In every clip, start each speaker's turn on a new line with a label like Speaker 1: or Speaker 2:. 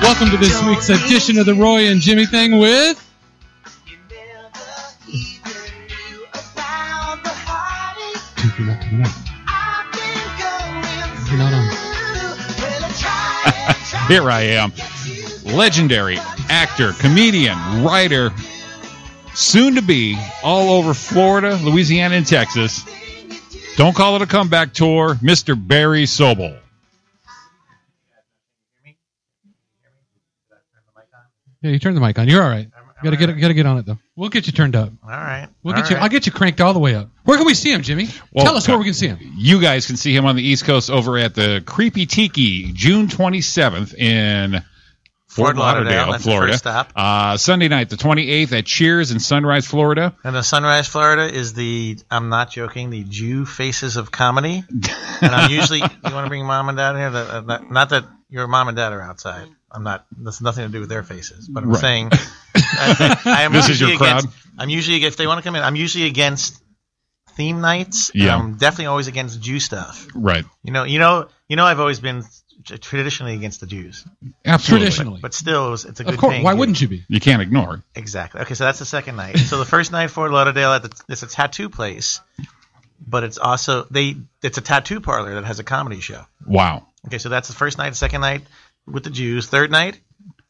Speaker 1: welcome to this week's edition of the Roy and Jimmy Thing with. You're not coming up. You're not on.
Speaker 2: Here I am. Legendary actor, comedian, writer, soon to be all over Florida, Louisiana, and Texas. Don't call it a comeback tour, Mr. Barry Sobel.
Speaker 1: Yeah, you turn the mic on. You're all right. You gotta get gotta get on it though. We'll get you turned up.
Speaker 3: All right.
Speaker 1: We'll
Speaker 3: all
Speaker 1: get you.
Speaker 3: right.
Speaker 1: I'll get you cranked all the way up. Where can we see him, Jimmy?
Speaker 2: Well,
Speaker 1: Tell us where
Speaker 2: uh,
Speaker 1: we can see him.
Speaker 2: You guys can see him on the East Coast over at the Creepy Tiki, June 27th in Fort,
Speaker 3: Fort Lauderdale,
Speaker 2: Lauderdale,
Speaker 3: that's the
Speaker 2: Florida.
Speaker 3: first stop.
Speaker 2: Uh, Sunday night, the 28th at Cheers in Sunrise, Florida.
Speaker 3: And the Sunrise, Florida is the, I'm not joking, the Jew faces of comedy. And I'm usually, you want to bring mom and dad here? That- uh, Not not that your mom and dad are outside. I'm not, that's nothing to do with their faces. But I'm
Speaker 2: Right.
Speaker 3: saying, I, I am
Speaker 2: This is
Speaker 3: usually
Speaker 2: your crowd?
Speaker 3: against, I'm usually, if they want to come in, I'm usually against theme nights. and
Speaker 2: Yeah.
Speaker 3: I'm definitely always against Jew stuff.
Speaker 2: Right.
Speaker 3: You know, you know, you know, I've always been t- traditionally against the Jews.
Speaker 2: Absolutely.
Speaker 1: Traditionally,
Speaker 3: But still, it was, it's a good
Speaker 1: of course.
Speaker 3: thing.
Speaker 1: Why
Speaker 3: here.
Speaker 1: wouldn't you be?
Speaker 2: You can't ignore. it.
Speaker 3: Exactly. Okay, so that's the second night. So the first night, Fort Lauderdale, at the, it's a tattoo place, but it's also they it's a tattoo parlor that has a comedy show.
Speaker 2: Wow.
Speaker 3: Okay, so that's the first night. Second night with the Jews. Third night,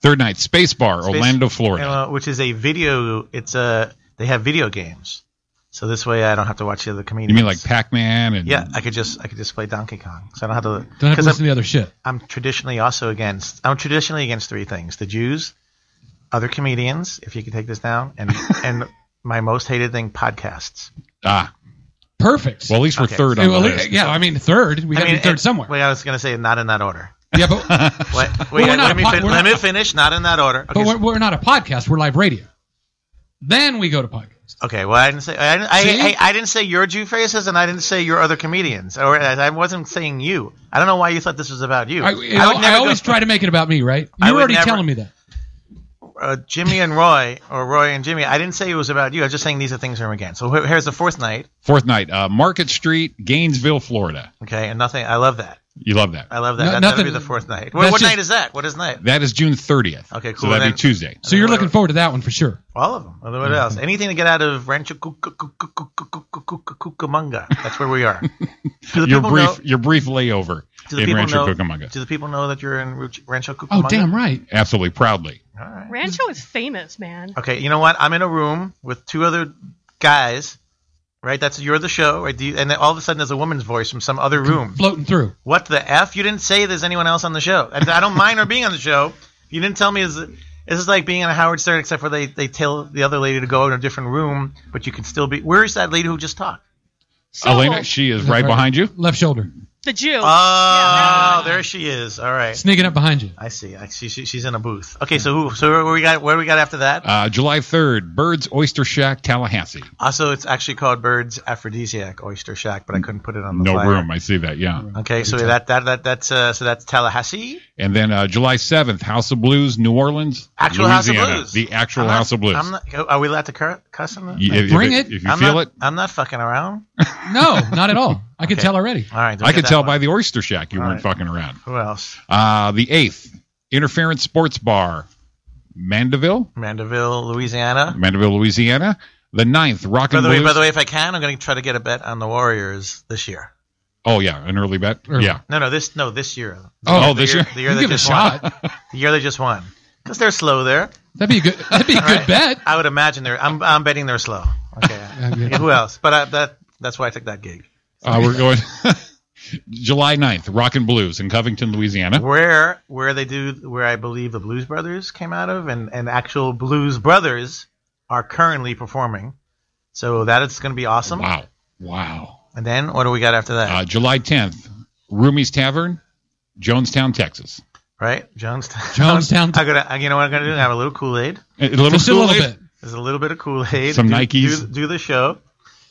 Speaker 2: Third night, Space Bar,
Speaker 3: Space-
Speaker 2: Orlando, Florida.
Speaker 3: uh, which is a video. It's a they have video games, so this way I don't have to watch the other comedians.
Speaker 2: you mean like Pac-Man and
Speaker 3: Yeah, I could just I could just play Donkey Kong, so I don't have to.
Speaker 1: Don't have to
Speaker 3: 'cause I'm-
Speaker 1: listen to the other shit.
Speaker 3: I'm traditionally also against. I'm traditionally against three things: the Jews, other comedians, if you could take this down, and and my most hated thing, podcasts.
Speaker 2: ah?
Speaker 1: Perfect.
Speaker 2: Well, at least we're
Speaker 3: Okay.
Speaker 2: third
Speaker 1: Hey,
Speaker 2: on
Speaker 1: well,
Speaker 2: the
Speaker 1: at
Speaker 2: list.
Speaker 1: least- yeah, I mean third. We got to be third
Speaker 3: it-
Speaker 1: somewhere.
Speaker 3: Wait, I was going to say not in that order.
Speaker 1: yeah, but,
Speaker 3: Wait,
Speaker 1: we're
Speaker 3: wait,
Speaker 1: not a
Speaker 3: let, me
Speaker 1: po-
Speaker 3: fin-
Speaker 1: we're
Speaker 3: let
Speaker 1: not-
Speaker 3: me finish. Not in that order.
Speaker 1: but
Speaker 3: Okay,
Speaker 1: we're, we're not a podcast. We're live radio. Then we go to podcast.
Speaker 3: so- okay, well, I didn't say I, didn't- I,
Speaker 1: See?
Speaker 3: I, I didn't say your Jew faces, and I didn't say your other comedians, or I I wasn't saying you. I don't know why you thought this was about you.
Speaker 1: I, I, I always try to make it about me, right?
Speaker 3: I
Speaker 1: You're
Speaker 3: would
Speaker 1: already
Speaker 3: never-
Speaker 1: telling me that.
Speaker 3: uh, Jimmy and Roy, or Roy and Jimmy. I didn't say it was about you. I was just saying these are things I'm against. So here- here's the fourth night.
Speaker 2: Fourth night, uh, Market Street, Gainesville, Florida.
Speaker 3: Okay, and nothing. I love that.
Speaker 2: You love that.
Speaker 3: I love that.
Speaker 1: No-
Speaker 3: that
Speaker 1: nothing-
Speaker 3: that'll be the fourth night. What,
Speaker 1: that's
Speaker 3: what
Speaker 1: just-
Speaker 3: night is that? What is night?
Speaker 2: That is June 30th.
Speaker 3: Okay,
Speaker 2: So
Speaker 3: cool.
Speaker 2: that'd
Speaker 3: Then-
Speaker 2: be Tuesday.
Speaker 1: So you're
Speaker 3: what-
Speaker 1: looking forward to that one for sure.
Speaker 3: All of them. What what else?
Speaker 1: Mm-hmm.
Speaker 3: Anything to get out of Rancho Cucamonga. That's where we are. Do the
Speaker 2: Your
Speaker 3: people
Speaker 2: brief,
Speaker 3: know-
Speaker 2: your brief layover
Speaker 3: do the
Speaker 2: in
Speaker 3: people
Speaker 2: Rancho
Speaker 3: know-
Speaker 2: Cucamonga.
Speaker 3: Do the people know that you're in Ru- Rancho
Speaker 1: Oh,
Speaker 3: Cucamonga?
Speaker 1: damn right.
Speaker 2: Absolutely proudly.
Speaker 3: All right.
Speaker 4: Rancho is famous,
Speaker 1: Uh,
Speaker 4: man.
Speaker 3: Okay, you know what? I'm in a room with two other guys. Right, that's you're the show, right? Do you- and then all of a sudden, there's a woman's voice from some
Speaker 1: Mm-hmm.
Speaker 3: other room.
Speaker 1: Floating through.
Speaker 3: What the f? You didn't say there's anyone else on the show. I, I don't mind her being on the show. You didn't tell me. Is this is like being on a Howard Stern, except for they they tell the other lady to go in a different room, but you can still be. Where is that lady who just talked?
Speaker 4: So,
Speaker 2: Elena, she is right behind you.
Speaker 1: Left shoulder.
Speaker 4: the Jew.
Speaker 3: Oh,
Speaker 4: Yeah.
Speaker 3: there she is. All right.
Speaker 1: Sneaking up behind you.
Speaker 3: I see. I see. She, she's in a booth. Okay, so who? So where, where we got? Where we got after that?
Speaker 2: Uh, July 3rd, Birds Oyster Shack, Tallahassee.
Speaker 3: also, it's actually called Birds Aphrodisiac Oyster Shack, but I couldn't put it on the
Speaker 2: No
Speaker 3: flyer.
Speaker 2: room. I see that. Yeah.
Speaker 3: Okay, so that that that that's uh, so that's Tallahassee.
Speaker 2: And then uh, July 7th, House of Blues, New Orleans,
Speaker 3: Actual House of
Speaker 2: Louisiana.
Speaker 3: Blues.
Speaker 2: The actual
Speaker 3: I'm not-
Speaker 2: House of Blues.
Speaker 3: I'm not, are we allowed to cur- cuss in that?
Speaker 2: You- if- if
Speaker 1: Bring it.
Speaker 2: If you
Speaker 3: I'm
Speaker 2: feel
Speaker 3: not,
Speaker 2: it.
Speaker 3: I'm not fucking around.
Speaker 1: No, not at all. I can
Speaker 3: Okay.
Speaker 1: tell already.
Speaker 3: All right.
Speaker 2: I could tell by the Oyster Shack you
Speaker 3: All
Speaker 2: weren't
Speaker 3: right.
Speaker 2: fucking around.
Speaker 3: Who else?
Speaker 2: Uh, the 8th, Interference Sports Bar, Mandeville,
Speaker 3: Mandeville, Louisiana.
Speaker 2: Mandeville, Louisiana. The 9th, Rock
Speaker 3: By
Speaker 2: and
Speaker 3: the
Speaker 2: Blues.
Speaker 3: way, by the way, if I can, I'm going to try to get a bet on the Warriors this year.
Speaker 2: Oh, yeah, an early bet.
Speaker 1: Early.
Speaker 2: Yeah.
Speaker 3: No, no, this no, this year.
Speaker 2: Oh,
Speaker 3: the
Speaker 2: this year?
Speaker 3: The year
Speaker 1: You
Speaker 3: they
Speaker 1: give it a
Speaker 3: just won.
Speaker 1: shot.
Speaker 3: The year they just won. Because they're slow there.
Speaker 1: That'd be a good. That'd be a good
Speaker 3: Right.
Speaker 1: bet.
Speaker 3: I would imagine they're. I'm, I'm betting they're slow. Okay.
Speaker 1: good.
Speaker 3: Who else? But I, that that's why I took that gig.
Speaker 2: Uh, we're going July 9th, Rock and Blues in Covington, Louisiana.
Speaker 3: Where where they do where I believe the Blues Brothers came out of, and and actual Blues Brothers are currently performing. So that is going to be awesome.
Speaker 2: Wow. Wow.
Speaker 3: And then what do we got after that?
Speaker 2: Uh, July 10th, Roomie's Tavern, Jonestown, Texas.
Speaker 3: right, Jonestown.
Speaker 1: Jonestown.
Speaker 3: I'm gonna. You know what I'm gonna do? Have a little Kool Aid.
Speaker 2: A little,
Speaker 1: Just a
Speaker 2: Kool-Aid.
Speaker 1: little bit.
Speaker 3: There's a little bit of Kool Aid.
Speaker 2: Some
Speaker 3: do,
Speaker 2: Nikes.
Speaker 3: Do, do the show,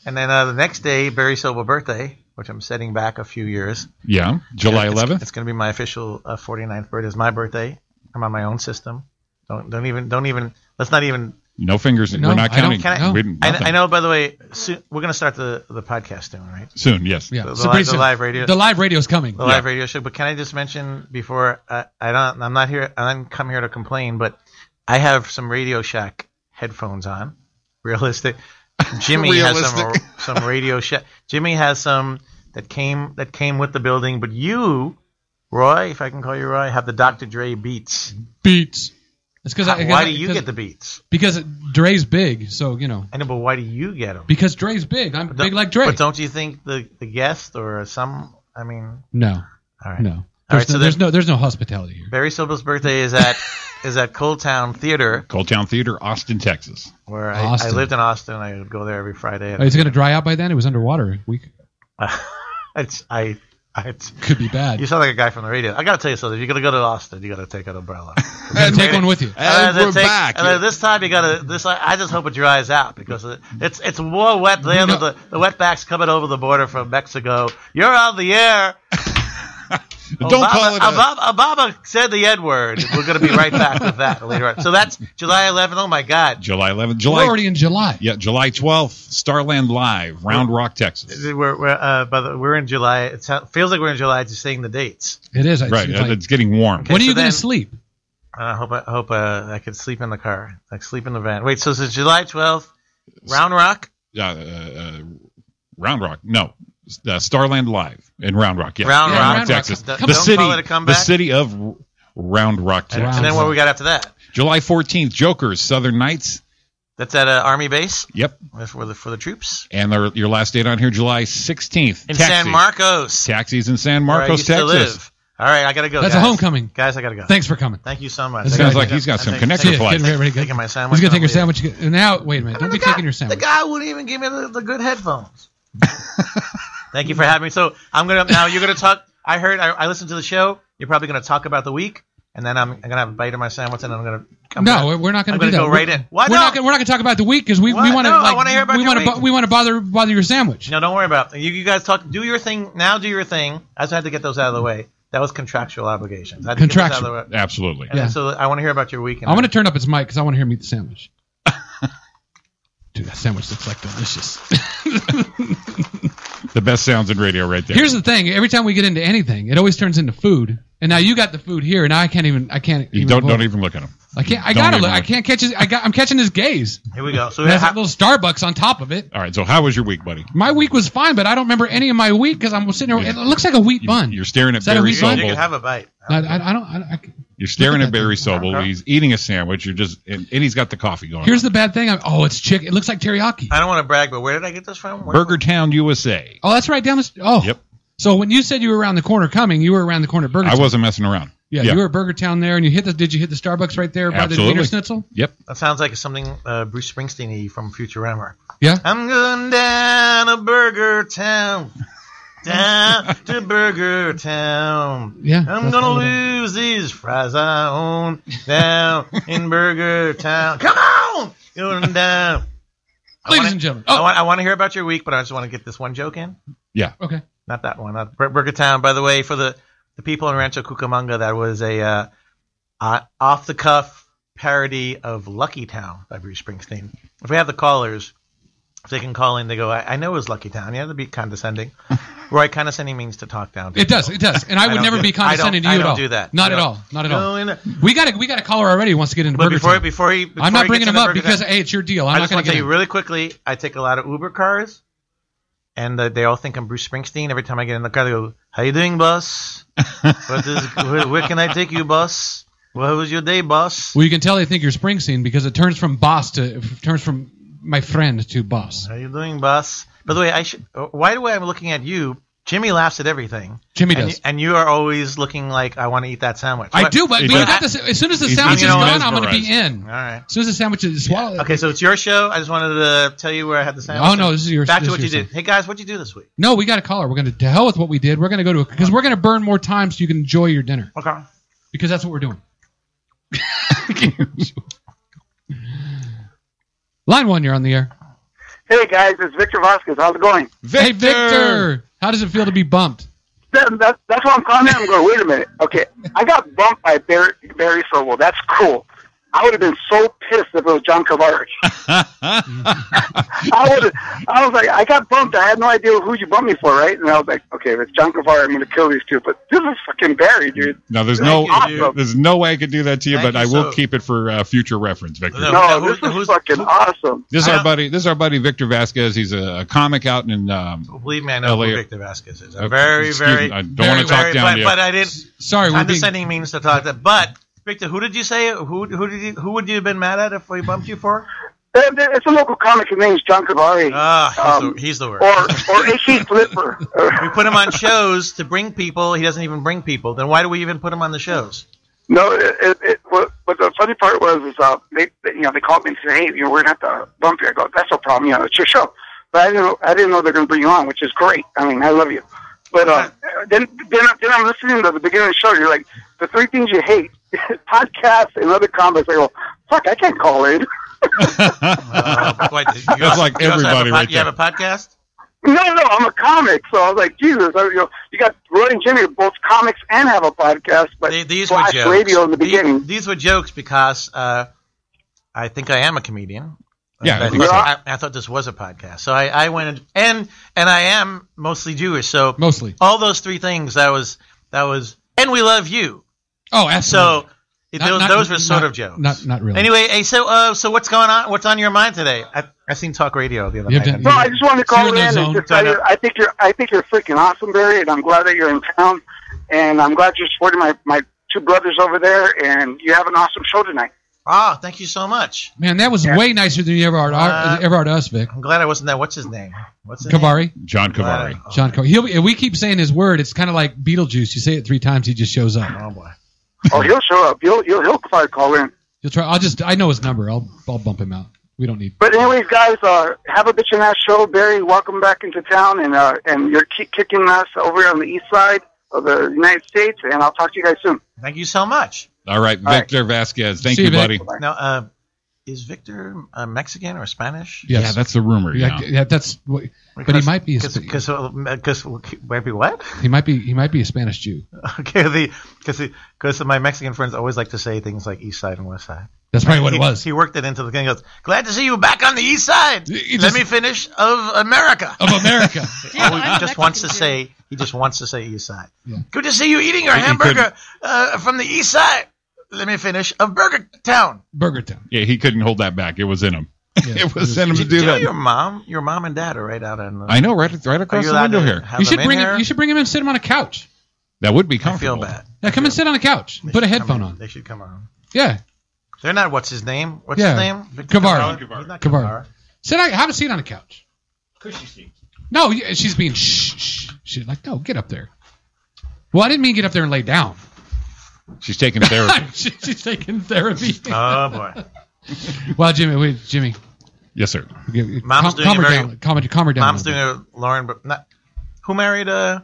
Speaker 3: and then uh, the next day, Barry Sobel birthday, which I'm setting back a few years.
Speaker 2: Yeah. July
Speaker 3: It's-
Speaker 2: 11th.
Speaker 3: It's, going to be my official uh, 49th birthday. It's my birthday. I'm on my own system. Don't don't even don't even. Let's not even
Speaker 2: No fingers.
Speaker 1: No,
Speaker 2: We're not
Speaker 1: I don't-
Speaker 2: counting.
Speaker 1: can I-
Speaker 2: We didn't-
Speaker 3: I,
Speaker 2: nothing.
Speaker 3: I know. By the way, soon, we're going to start the, the podcast soon, right?
Speaker 2: Soon, yes.
Speaker 1: Yeah.
Speaker 3: The- the
Speaker 1: So
Speaker 3: li-
Speaker 1: pretty
Speaker 3: the
Speaker 1: soon.
Speaker 3: live radio-
Speaker 1: The live radio's coming.
Speaker 3: The live radio show. But can I just mention before I, I don't? I'm not here. I didn't come here to complain, but I have some Radio Shack headphones on. Realistic. Jimmy
Speaker 2: Realistic.
Speaker 3: has some some Radio Shack. Jimmy has some that came that came with the building, but you. Roy, if I can call you Roy, have the Dr. Dre beats.
Speaker 1: Beats. That's because
Speaker 3: Why do you get the beats?
Speaker 1: because Dre's big, so you know
Speaker 3: I know, but why do you get them?
Speaker 1: because Dre's big. I'm
Speaker 3: Don't-
Speaker 1: big like Dre.
Speaker 3: But don't you think the, the guest or some? I mean,
Speaker 1: No,
Speaker 3: all right.
Speaker 1: no. There's,
Speaker 3: right, so
Speaker 1: no,
Speaker 3: then-
Speaker 1: there's no there's no hospitality here.
Speaker 3: Barry Sobel's birthday is at is at Cold Town Theater,
Speaker 2: Cold Town Theater, Austin, Texas.
Speaker 3: where I, I
Speaker 1: Austin.
Speaker 3: lived in Austin. I would go there every Friday.
Speaker 1: Oh, Is it going to dry out by then? It was underwater. We
Speaker 3: It's, I, I it's,
Speaker 1: could be bad.
Speaker 3: you sound like a guy from the radio. I gotta tell you something. If you're gonna go to Austin, you gotta take an umbrella.
Speaker 1: You gotta take one with you.
Speaker 2: And
Speaker 3: then
Speaker 2: we're
Speaker 3: take-
Speaker 2: back.
Speaker 3: and then this time you gotta. This I, I just hope it dries out because it, it's it's more wet there. than The the wetbacks coming over the border from Mexico. You're on the air.
Speaker 2: Don't
Speaker 3: Obama,
Speaker 2: call it. a-
Speaker 3: Obama, Obama said the N word. We're going to be right back with that later on. So that's July 11th. Oh my God,
Speaker 2: July 11th.
Speaker 1: We're
Speaker 2: July.
Speaker 1: already in July.
Speaker 2: yeah, July 12th. Starland Live, Round Rock, Texas.
Speaker 3: we're we're uh, by the, we're in July. It sound- feels like we're in July. Just seeing the dates.
Speaker 1: It is. It
Speaker 2: Right.
Speaker 1: seems like-
Speaker 2: It's getting warm.
Speaker 3: Okay.
Speaker 1: when are
Speaker 3: so
Speaker 1: you going
Speaker 3: then-
Speaker 1: to sleep?
Speaker 3: And I hope I hope uh, I could sleep in the car, like sleep in the van. Wait, so this is July 12th, Round Rock,
Speaker 2: Uh, uh, uh, Round Rock. No. Uh, Starland Live in Round Rock. Yeah.
Speaker 3: Round
Speaker 1: Rock.
Speaker 2: Texas.
Speaker 1: Don't-
Speaker 2: the
Speaker 1: don't
Speaker 2: city.
Speaker 3: call it a comeback.
Speaker 2: The city of R- Round Rock,
Speaker 3: and,
Speaker 2: Texas.
Speaker 1: Round
Speaker 3: then what we got after that?
Speaker 2: July 14th, Jokers, Southern Knights.
Speaker 3: That's at an army base
Speaker 2: Yep.
Speaker 3: That's for the for the troops
Speaker 2: And their, your last date on here, July 16th. Taxi.
Speaker 3: in San Marcos.
Speaker 2: Taxis in San
Speaker 3: where I
Speaker 2: Marcos,
Speaker 3: used to
Speaker 2: Texas.
Speaker 3: live. All right, I gotta go.
Speaker 1: That's
Speaker 3: guys.
Speaker 1: a homecoming.
Speaker 3: guys. I gotta go.
Speaker 1: Thanks for coming.
Speaker 3: Thank you so much.
Speaker 1: This
Speaker 3: I
Speaker 1: sounds
Speaker 3: gotta
Speaker 1: like
Speaker 3: go.
Speaker 2: he's got
Speaker 3: I'm
Speaker 2: some
Speaker 3: taking-
Speaker 2: connector
Speaker 1: See ya.
Speaker 2: flights.
Speaker 1: Getting ready to go.
Speaker 3: Taking my sandwich.
Speaker 1: He's going to take
Speaker 3: I'm
Speaker 1: your
Speaker 3: leaving.
Speaker 1: sandwich. and Now, wait a minute. Don't be taking your
Speaker 3: The
Speaker 1: sandwich.
Speaker 3: guy wouldn't even give me the, the good headphones. Thank you for having me. So I'm gonna now you're gonna talk. I heard I, I listened to the show. You're probably gonna talk about the week, and then I'm, I'm gonna have a bite of my sandwich, and I'm gonna come
Speaker 1: No,
Speaker 3: back.
Speaker 1: we're- we're not going
Speaker 3: I'm
Speaker 1: to do
Speaker 3: gonna
Speaker 1: that.
Speaker 3: go right
Speaker 1: We're-
Speaker 3: in. Why
Speaker 1: we're
Speaker 3: not?
Speaker 1: not? gonna- We're not going to talk about the week because we, we
Speaker 3: Why?
Speaker 1: want to.
Speaker 3: No, I
Speaker 1: like,
Speaker 3: wanna hear about
Speaker 1: we
Speaker 3: your
Speaker 1: wanna
Speaker 3: week.
Speaker 1: bo- we want to bother bother your sandwich.
Speaker 3: No, don't worry about it. You, you guys talk. Do your thing now. Do your thing. I just had to get those out of the way. That was contractual obligations. I had to get those out of the
Speaker 1: Contractual.
Speaker 3: way.
Speaker 2: Absolutely.
Speaker 3: And then,
Speaker 1: Yeah.
Speaker 3: So I want to hear about your weekend.
Speaker 1: I want to turn up its mic because I want to hear him eat the sandwich. Dude, that sandwich looks like delicious.
Speaker 2: The best sounds in radio right there.
Speaker 1: Here's the thing: every time we get into anything, it always turns into food. And now you got the food here, and I can't even. I can't.
Speaker 2: you
Speaker 1: even
Speaker 2: don't,
Speaker 1: vote.
Speaker 2: don't even look at him.
Speaker 1: I can't. I
Speaker 2: don't
Speaker 1: gotta
Speaker 2: even
Speaker 1: look. I
Speaker 2: look.
Speaker 1: can't catch his. I got. I'm catching his gaze.
Speaker 3: Here we go. So
Speaker 1: And
Speaker 3: we
Speaker 1: There's
Speaker 3: ha-
Speaker 1: that little Starbucks on top of it.
Speaker 2: All right. So, how was your week, buddy?
Speaker 1: My week was fine, but I don't remember any of my week because I'm sitting there. It looks like a wheat bun.
Speaker 2: You're staring at
Speaker 1: Is that a
Speaker 2: Barry
Speaker 1: wheat bun?
Speaker 3: you can
Speaker 2: Sobel.
Speaker 3: have a bite.
Speaker 1: I, I, I don't. I, I,
Speaker 2: You're staring
Speaker 1: Look at
Speaker 2: at
Speaker 1: that
Speaker 2: Barry
Speaker 1: thing.
Speaker 2: Sobel.
Speaker 3: Okay.
Speaker 2: He's eating a sandwich. You're just and, and he's got the coffee going.
Speaker 1: here's the bad thing. I'm, oh, it's chick. It looks like teriyaki.
Speaker 3: I don't want to brag, but where did I get this from?
Speaker 2: on.
Speaker 3: Where-
Speaker 2: Burger Town, USA.
Speaker 1: Oh, that's right down the. St- oh,
Speaker 2: Yep.
Speaker 1: So when you said you were around the corner coming, you were around the corner at Burger.
Speaker 2: I
Speaker 1: Town.
Speaker 2: wasn't messing around.
Speaker 1: Yeah, you were at Burger Town there, and you hit the. Did you hit the Starbucks right there by
Speaker 2: Absolutely.
Speaker 1: the Wiener Schnitzel?
Speaker 2: Yep.
Speaker 3: That sounds like something uh, Bruce Springsteen from Futurama.
Speaker 1: Yeah.
Speaker 3: I'm going down to Burger Town. Down to Burger Town.
Speaker 1: Yeah.
Speaker 3: I'm
Speaker 1: that's
Speaker 3: gonna
Speaker 1: what it is.
Speaker 3: lose these fries I own down in Burger Town. Come on, going down. I
Speaker 1: Ladies
Speaker 3: wanna-
Speaker 1: and gentlemen.
Speaker 3: I
Speaker 1: Oh,
Speaker 3: want, I want to hear about your week, but I just want to get this one joke in.
Speaker 1: okay.
Speaker 3: Not that one. Not Bur- Burger Town. By the way, for the, the people in Rancho Cucamonga, that was a uh, uh, off the cuff parody of Lucky Town by Bruce Springsteen. If we have the callers, if they can call in, they go, I, I know it was Lucky Town. You have to be condescending. Roy, condescending means to talk down. to
Speaker 1: It does. It does. And I would
Speaker 3: don't
Speaker 1: never
Speaker 3: do- I
Speaker 1: be
Speaker 3: don't-
Speaker 1: condescending to
Speaker 3: I
Speaker 1: you at
Speaker 3: don't
Speaker 1: all.
Speaker 3: do that.
Speaker 1: Not
Speaker 3: I
Speaker 1: at
Speaker 3: don't-
Speaker 1: all. Not at all.
Speaker 3: No, no.
Speaker 1: We got a we got a caller already who wants to get into
Speaker 3: But
Speaker 1: Burger
Speaker 3: before,
Speaker 1: Town.
Speaker 3: before he, before
Speaker 1: I'm
Speaker 3: he
Speaker 1: not bringing
Speaker 3: gets
Speaker 1: him
Speaker 3: into
Speaker 1: up
Speaker 3: Burger
Speaker 1: because
Speaker 3: Town,
Speaker 1: hey, it's your deal. I'm
Speaker 3: I
Speaker 1: not
Speaker 3: just
Speaker 1: going
Speaker 3: want
Speaker 1: to
Speaker 3: to
Speaker 1: get
Speaker 3: tell you
Speaker 1: in.
Speaker 3: really quickly. I take a lot of Uber cars, and uh, they all think I'm Bruce Springsteen. Every time I get in the car, they go, "How you doing, boss? What is, where, where can I take you, boss? What was your day, boss?
Speaker 1: Well, you can tell they think you're Springsteen because it turns from boss to it turns from my friend to boss.
Speaker 3: How you doing, boss? By the way, I should. uh, Why do I'm looking at you? Jimmy laughs at everything,
Speaker 1: Jimmy
Speaker 3: and,
Speaker 1: does.
Speaker 3: you, and you are always looking like I want to eat that sandwich.
Speaker 1: I
Speaker 3: What-
Speaker 1: do, but,
Speaker 2: He
Speaker 1: but you
Speaker 2: does.
Speaker 1: got this. As soon as the
Speaker 2: He's
Speaker 1: sandwich is
Speaker 3: being
Speaker 1: gone, I'm going to be in.
Speaker 2: mesmerized.
Speaker 3: All right.
Speaker 1: As soon as the sandwich is swallowed.
Speaker 3: Okay, so it's your show. I just wanted to tell you where I had the sandwich.
Speaker 1: Oh, no, this is your-
Speaker 3: Back
Speaker 1: this
Speaker 3: to
Speaker 1: is
Speaker 3: what you
Speaker 1: your
Speaker 3: did. Hey guys, what'd you do this week?
Speaker 1: No, we got a caller. We're going to to hell with what we did. We're going to go to because we're going to burn more time so you can enjoy your dinner
Speaker 3: Okay.
Speaker 1: because that's what we're doing. Line one, you're on the air.
Speaker 5: Hey guys, it's Victor Vasquez. How's it going?
Speaker 2: Victor!
Speaker 1: Hey, Victor, how does it feel to be bumped?
Speaker 5: That, that, that's why I'm calling in. I'm going, wait a minute. Okay, I got bumped by Barry, Barry Sobel. That's cool. I would have been so pissed if it was John Kovacic. I would. I was like, I got bumped. I had no idea who you bumped me for, right? And I was like, okay, if it's John Kovacic, I'm going to kill these two. But this is fucking Barry, dude.
Speaker 2: no, there's
Speaker 5: Thank
Speaker 2: no,
Speaker 5: you, dude.
Speaker 2: there's no way I could do that to you,
Speaker 3: Thank
Speaker 2: but
Speaker 3: you,
Speaker 2: I will
Speaker 3: so-
Speaker 2: keep it for uh, future reference, Victor.
Speaker 3: No.
Speaker 5: No,
Speaker 3: who-
Speaker 5: this
Speaker 3: who's-
Speaker 5: is fucking
Speaker 3: who-
Speaker 5: awesome.
Speaker 2: This is
Speaker 3: I
Speaker 2: our
Speaker 3: don't-
Speaker 2: buddy. This is our buddy Victor Vasquez. He's a, a comic out in. Um,
Speaker 3: Believe me, I know
Speaker 2: Elliot.
Speaker 3: who Victor Vasquez is. I'm
Speaker 2: okay,
Speaker 3: very,
Speaker 2: excuse
Speaker 3: very,
Speaker 2: me, I don't
Speaker 1: very,
Speaker 2: want to talk
Speaker 3: very-
Speaker 2: down
Speaker 3: but,
Speaker 2: to you.
Speaker 3: but I didn't.
Speaker 1: Sorry, we're being.
Speaker 3: Condescending means to talk that. But Victor, who did you say? Who who did you, who would you have been mad at if we bumped you for?
Speaker 5: There- there- It's a local comic. His name's John Kovacic.
Speaker 3: Ah, he's,
Speaker 5: Um,
Speaker 3: the, he's the worst.
Speaker 5: or or Icky Flipper.
Speaker 3: we put him on shows to bring people. He doesn't even bring people. Then why do we even put him on the shows?
Speaker 5: No, it, it, it, what, what the funny part was is uh, they, they you know they called me and said, hey, you know, we're gonna have to bump you. I go, that's no problem. You know, it's your show. But I didn't know I didn't know they're gonna bring you on, which is great. I mean, I love you. But uh, then then I- then I'm listening to the beginning of the show. You're like the three things you hate: podcasts and other comics. I go, fuck, I can't call in.
Speaker 3: Uh, what, you also-
Speaker 2: like
Speaker 3: you also have a
Speaker 2: everybody
Speaker 3: pod-
Speaker 2: right
Speaker 3: You have a podcast?
Speaker 5: No, no, I'm a comic, so I was like, Jesus, I, you know, you got Roy and Jimmy are both comics and have a podcast, but
Speaker 3: They- these were
Speaker 5: Flash
Speaker 3: jokes.
Speaker 5: radio in the
Speaker 3: These-
Speaker 5: beginning.
Speaker 3: These, were jokes because uh, I think I am a comedian.
Speaker 2: Yeah,
Speaker 3: And
Speaker 2: I
Speaker 3: I
Speaker 2: think
Speaker 3: thought,
Speaker 5: so.
Speaker 3: I, I thought this was a podcast, so I, I went and, and and I am mostly Jewish. So
Speaker 1: Mostly.
Speaker 3: all those three things that was that was, and we love you.
Speaker 1: Oh, absolutely.
Speaker 3: So it- those, those were sort
Speaker 1: not-
Speaker 3: of jokes.
Speaker 1: Not, not really.
Speaker 3: Anyway, hey, so uh, so what's going on? What's on your mind today? I I seen talk radio the other
Speaker 1: You
Speaker 3: night.
Speaker 1: have to-
Speaker 5: No, I just wanted to
Speaker 1: You're
Speaker 5: call
Speaker 1: in
Speaker 5: in
Speaker 1: the
Speaker 5: and
Speaker 1: zone.
Speaker 5: just tell you, I think you're, I think you're freaking awesome, Barry, and I'm glad that you're in town, and I'm glad you're supporting my my two brothers over there, and you have an awesome show tonight.
Speaker 3: Ah, thank you so much.
Speaker 1: Man, that was
Speaker 5: Yeah.
Speaker 1: way nicer than you ever are, to
Speaker 3: Uh,
Speaker 1: ever are to us, Vic.
Speaker 3: I'm glad I wasn't there. What's his name? What's his name?
Speaker 1: Kavari,
Speaker 2: John
Speaker 3: Glad
Speaker 2: Cavari.
Speaker 3: I- oh,
Speaker 1: John Kavari. He'll, be- if we keep saying his word, it's kind of like Beetlejuice. You say it three times, he just shows up.
Speaker 3: Oh boy.
Speaker 5: Oh, he'll show up. He'll he'll he'll probably call in.
Speaker 1: You'll try. I'll just. I know his number. I'll. I'll bump him out. We don't need.
Speaker 5: But anyways, guys, uh, have a bitchin' ass show, Barry. Welcome back into town, and uh, and you're keep kicking us over on the east side of the United States, and I'll talk to you guys soon.
Speaker 3: Thank you so much.
Speaker 2: All right,
Speaker 5: All right.
Speaker 2: Victor Vasquez. Thank
Speaker 1: See
Speaker 2: you,
Speaker 1: you, Vic.
Speaker 2: buddy.
Speaker 3: Now, uh, is Victor uh, Mexican or Spanish?
Speaker 1: Yes.
Speaker 2: Yeah, that's the rumor.
Speaker 1: Yeah,
Speaker 2: Yeah.
Speaker 1: yeah, that's. What, but he might be. A, Sp-
Speaker 3: because uh, because maybe what?
Speaker 1: he might be. He might be a Spanish Jew.
Speaker 3: Okay, the because because my Mexican friends always like to say things like East Side and West Side.
Speaker 1: That's probably what it
Speaker 3: he,
Speaker 1: was.
Speaker 3: He worked it into the thing. He goes, glad to see you back on the East Side.
Speaker 1: He- he
Speaker 3: Let
Speaker 1: just- Oh.
Speaker 3: me finish of America.
Speaker 1: Of America.
Speaker 4: Yeah,
Speaker 3: Oh,
Speaker 4: I'm
Speaker 3: he
Speaker 4: a
Speaker 3: just wants to
Speaker 4: Mexican
Speaker 3: say he just wants to say East Side.
Speaker 1: Yeah.
Speaker 3: Good to see you eating your
Speaker 2: he
Speaker 3: hamburger uh, from the East Side. Let me finish of Burger Town.
Speaker 1: Burger Town.
Speaker 2: Yeah, he couldn't hold that back. It was in him.
Speaker 1: Yeah.
Speaker 2: It was in him to
Speaker 3: Do
Speaker 2: do
Speaker 3: you know your
Speaker 2: that.
Speaker 3: mom, your mom and dad are right out on. The,
Speaker 2: I know, right, right
Speaker 3: Uh, Are
Speaker 2: across
Speaker 3: you
Speaker 2: the
Speaker 3: allowed
Speaker 2: window
Speaker 3: to
Speaker 2: here.
Speaker 3: have
Speaker 1: You
Speaker 3: them
Speaker 1: should
Speaker 3: in
Speaker 1: bring
Speaker 3: here?
Speaker 1: him. You should bring him in and sit him on a couch.
Speaker 2: That would be
Speaker 3: I feel
Speaker 2: comfortable.
Speaker 3: bad.
Speaker 1: Yeah, come and sit on a couch. Put
Speaker 3: They
Speaker 1: a
Speaker 3: should come
Speaker 1: headphone
Speaker 3: in.
Speaker 1: on.
Speaker 3: They should come on.
Speaker 1: Yeah,
Speaker 3: They're not. What's his name? What's
Speaker 1: Yeah.
Speaker 3: his name? Victor
Speaker 1: Guevara.
Speaker 3: He's not
Speaker 1: Guevara.
Speaker 3: Guevara.
Speaker 1: sit. On, have a seat on a couch. No, you- she's being shh. shh. She's like, no, get up there. Well, I didn't mean get up there and lay down.
Speaker 2: She's taking therapy.
Speaker 1: She- she's taking therapy.
Speaker 3: Oh boy.
Speaker 1: well, Jimmy, wait, Jimmy,
Speaker 2: yes, sir.
Speaker 1: Mom's
Speaker 3: Mom's doing
Speaker 1: calm her
Speaker 3: a very-
Speaker 1: down. Calm, her- calm her down. a
Speaker 3: Mom's
Speaker 1: little
Speaker 3: doing a Lauren, but not. Who married uh,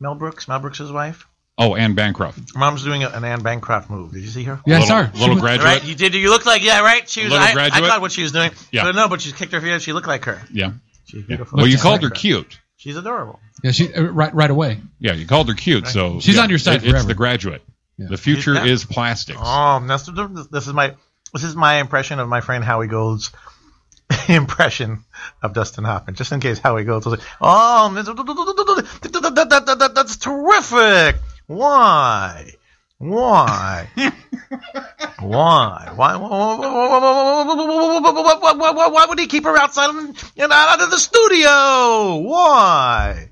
Speaker 3: Mel Brooks? Mel Brooks' wife.
Speaker 2: Oh, Anne Bancroft.
Speaker 3: Mom's doing a, an Anne Bancroft move. Did you see her?
Speaker 1: bit. Yeah,
Speaker 2: little,
Speaker 1: sorry.
Speaker 2: Little graduate.
Speaker 3: Right, you did. You look like yeah, right. She was.
Speaker 2: Little
Speaker 3: I, I
Speaker 2: graduate?
Speaker 3: thought what she was doing.
Speaker 2: Yeah.
Speaker 3: But no, but she kicked her feet. up. She looked like her.
Speaker 2: Yeah.
Speaker 3: She's
Speaker 2: yeah.
Speaker 3: beautiful.
Speaker 2: Well, you
Speaker 3: She's
Speaker 2: called her
Speaker 3: like
Speaker 2: cute.
Speaker 3: She's adorable.
Speaker 1: Yeah, she uh, right right away.
Speaker 2: Yeah, you called her cute. So
Speaker 1: She's
Speaker 2: yeah,
Speaker 1: on your side
Speaker 2: it- It's
Speaker 1: forever.
Speaker 2: the graduate.
Speaker 1: Yeah.
Speaker 2: The future
Speaker 3: Yeah.
Speaker 2: is plastics.
Speaker 3: Oh, that's, this is my this is my impression of my friend Howie Gold's impression of Dustin Hoffman. Just in case Howie Gold was like, "Oh, Mr. that's terrific! Why? Why? Why? Why? Why? Why why would he keep her outside and and out of the studio? Why?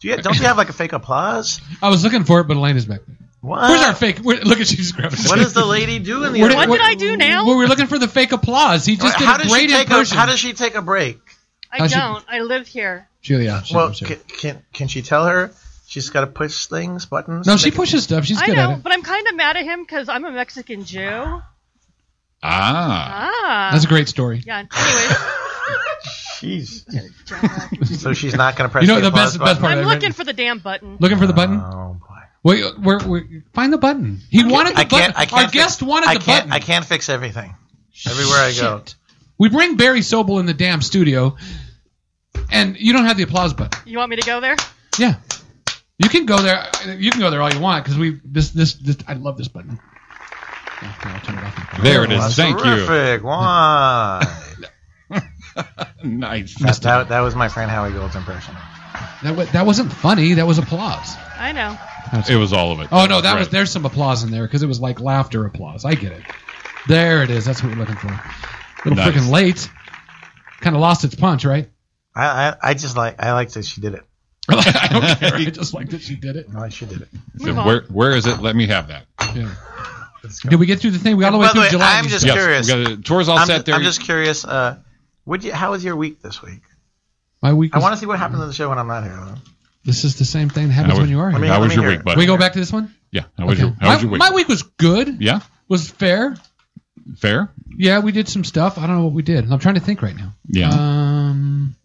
Speaker 3: Do you, don't you have like a fake applause?
Speaker 1: I was looking for it, but Elena's back. there.
Speaker 3: What?
Speaker 1: Where's our fake? Where, look at she's grabbing.
Speaker 3: What does the lady do in the?
Speaker 1: Where
Speaker 3: other
Speaker 4: What
Speaker 1: What-
Speaker 4: did I do now?
Speaker 1: Well, we're looking for the fake applause. He just did
Speaker 3: how
Speaker 1: a
Speaker 3: does
Speaker 1: great
Speaker 3: she take
Speaker 1: impression.
Speaker 3: A, how does she take a break?
Speaker 1: how
Speaker 4: I
Speaker 1: she-
Speaker 4: don't. I live here.
Speaker 1: Julia? she-
Speaker 3: well,
Speaker 1: I'm sorry.
Speaker 3: can, can can she tell her she's got to push things, buttons?
Speaker 1: no,
Speaker 3: and
Speaker 1: she
Speaker 3: they-
Speaker 1: pushes stuff. She's
Speaker 4: I
Speaker 1: good
Speaker 4: know,
Speaker 1: at it.
Speaker 4: but I'm kind of mad at him because I'm a Mexican Jew.
Speaker 2: Ah.
Speaker 4: Ah.
Speaker 1: That's a great story.
Speaker 4: yeah. Anyways,
Speaker 3: Jeez. so she's not going to press.
Speaker 1: You know,
Speaker 3: the
Speaker 1: the best-
Speaker 3: applause button?
Speaker 1: best part-
Speaker 4: I'm
Speaker 1: Right,
Speaker 4: looking
Speaker 1: right.
Speaker 4: for the damn button.
Speaker 1: Looking for the button.
Speaker 3: Oh boy.
Speaker 1: Wait, where, where, find the button. He wanted the
Speaker 3: I
Speaker 1: button.
Speaker 3: can't. I can't
Speaker 1: Our guest
Speaker 3: fix,
Speaker 1: wanted
Speaker 3: I
Speaker 1: the
Speaker 3: can't,
Speaker 1: button.
Speaker 3: I can't fix everything. Everywhere I go.
Speaker 1: Shit. We bring Barry Sobel in the damn studio, and you don't have the applause button.
Speaker 4: You want me to go there?
Speaker 1: Yeah, you can go there. You can go there all you want because we this this, this I love this button. Okay, I'll turn it off.
Speaker 2: There it is. Thank you.
Speaker 3: Terrific. Why?
Speaker 2: Nice.
Speaker 3: that, that, that was my friend Howie Gold's impression.
Speaker 1: That, wa- that wasn't funny. That was applause.
Speaker 4: I know.
Speaker 2: It was all of it.
Speaker 1: Oh no, that was
Speaker 2: Right.
Speaker 1: there's some applause in there because it was like laughter applause. I get it. There it is. That's what we're looking for. little
Speaker 2: Nice.
Speaker 1: freaking late. Kind of lost its punch, right?
Speaker 3: I, I, I just like I liked that she did it.
Speaker 1: I don't care. I just like that she did it.
Speaker 3: I like she did it.
Speaker 4: Move
Speaker 2: Where,
Speaker 4: on.
Speaker 2: where is it? Let me have that.
Speaker 1: Yeah.
Speaker 3: Let's go.
Speaker 1: Did we get through the thing? We got all the
Speaker 3: By
Speaker 1: way
Speaker 3: the
Speaker 1: through
Speaker 3: way,
Speaker 1: July.
Speaker 3: I'm just
Speaker 2: Yes,
Speaker 3: curious.
Speaker 2: we got it. Tours all
Speaker 3: I'm,
Speaker 2: set
Speaker 3: ju-
Speaker 2: there.
Speaker 3: I'm just curious. Uh, would you? How was your week this week?
Speaker 1: My week.
Speaker 3: I
Speaker 1: Was,
Speaker 3: want to see what happened to the show when I'm not here. though.
Speaker 1: this is the same thing that happens
Speaker 2: How
Speaker 1: when you are
Speaker 2: was,
Speaker 1: here.
Speaker 3: me-
Speaker 2: how was
Speaker 3: me
Speaker 2: your
Speaker 3: hear
Speaker 2: week,
Speaker 3: it.
Speaker 2: buddy?
Speaker 1: we go back to this one.
Speaker 2: Yeah. How was
Speaker 1: Okay.
Speaker 2: your How was
Speaker 1: my,
Speaker 2: your week?
Speaker 1: my week was good.
Speaker 2: Yeah.
Speaker 1: Was fair.
Speaker 2: Fair.
Speaker 1: Yeah, we did some stuff. I don't know what we did. I'm trying to think right now.
Speaker 2: Yeah.
Speaker 1: Um.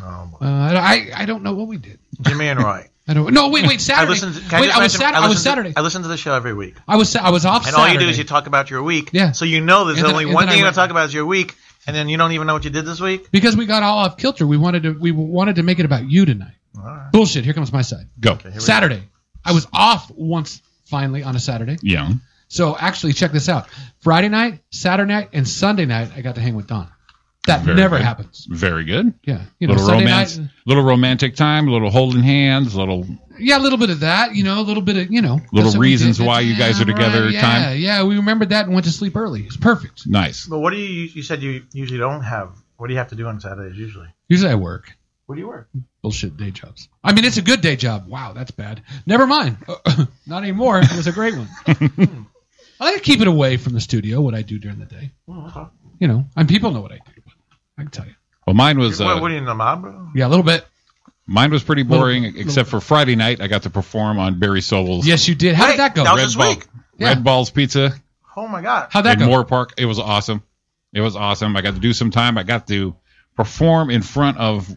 Speaker 3: Oh, my.
Speaker 1: Uh, I I don't know what we did.
Speaker 3: Jimmy and Roy.
Speaker 1: I don't. No. Wait. Wait. Saturday.
Speaker 3: I listened. To, can
Speaker 1: wait.
Speaker 3: I, just
Speaker 1: I
Speaker 3: mention-
Speaker 1: was Saturday. I, was
Speaker 3: listened to-
Speaker 1: Saturday.
Speaker 3: I listen to the show every week,
Speaker 1: I was I was off.
Speaker 3: and
Speaker 1: Saturday.
Speaker 3: all you do is you talk about your week.
Speaker 1: Yeah.
Speaker 3: So you know there's
Speaker 1: And then-
Speaker 3: only
Speaker 1: and
Speaker 3: one thing
Speaker 1: then I
Speaker 3: you
Speaker 1: went-
Speaker 3: to talk about is your week, and then you don't even know what you did this week.
Speaker 1: because we got all off kilter. We wanted to we wanted to make it about you tonight.
Speaker 3: All right.
Speaker 1: Bullshit. Here comes my side.
Speaker 2: Go.
Speaker 3: Here we go.
Speaker 1: Saturday. I was off once finally on a Saturday.
Speaker 2: Yeah.
Speaker 1: So actually, check this out. Friday night, Saturday night, and Sunday night, I got to hang with Don. That
Speaker 2: Very
Speaker 1: never
Speaker 2: good.
Speaker 1: happens.
Speaker 2: Very good.
Speaker 1: Yeah, you know,
Speaker 2: Little
Speaker 1: Sunday
Speaker 2: romance.
Speaker 1: night.
Speaker 2: Little romantic time. Little holding hands. Little
Speaker 1: Yeah, a little bit of that. You know, a little bit of you know.
Speaker 2: Little
Speaker 1: that's what we
Speaker 2: reasons
Speaker 1: did.
Speaker 2: why you guys are
Speaker 1: Yeah,
Speaker 2: together
Speaker 1: right, Yeah,
Speaker 2: time.
Speaker 1: yeah. We remembered that and went to sleep early. It's perfect.
Speaker 2: nice.
Speaker 3: But what do you? You said you usually don't have. What do you have to do on Saturdays usually?
Speaker 1: Usually, I work.
Speaker 3: What do you work?
Speaker 1: Bullshit day jobs. I mean, it's a good day job. Wow, that's bad. Never mind. Not anymore. It was a great one. I like to keep it away from the studio. What I do during the day.
Speaker 3: Oh, okay.
Speaker 1: You know, and people know what I do. I can tell you.
Speaker 2: Well, mine was
Speaker 3: what,
Speaker 2: uh,
Speaker 3: what are you in the mob?
Speaker 1: Yeah, a little bit.
Speaker 2: mine was pretty boring,
Speaker 1: Little-
Speaker 2: except for Friday night. I got to perform on Barry Sobel's
Speaker 1: Yes, you did. How
Speaker 3: Wait,
Speaker 1: did that go?
Speaker 3: that was
Speaker 2: Red,
Speaker 3: this
Speaker 2: Ball-
Speaker 3: week.
Speaker 1: Yeah.
Speaker 2: Red Balls Pizza
Speaker 3: Oh my God!
Speaker 1: How'd that
Speaker 2: in
Speaker 1: go?
Speaker 2: Moore Park. It was awesome. It was awesome. I got to do some time. I got to perform in front of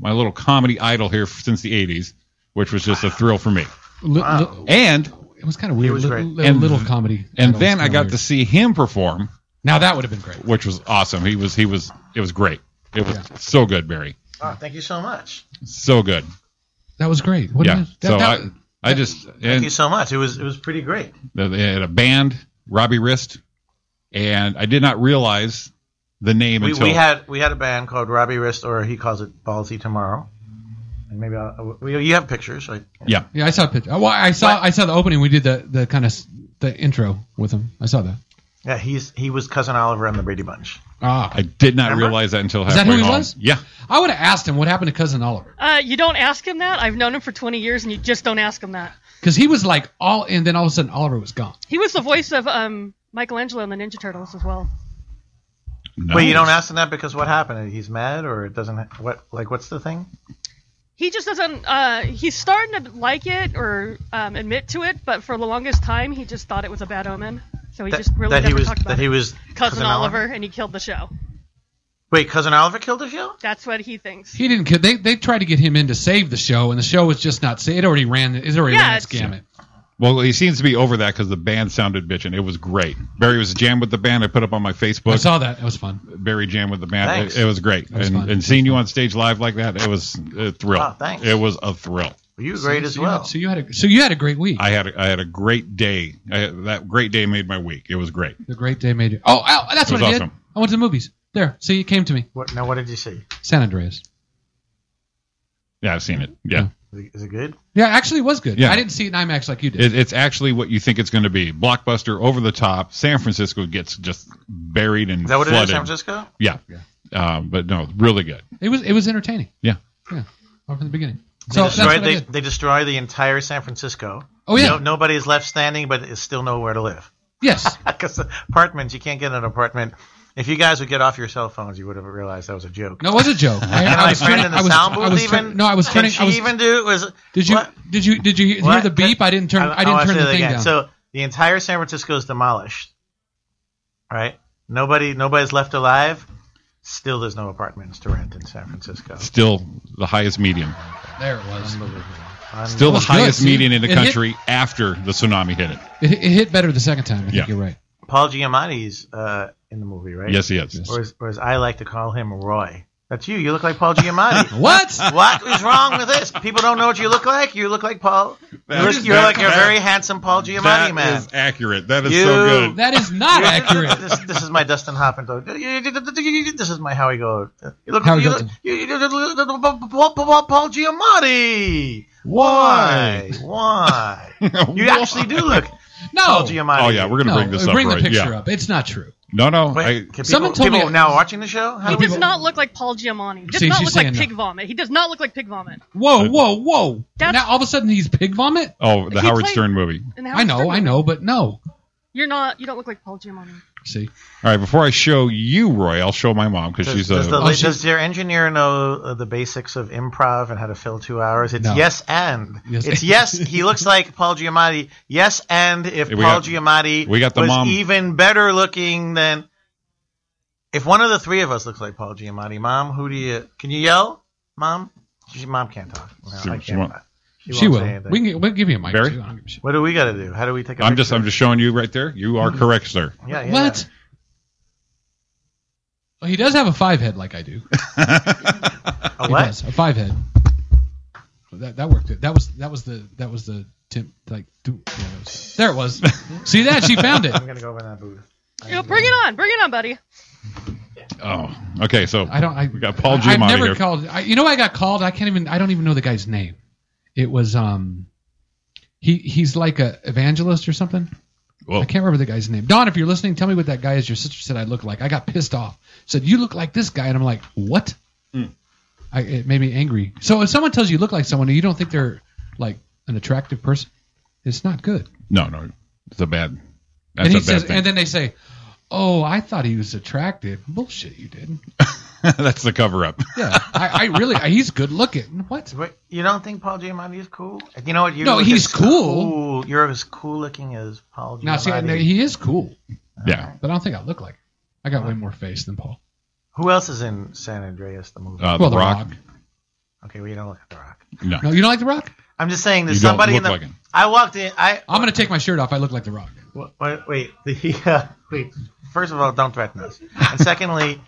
Speaker 2: my little comedy idol here since the '80s, which was just a thrill for me.
Speaker 1: Li-
Speaker 3: Wow.
Speaker 1: li-
Speaker 2: And
Speaker 1: it was kind of weird.
Speaker 3: was
Speaker 1: Li-
Speaker 3: great.
Speaker 1: li-
Speaker 2: And-
Speaker 1: little comedy.
Speaker 2: and
Speaker 1: That
Speaker 2: then
Speaker 1: was
Speaker 2: I got
Speaker 1: kinda
Speaker 2: to
Speaker 1: weird.
Speaker 2: see him perform,
Speaker 1: Now that would have been great.
Speaker 2: which was awesome. He was he was it was great. It was
Speaker 1: Yeah.
Speaker 2: so good, Barry.
Speaker 3: Oh, thank you so much.
Speaker 2: So good.
Speaker 1: That was great. What
Speaker 2: yeah.
Speaker 1: did- that-
Speaker 2: so
Speaker 1: that-
Speaker 2: I I just
Speaker 3: Thank you
Speaker 2: and
Speaker 3: so much. It was it was pretty great.
Speaker 2: they had a band, Robbie Wrist, and I did not realize the name
Speaker 3: We,
Speaker 2: until
Speaker 3: we had we had a band called Robbie Wrist, or he calls it Ballsy Tomorrow. And maybe I'll, uh, we, you have pictures, right?
Speaker 2: yeah.
Speaker 1: yeah, I saw a picture. Oh, Well, I saw
Speaker 3: But-
Speaker 1: I saw the opening. We did the the kind of the intro with him. I saw that.
Speaker 3: Yeah, he's he was cousin Oliver on the Brady Bunch.
Speaker 1: Ah,
Speaker 2: I did not
Speaker 3: Remember?
Speaker 2: realize that until
Speaker 1: Is that
Speaker 2: halfway
Speaker 1: who he
Speaker 2: home.
Speaker 1: was?
Speaker 2: Yeah.
Speaker 1: I would have asked him what happened to cousin Oliver
Speaker 4: Uh, you don't ask him that. I've known him for 20 years, and you just don't ask him that.
Speaker 1: because he was like all, and then all of a sudden Oliver was gone.
Speaker 4: He was the voice of um, Michelangelo in the Ninja Turtles as well.
Speaker 2: Nice.
Speaker 3: Wait, you don't ask him that because what happened? He's mad, or it doesn't? What like what's the thing?
Speaker 4: He just doesn't. Uh, he's starting to like it or um, admit to it, but for the longest time, he just thought it was a bad omen. So he
Speaker 3: That,
Speaker 4: just really
Speaker 3: that he
Speaker 4: never
Speaker 3: was
Speaker 4: talked about
Speaker 3: that he
Speaker 4: it.
Speaker 3: was
Speaker 4: cousin Oliver, and he killed the show.
Speaker 3: Wait, cousin Oliver killed the show?
Speaker 4: That's what he thinks.
Speaker 1: He didn't. They they tried to get him in to save the show, and the show was just not. sa- It already ran. It already
Speaker 4: Yeah,
Speaker 1: ran its
Speaker 4: it's-
Speaker 1: gamut.
Speaker 2: Well, he seems to be over that because the band sounded bitching. It was great. Barry was jammed with the band. I put up on my
Speaker 1: I
Speaker 2: Facebook.
Speaker 1: saw that. That was fun.
Speaker 2: Barry jammed with the band.
Speaker 3: Thanks.
Speaker 2: It, it was great.
Speaker 1: was
Speaker 2: and
Speaker 1: fun.
Speaker 2: and seeing you on stage live like that, it was a thrill.
Speaker 3: Wow, Ah, thanks.
Speaker 2: It was a thrill.
Speaker 3: You were great
Speaker 1: So-
Speaker 3: as
Speaker 1: so you had-
Speaker 3: well.
Speaker 1: So you had a so you had a great week.
Speaker 2: I had a, I had a great day. I, had- that great day made my week. It was great.
Speaker 1: the great day made it. Oh, ow, that's
Speaker 2: It
Speaker 1: what
Speaker 2: was
Speaker 1: I did.
Speaker 2: awesome.
Speaker 1: I went to the movies. There, see, it came to me.
Speaker 3: What now? What did you see?
Speaker 1: San Andreas.
Speaker 2: Yeah, I've seen it. Yeah,
Speaker 3: Is it- is it good?
Speaker 1: Yeah, actually, it was good.
Speaker 2: Yeah.
Speaker 1: I didn't see it in IMAX like you did.
Speaker 2: it, it's actually what you think it's going to be. Blockbuster, over the top. San Francisco gets just buried and
Speaker 3: Is that what
Speaker 2: flooded.
Speaker 3: it is? San Francisco?
Speaker 2: Yeah, Um, but no, really good.
Speaker 1: It was it was entertaining.
Speaker 2: Yeah.
Speaker 1: Yeah. Right from the beginning.
Speaker 3: They
Speaker 1: So that's what
Speaker 3: destroyed.
Speaker 1: I
Speaker 3: They,
Speaker 1: did.
Speaker 3: they destroyed the entire San Francisco.
Speaker 1: Oh yeah.
Speaker 3: No, nobody's left standing, but it's still nowhere to live.
Speaker 1: Yes.
Speaker 3: Because apartments, you can't get an apartment. If you guys would get off your cell phones, you would have realized that was a joke.
Speaker 1: No, it was a joke. I,
Speaker 3: And
Speaker 1: I
Speaker 3: my
Speaker 1: was
Speaker 3: friend
Speaker 1: turning.
Speaker 3: in the
Speaker 1: I was,
Speaker 3: sound
Speaker 1: I
Speaker 3: booth
Speaker 1: was
Speaker 3: even.
Speaker 1: turn- no, I was
Speaker 3: can
Speaker 1: turning.
Speaker 3: she
Speaker 1: I was.
Speaker 3: even do it? Was
Speaker 1: did you
Speaker 3: what?
Speaker 1: did you did you hear, hear
Speaker 3: What?
Speaker 1: the beep? I didn't turn. I,
Speaker 3: I'll
Speaker 1: didn't turn
Speaker 3: say
Speaker 1: the
Speaker 3: that
Speaker 1: thing
Speaker 3: again.
Speaker 1: down.
Speaker 3: So the entire San Francisco is demolished. Right? Nobody, nobody's left alive. Still, there's no apartments to rent in San Francisco.
Speaker 2: Still the highest medium.
Speaker 1: there it was.
Speaker 3: Unbelievable.
Speaker 2: Still the
Speaker 1: was good,
Speaker 2: highest
Speaker 1: see?
Speaker 2: median in the
Speaker 1: It hit-
Speaker 2: country after the tsunami hit it.
Speaker 1: It, it hit better the second time. I think
Speaker 2: Yeah.
Speaker 1: you're right.
Speaker 3: Paul Giamatti's uh, in the movie, right?
Speaker 2: Yes, he is.
Speaker 3: Or as, or as I like to call him, Roy. That's you. You look like Paul Giamatti.
Speaker 1: What?
Speaker 3: what is wrong with this? People don't know what you look like. You look like Paul
Speaker 2: That
Speaker 3: You're,
Speaker 2: is-
Speaker 3: you're
Speaker 2: that-
Speaker 3: like a
Speaker 2: that-
Speaker 3: very handsome Paul Giamatti
Speaker 2: that
Speaker 3: man.
Speaker 2: is accurate. That is
Speaker 3: You-
Speaker 2: so good.
Speaker 1: That is not accurate.
Speaker 3: This, this is my Dustin Hoffman. though. This is my Howie Gold. You look,
Speaker 1: Howie
Speaker 3: you look,
Speaker 1: Gold.
Speaker 3: you, you look- Paul, Paul- Paul Giamatti.
Speaker 2: Why?
Speaker 3: Why? You
Speaker 2: Why?
Speaker 3: actually do look
Speaker 1: No.
Speaker 3: Paul Giamatti.
Speaker 2: Oh yeah, we're gonna
Speaker 1: no,
Speaker 2: bring this up.
Speaker 1: Bring
Speaker 2: right?
Speaker 1: the picture
Speaker 2: yeah.
Speaker 1: up. It's not true.
Speaker 2: No, no.
Speaker 3: Wait,
Speaker 2: I,
Speaker 3: can people,
Speaker 1: Someone told
Speaker 3: people
Speaker 1: me-
Speaker 3: now watching the show. How
Speaker 4: He
Speaker 3: do
Speaker 4: does
Speaker 3: we-
Speaker 4: not look like Paul Giamatti. He does
Speaker 1: See,
Speaker 4: not
Speaker 1: she's
Speaker 4: look
Speaker 1: saying
Speaker 4: like pig
Speaker 1: no.
Speaker 4: vomit. He does not look like pig vomit.
Speaker 1: Whoa, whoa, whoa!
Speaker 4: That's-
Speaker 1: now all of a sudden he's pig vomit.
Speaker 2: oh, the
Speaker 4: He
Speaker 2: Howard
Speaker 4: played-
Speaker 2: Stern movie.
Speaker 4: And how
Speaker 1: I know,
Speaker 4: different-
Speaker 1: I know, but no.
Speaker 4: You're not. You don't look like Paul Giamatti.
Speaker 1: See,
Speaker 2: All right, before I show you, Roy, I'll show my mom because
Speaker 3: Does,
Speaker 2: she's uh, a.
Speaker 3: does, the,
Speaker 1: Oh, she-
Speaker 3: does your engineer know uh, the basics of improv and how to fill two hours? It's
Speaker 1: No.
Speaker 3: yes and.
Speaker 1: Yes.
Speaker 3: It's yes. He looks like Paul Giamatti. Yes and if
Speaker 2: We
Speaker 3: Paul
Speaker 2: got-
Speaker 3: Giamatti
Speaker 2: we got the
Speaker 3: was
Speaker 2: mom.
Speaker 3: even better looking than. If one of the three of us looks like Paul Giamatti, mom, who do you? Can you yell, mom? She, mom can't talk. No,
Speaker 2: She-
Speaker 3: I
Speaker 2: she
Speaker 3: can't.
Speaker 2: won't.
Speaker 3: She,
Speaker 1: she
Speaker 3: won't
Speaker 1: will.
Speaker 3: say anything.
Speaker 1: We can, we'll give you a mic
Speaker 2: Barry?
Speaker 1: too. I don't give a shit.
Speaker 3: what do we got to do? How do we take? A
Speaker 2: I'm just,
Speaker 3: picture?
Speaker 2: I'm just showing you right there. You
Speaker 1: Mm-hmm.
Speaker 2: are correct, sir.
Speaker 3: Yeah, yeah,
Speaker 1: What? Well, he does have a five head like I do.
Speaker 3: yeah. A
Speaker 1: He
Speaker 3: what?
Speaker 1: does, a five head. That, that worked. Good. That was that was the that was the Tim like do, yeah, that was- there it was. See that she found it.
Speaker 3: I'm gonna go over in that booth.
Speaker 4: You know, bring it on, bring it on, buddy.
Speaker 2: Oh, okay. So
Speaker 1: I don't. I
Speaker 2: We got Paul
Speaker 1: I, I've
Speaker 2: Giamatti
Speaker 1: never
Speaker 2: here.
Speaker 1: called. I, you know, I got called. I can't even. I don't even know the guy's name. It was um, he he's like a evangelist or something.
Speaker 2: Whoa.
Speaker 1: I can't remember the guy's name. Don, if you're listening, tell me what that guy is. Your sister said I look like. I got pissed off. Said you look like this guy, and I'm like, what?
Speaker 2: Hmm.
Speaker 1: I, it made me angry. So if someone tells you you look like someone and you don't think they're like an attractive person, it's not good.
Speaker 2: no, no, it's a bad. That's
Speaker 1: And
Speaker 2: a
Speaker 1: he
Speaker 2: bad
Speaker 1: says,
Speaker 2: thing.
Speaker 1: and then they say, "Oh, I thought he was attractive." Bullshit, you didn't.
Speaker 2: that's the cover up.
Speaker 1: Yeah, I, I really. he's good looking. What?
Speaker 3: Wait, you don't think Paul Giamatti is cool? You know what? You
Speaker 1: No,
Speaker 3: look
Speaker 1: he's
Speaker 3: as
Speaker 1: cool.
Speaker 3: You're as cool looking as Paul Giamatti.
Speaker 1: Now, see, now, he is cool,
Speaker 2: yeah.
Speaker 1: but I don't think I look like him. I got way more face than Paul.
Speaker 3: Who else is in San Andreas the movie?
Speaker 2: Uh,
Speaker 1: well,
Speaker 2: the Rock.
Speaker 3: okay, we don't look at The Rock.
Speaker 2: No.
Speaker 1: No, you don't like The Rock?
Speaker 3: I'm just saying, there's
Speaker 2: You don't
Speaker 3: somebody
Speaker 2: look
Speaker 3: in the.
Speaker 2: like him.
Speaker 3: I walked in. I
Speaker 1: I'm going to take my shirt off. I look like The Rock.
Speaker 3: wa- wa- wait. The, uh, wait. First of all, don't threaten us. And secondly,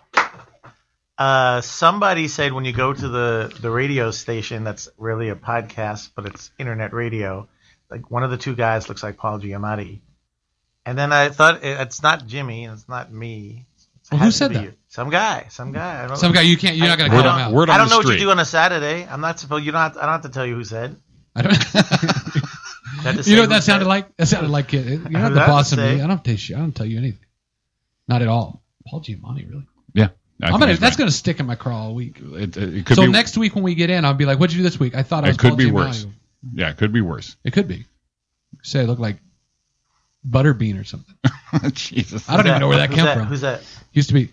Speaker 3: uh, somebody said when you go to the the radio station that's really a podcast, but it's internet radio. Like one of the two guys looks like Paul Giamatti. And then I thought it, it's not Jimmy and it's not me. It
Speaker 1: Well, who
Speaker 3: has to
Speaker 1: said
Speaker 3: be
Speaker 1: that?
Speaker 3: you. Some guy. Some guy. I don't,
Speaker 1: Some guy you can't. You're not going to
Speaker 2: Word
Speaker 1: call him
Speaker 2: on-
Speaker 1: out.
Speaker 2: word on
Speaker 3: I don't
Speaker 2: the
Speaker 3: know what
Speaker 2: street.
Speaker 3: you do on a Saturday. I'm not supposed. You don't. Have, I don't have to tell you who said.
Speaker 1: I don't.
Speaker 3: I have to say
Speaker 1: you know
Speaker 3: who
Speaker 1: what
Speaker 3: said.
Speaker 1: that sounded like? That sounded like it. You're not the
Speaker 3: That's
Speaker 1: boss of me.
Speaker 3: sick.
Speaker 1: I don't tell you. I don't tell you anything. Not at all. Paul Giamatti, really?
Speaker 2: Yeah. I
Speaker 1: I'm
Speaker 2: think
Speaker 1: gonna.
Speaker 2: he's
Speaker 1: That's
Speaker 2: right.
Speaker 1: going to stick in my craw all week.
Speaker 2: It, it, it could
Speaker 1: so
Speaker 2: be.
Speaker 1: next week when we get in, I'll be like, "What'd you do this week?" I thought I
Speaker 2: It
Speaker 1: was
Speaker 2: could
Speaker 1: Paul
Speaker 2: be
Speaker 1: Giamatti.
Speaker 2: worse. yeah, it could be worse.
Speaker 1: It could be. Say I look like Butterbean or something.
Speaker 2: Jesus.
Speaker 1: I don't even know where that
Speaker 3: Who's
Speaker 1: came
Speaker 3: that?
Speaker 1: from.
Speaker 3: Who's that?
Speaker 1: Used to be,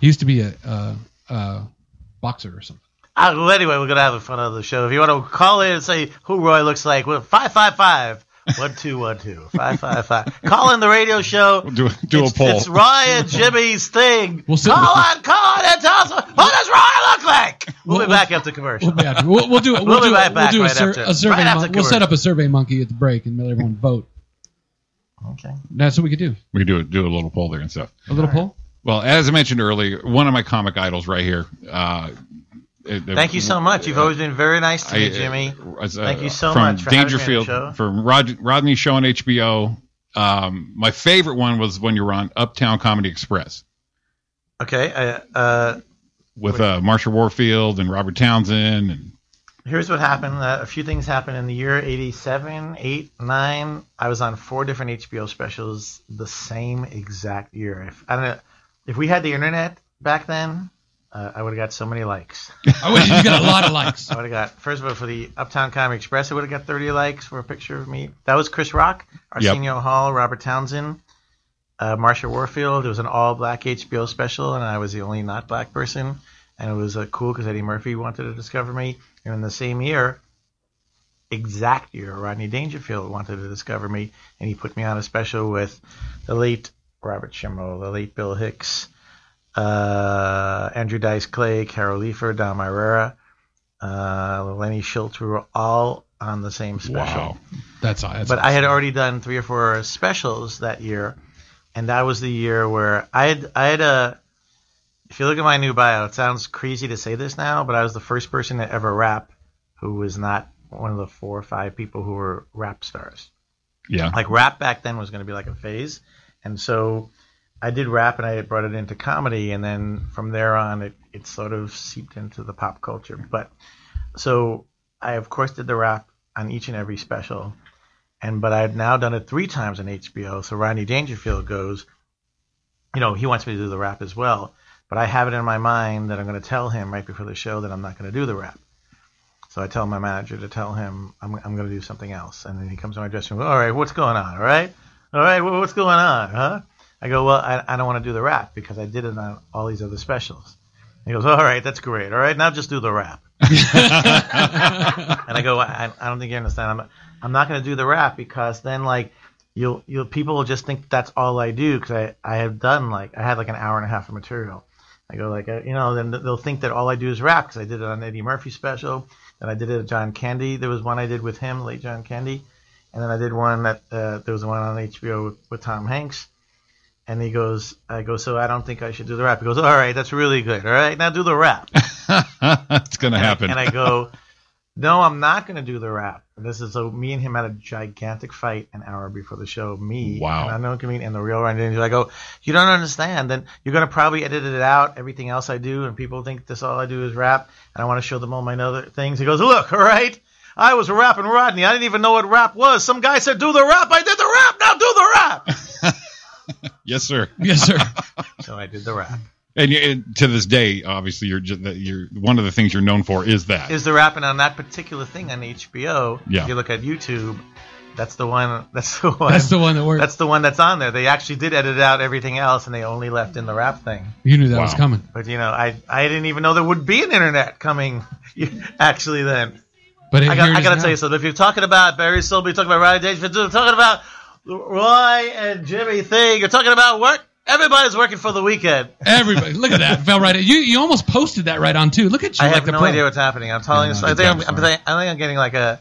Speaker 1: used to be a uh, uh, boxer or something.
Speaker 3: Ah, well, anyway, we're gonna have a fun of the show. If you want to call in and say who Roy looks like, we're five five five. One two one two five five five. Call in the radio show.
Speaker 2: do do
Speaker 3: it's,
Speaker 2: a poll.
Speaker 3: It's Roy and Jimmy's thing.
Speaker 1: We'll sit
Speaker 3: call
Speaker 1: with-
Speaker 3: on, call in and tell us what, what does Roy look like. We'll,
Speaker 1: We'll-
Speaker 3: be back after commercial.
Speaker 1: We'll, be after- we'll, we'll do it. We'll,
Speaker 3: We'll be
Speaker 1: do,
Speaker 3: right
Speaker 1: it.
Speaker 3: back
Speaker 1: we'll do
Speaker 3: right
Speaker 1: a, sur-
Speaker 3: after-
Speaker 1: a survey.
Speaker 3: right after
Speaker 1: mon- we'll set up a survey monkey at the break and let everyone vote.
Speaker 3: okay.
Speaker 1: That's what we could do.
Speaker 2: we could do a, do a little poll there and stuff.
Speaker 1: A little poll.
Speaker 2: Well, as I mentioned earlier, one of my comic idols right here. Uh, it- it-
Speaker 3: Thank you so much. You've always been very nice to
Speaker 2: I-
Speaker 3: me, Jimmy.
Speaker 2: uh,
Speaker 3: Thank you so
Speaker 2: from
Speaker 3: much for having me on the
Speaker 2: Dangerfield,
Speaker 3: show.
Speaker 2: from Rod, Rodney Show on HBO. Um, my favorite one was when you were on Uptown Comedy Express
Speaker 3: Okay. I, uh,
Speaker 2: with uh, Marsha Warfield and Robert Townsend. And
Speaker 3: here's what happened. Uh, a few things happened in the year 87, 8, 9. I was on four different HBO specials the same exact year. If I don't know, if we had the internet back then, uh, I would have got so many likes.
Speaker 1: I wish you got a lot of likes.
Speaker 3: I would have got first of all for the Uptown Comedy Express, I would have got 30 likes for a picture of me. That was Chris Rock,
Speaker 2: Yep.
Speaker 3: Arsenio Hall, Robert Townsend, uh, Marsha Warfield. It was an all-black HBO special, and I was the only not black person, and it was uh, cool because Eddie Murphy wanted to discover me. And in the same year, exact year, Rodney Dangerfield wanted to discover me, and he put me on a special with the late Robert Schimmel, the late Bill Hicks, uh, Andrew Dice Clay, Carol Leifer, Dom Irera uh, Lenny Schultz. We were all on the same special.
Speaker 2: wow.
Speaker 1: That's all. That's
Speaker 3: But
Speaker 1: all.
Speaker 3: I had already done three or four specials that year, and that was the year where I had I had a. If you look at my new bio, it sounds crazy to say this now, but I was the first person to ever rap who was not one of the four or five people who were rap stars.
Speaker 2: Yeah.
Speaker 3: Like rap back then was going to be like a phase, and so I did rap and I brought it into comedy, and then from there on, it it sort of seeped into the pop culture. But so I of course did the rap on each and every special, and but I've now done it three times on HBO. So Rodney Dangerfield goes, you know, he wants me to do the rap as well, but I have it in my mind that I'm going to tell him right before the show that I'm not going to do the rap. So I tell my manager to tell him I'm, I'm going to do something else, and then he comes to my dressing room. All right, what's going on? All right, all right, wh- what's going on? Huh? I go, well, I, I don't want to do the rap because I did it on all these other specials. He goes, all right, that's great. All right, now just do the rap. And I go, I, I don't think you understand. I'm, I'm not going to do the rap because then like you'll you'll people will just think that's all I do because I I have done like I had like an hour and a half of material. I go like uh, you know then they'll think that all I do is rap because I did it on Eddie Murphy special. Then I did it at John Candy. There was one I did with him, late John Candy, and then I did one that uh, there was one on HBO with, with Tom Hanks. And he goes, I go, so I don't think I should do the rap. He goes, all right, that's really good. All right, now do the rap.
Speaker 2: it's gonna happen.
Speaker 3: And I go, no, I'm not going to do the rap. And this is so me and him had a gigantic fight an hour before the show. Me,
Speaker 2: Wow.
Speaker 3: and I know comedian and the real Ryan Daniels. I go, you don't understand. Then you're going to probably edit it out. Everything else I do, and people think this all I do is rap. And I want to show them all my other things. He goes, look, all right. I was rapping Rodney. I didn't even know what rap was. Some guy said, do the rap. I did the rap. Now do the rap.
Speaker 2: yes, sir.
Speaker 1: Yes, sir.
Speaker 3: so I did the rap.
Speaker 2: And, you- and to this day, obviously, you're just, you're one of the things you're known for is that.
Speaker 3: is the rapping on that particular thing on HBO.
Speaker 2: Yeah.
Speaker 3: If you look at YouTube, that's the one. That's the one.
Speaker 1: That's the one that worked.
Speaker 3: that's the one that's on there. They actually did edit out everything else, and they only left in the rap thing.
Speaker 1: you knew that
Speaker 2: Wow.
Speaker 1: was coming.
Speaker 3: But you know, I I didn't even know there would be an internet coming. actually, then
Speaker 1: But it,
Speaker 3: I got
Speaker 1: here it
Speaker 3: I
Speaker 1: is
Speaker 3: gotta
Speaker 1: now.
Speaker 3: tell you something. If you're talking about Barry Silby, talking about Rodney Dangerfield, you're talking about Roy and Jimmy Thing, you're talking about work. Everybody's working for the weekend.
Speaker 1: Everybody, look at that. Fell right. at- You you almost posted that right on too. Look at you.
Speaker 3: I
Speaker 1: like
Speaker 3: have
Speaker 1: the
Speaker 3: no
Speaker 1: pro.
Speaker 3: idea what's happening. I'm telling you,
Speaker 2: Yeah,
Speaker 3: I
Speaker 2: no,
Speaker 3: think I'm,
Speaker 2: I'm
Speaker 3: I'm
Speaker 2: sorry.
Speaker 3: think, I think I'm getting like a,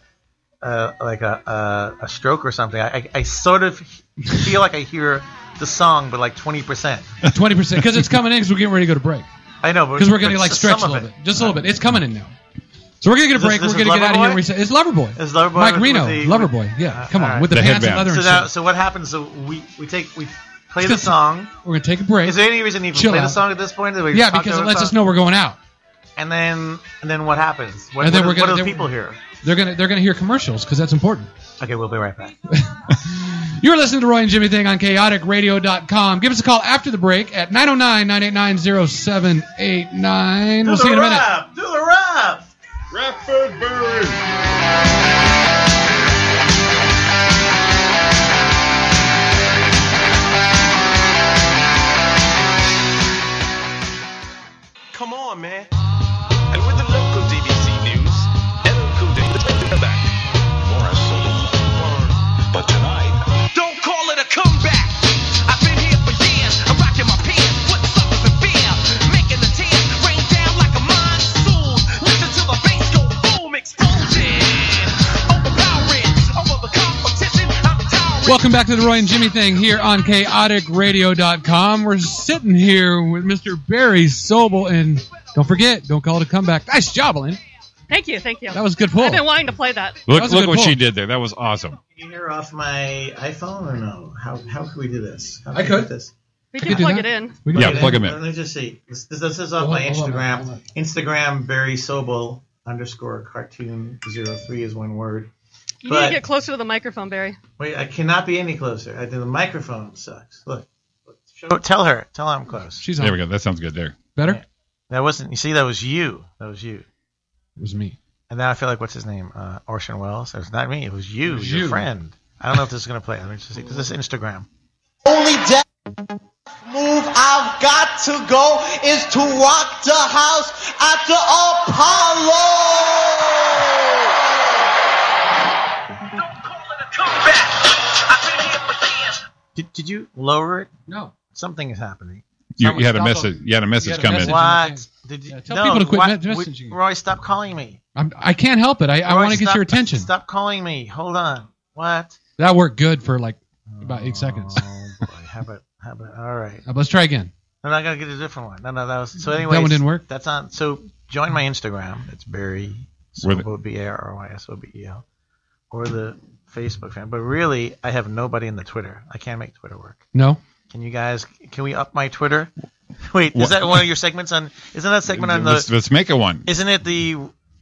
Speaker 3: uh, like a, uh, a stroke or something. I, I, I sort of feel like I hear the song, but like 20%.
Speaker 1: Twenty percent because it's coming in because we're getting ready to go to break
Speaker 3: I know, but
Speaker 1: because we're gonna
Speaker 3: but
Speaker 1: like
Speaker 3: s-
Speaker 1: stretch a
Speaker 3: some
Speaker 1: little
Speaker 3: of Uh,
Speaker 1: bit, just a little bit. It's coming in now. So we're gonna get a
Speaker 3: This-
Speaker 1: break.
Speaker 3: this
Speaker 1: we're
Speaker 3: is
Speaker 1: gonna get out of here.
Speaker 3: Loverboy?
Speaker 1: And reset. It's Loverboy.
Speaker 3: It's Loverboy
Speaker 1: Mike
Speaker 3: with
Speaker 1: Reno.
Speaker 3: the-
Speaker 1: Loverboy. Yeah,
Speaker 3: Uh,
Speaker 1: come on
Speaker 3: alright.
Speaker 1: with the,
Speaker 2: The
Speaker 1: pants and
Speaker 2: headband.
Speaker 1: leather
Speaker 3: So
Speaker 1: and
Speaker 3: now,
Speaker 1: shit.
Speaker 3: so what happens? So we, we take we play the
Speaker 1: Just-
Speaker 3: song.
Speaker 1: We're gonna take a break.
Speaker 3: Is there any reason to even
Speaker 1: Chill
Speaker 3: play the
Speaker 1: out.
Speaker 3: song at this point? That we
Speaker 1: yeah,
Speaker 3: talked
Speaker 1: because it
Speaker 3: over
Speaker 1: lets
Speaker 3: the
Speaker 1: us
Speaker 3: song?
Speaker 1: know we're going out.
Speaker 3: And then and then what happens? What,
Speaker 1: And then
Speaker 3: what,
Speaker 1: we're
Speaker 3: do- what
Speaker 1: gonna-
Speaker 3: do
Speaker 1: then-
Speaker 3: people hear?
Speaker 1: They're gonna they're gonna hear commercials because that's important.
Speaker 3: Okay, we'll be right back.
Speaker 1: You're listening to Roy and Jimmy Thing on chaoticradio.com. Give us a call after the break at 909 989 0789. We'll see you in a minute.
Speaker 3: Do the rap.
Speaker 2: Rapid burn.
Speaker 6: Come on, man. And with the local DVC news, Evan Kudin is back. Morris But tonight. Don't call it a comeback. I've been here for years. I'm rocking my pants. What suckers and fear? Making the tears rain down like a monsoon. Listen to the bass go boom, explosion. Overpowering. Over the competition. I'm towering.
Speaker 1: Welcome back to the Roy and Jimmy Thing here on chaoticradio.com. We're sitting here with Mr. Barry Sobel. And don't forget, don't call it a comeback. Nice job, Lynn.
Speaker 4: Thank you, thank you.
Speaker 1: That was a good pull.
Speaker 4: I've been wanting to play that.
Speaker 1: That
Speaker 2: Look,
Speaker 1: was a
Speaker 2: look
Speaker 1: good
Speaker 2: what
Speaker 1: pull.
Speaker 2: she did there. That was awesome.
Speaker 3: Can you hear off my iPhone or no? How how can we do this? How
Speaker 1: I
Speaker 3: can we
Speaker 1: could.
Speaker 3: do this?
Speaker 4: We
Speaker 1: could
Speaker 4: can
Speaker 1: do
Speaker 4: plug
Speaker 1: that.
Speaker 4: it in.
Speaker 1: We
Speaker 2: Yeah,
Speaker 1: can-
Speaker 2: plug 'em in.
Speaker 3: Let me just see. This, this, this is off
Speaker 1: Hold
Speaker 3: my
Speaker 1: on, hold on,
Speaker 3: Instagram.
Speaker 1: hold on.
Speaker 3: Instagram Barry Sobel underscore cartoon 03 is one word.
Speaker 4: You need
Speaker 3: But-
Speaker 4: to get closer to the microphone, Barry.
Speaker 3: Wait, I cannot be any closer. I, the microphone sucks. Look. Show, Oh, tell her. Tell her I'm close.
Speaker 1: She's on.
Speaker 2: There we go. That sounds good there.
Speaker 1: Better?
Speaker 3: Yeah. That wasn't. You see, that was you. That was you.
Speaker 1: It was me.
Speaker 3: And now I feel like what's his name? Uh, Orson Welles. It was not me. It was you.
Speaker 1: was
Speaker 3: your
Speaker 1: you.
Speaker 3: friend. I don't know if this is gonna play. Let me just see. 'cause This is Instagram.
Speaker 7: only death move I've got to go is to walk the house after Apollo.
Speaker 6: Don't call it a comeback. I've been here for years.
Speaker 3: Did, did you lower it?
Speaker 1: No.
Speaker 3: Something is happening.
Speaker 2: You,
Speaker 1: Someone
Speaker 2: you had a
Speaker 1: stop
Speaker 2: message. You had a message
Speaker 1: had a
Speaker 2: come
Speaker 1: message.
Speaker 2: in.
Speaker 3: What? Did you,
Speaker 1: Yeah, tell
Speaker 3: no,
Speaker 1: people to quit
Speaker 3: what-
Speaker 1: me-
Speaker 3: would-
Speaker 1: messaging.
Speaker 3: Roy, stop calling me.
Speaker 1: I'm, I can't help it. I, I
Speaker 3: Roy,
Speaker 1: want to get
Speaker 3: stop-
Speaker 1: your attention.
Speaker 3: Stop calling me. Hold on. What?
Speaker 1: That worked good for like about eight seconds.
Speaker 3: Oh boy. How about? How about? All right.
Speaker 1: Uh, Let's try again.
Speaker 3: No, no, I gotta get a different one. No, no, that was. So anyway,
Speaker 1: That one didn't work?
Speaker 3: That's on. So join my Instagram. It's Barry
Speaker 2: Were the-
Speaker 3: Sobo B A R R Y S O B E L, or the Facebook fan. But really, I have nobody in the Twitter. I can't make Twitter work.
Speaker 1: No.
Speaker 3: Can you guys? Can we up my Twitter? Wait, is
Speaker 2: What-
Speaker 3: that one of your segments on? Isn't that segment on the?
Speaker 2: let's, let's make it one.
Speaker 3: Isn't it the?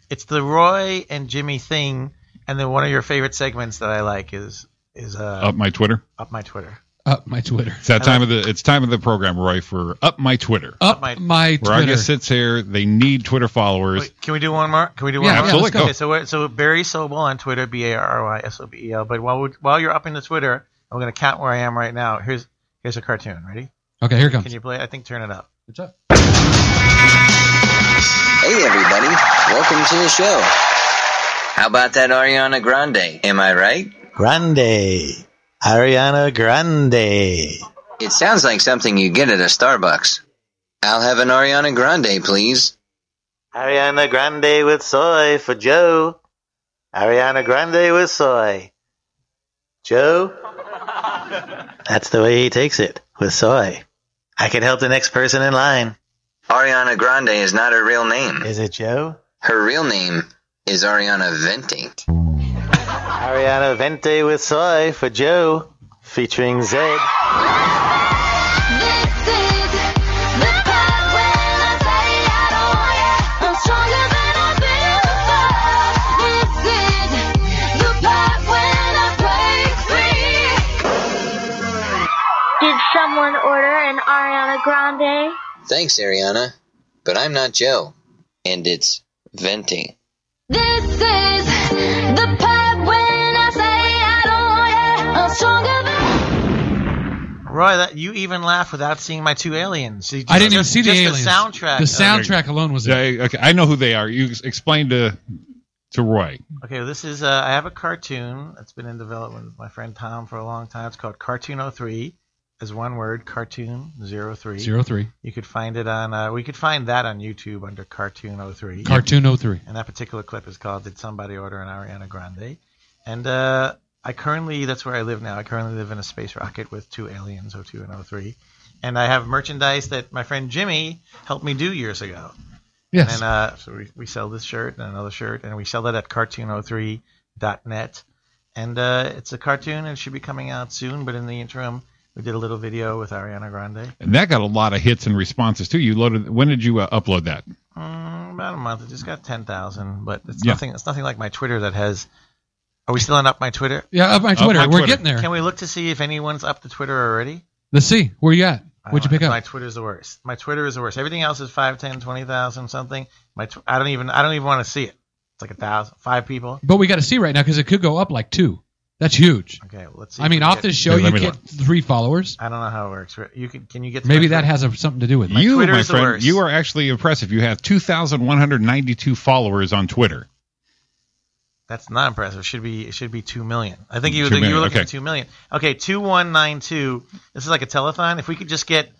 Speaker 3: It's the Roy and Jimmy thing, and then one of your favorite segments that I like is is uh,
Speaker 2: Up my Twitter.
Speaker 3: up my Twitter.
Speaker 1: Up my Twitter.
Speaker 2: It's that time of the. It's time of the program, Roy, for up my Twitter.
Speaker 1: Up
Speaker 3: my-
Speaker 1: my,
Speaker 2: Where I
Speaker 1: Twitter.
Speaker 2: just sits here. They need Twitter followers.
Speaker 3: Wait, can we do one more? Can we do one
Speaker 1: Yeah,
Speaker 3: more?
Speaker 1: yeah, let's
Speaker 2: Absolutely, go.
Speaker 3: Okay, so we're- so Barry Sobel on Twitter, B A R R Y S O B E L. But while we, while you're upping the Twitter, I'm going to count where I am right now. Here's here's a cartoon. Ready?
Speaker 1: Okay, here it comes.
Speaker 3: Can you play? it? I think turn it up.
Speaker 1: It's up.
Speaker 8: Hey, everybody. Welcome to the show. How about that Ariana Grande? Am I right?
Speaker 3: Grande, Ariana Grande.
Speaker 8: It sounds like something you get at a Starbucks. I'll have an Ariana Grande, please.
Speaker 3: Ariana Grande with soy for Joe. Ariana Grande with soy. Joe? That's the way he takes it, with soy. I can help the next person in line.
Speaker 8: Ariana Grande is not her real name.
Speaker 3: Is it Joe?
Speaker 8: Her real name is Ariana Venti.
Speaker 3: Ariana Vente with soy for Joe, featuring Zed.
Speaker 9: This is the part when I say I don't want ya. I'm stronger than I've been before. This is the part when I break free. Did someone order an Ariana Grande?
Speaker 8: Thanks, Ariana. But I'm not Joe. And it's Venti.
Speaker 9: This is the part when I say I don't want ya. I'm stronger than.
Speaker 3: Roy, that, you even laugh without seeing my two aliens. You
Speaker 1: I didn't even
Speaker 3: just-
Speaker 1: see the
Speaker 3: just
Speaker 1: aliens.
Speaker 3: The soundtrack. Oh,
Speaker 1: The soundtrack alone was
Speaker 2: Yeah,
Speaker 1: it.
Speaker 2: I- okay, I know who they are. You ex- explain to to Roy.
Speaker 3: Okay, well, this is uh, I have a cartoon that's been in development with my friend Tom for a long time. It's called Cartoon 03. As one word, Cartoon 03.
Speaker 1: Zero three.
Speaker 3: You could find it on. Uh, we could find that on YouTube under Cartoon 03.
Speaker 1: Cartoon 03.
Speaker 3: and that particular clip is called "Did Somebody Order an Ariana Grande?" And uh, I currently, that's where I live now. I currently live in a space rocket with two aliens, O2 and O3, and I have merchandise that my friend Jimmy helped me do years ago.
Speaker 1: Yes.
Speaker 3: And uh, so we, we sell this shirt and another shirt, and we sell that at cartoon03.net. And uh, it's a cartoon, and it should be coming out soon. But in the interim, we did a little video with Ariana Grande
Speaker 2: And that got a lot of hits and responses too. You loaded. When did you uh, upload that?
Speaker 3: Mm, about a month. It just got ten thousand, but it's
Speaker 2: Yeah.
Speaker 3: nothing. It's nothing like my Twitter that has. Are we still on up my Twitter?
Speaker 1: yeah, up my Twitter.
Speaker 2: my
Speaker 1: We're
Speaker 2: Twitter.
Speaker 1: getting there.
Speaker 3: Can we look to see if anyone's up to Twitter already?
Speaker 1: Let's see. Where you at?
Speaker 3: I
Speaker 1: What'd you
Speaker 3: don't-
Speaker 1: pick up?
Speaker 3: My Twitter's the worst. My Twitter is the worst. Everything else is 5, 10, 20,000 something. My tw- I don't even I don't even want to see it. It's like a thousand, five people.
Speaker 1: But we got to see right now because it could go up like two. That's huge.
Speaker 3: Okay, well, let's see.
Speaker 1: I
Speaker 3: if
Speaker 1: mean,
Speaker 3: we
Speaker 1: off
Speaker 3: get-
Speaker 1: this show,
Speaker 2: Here, let
Speaker 1: you
Speaker 2: me
Speaker 1: get three followers.
Speaker 3: I don't know how it works. You can can you get to my
Speaker 1: Maybe that
Speaker 3: Twitter?
Speaker 1: has a, something to do with it.
Speaker 2: you,
Speaker 3: Twitter
Speaker 2: my
Speaker 3: is the
Speaker 2: friend,
Speaker 3: worst.
Speaker 2: you are actually impressive. You have two thousand one hundred ninety-two followers on Twitter.
Speaker 3: That's not impressive. It should be it should be two million. I think you,
Speaker 2: Two
Speaker 3: you
Speaker 2: million,
Speaker 3: were looking
Speaker 2: okay.
Speaker 3: at two million. Okay, two one nine two. This is like a telethon. If we could just get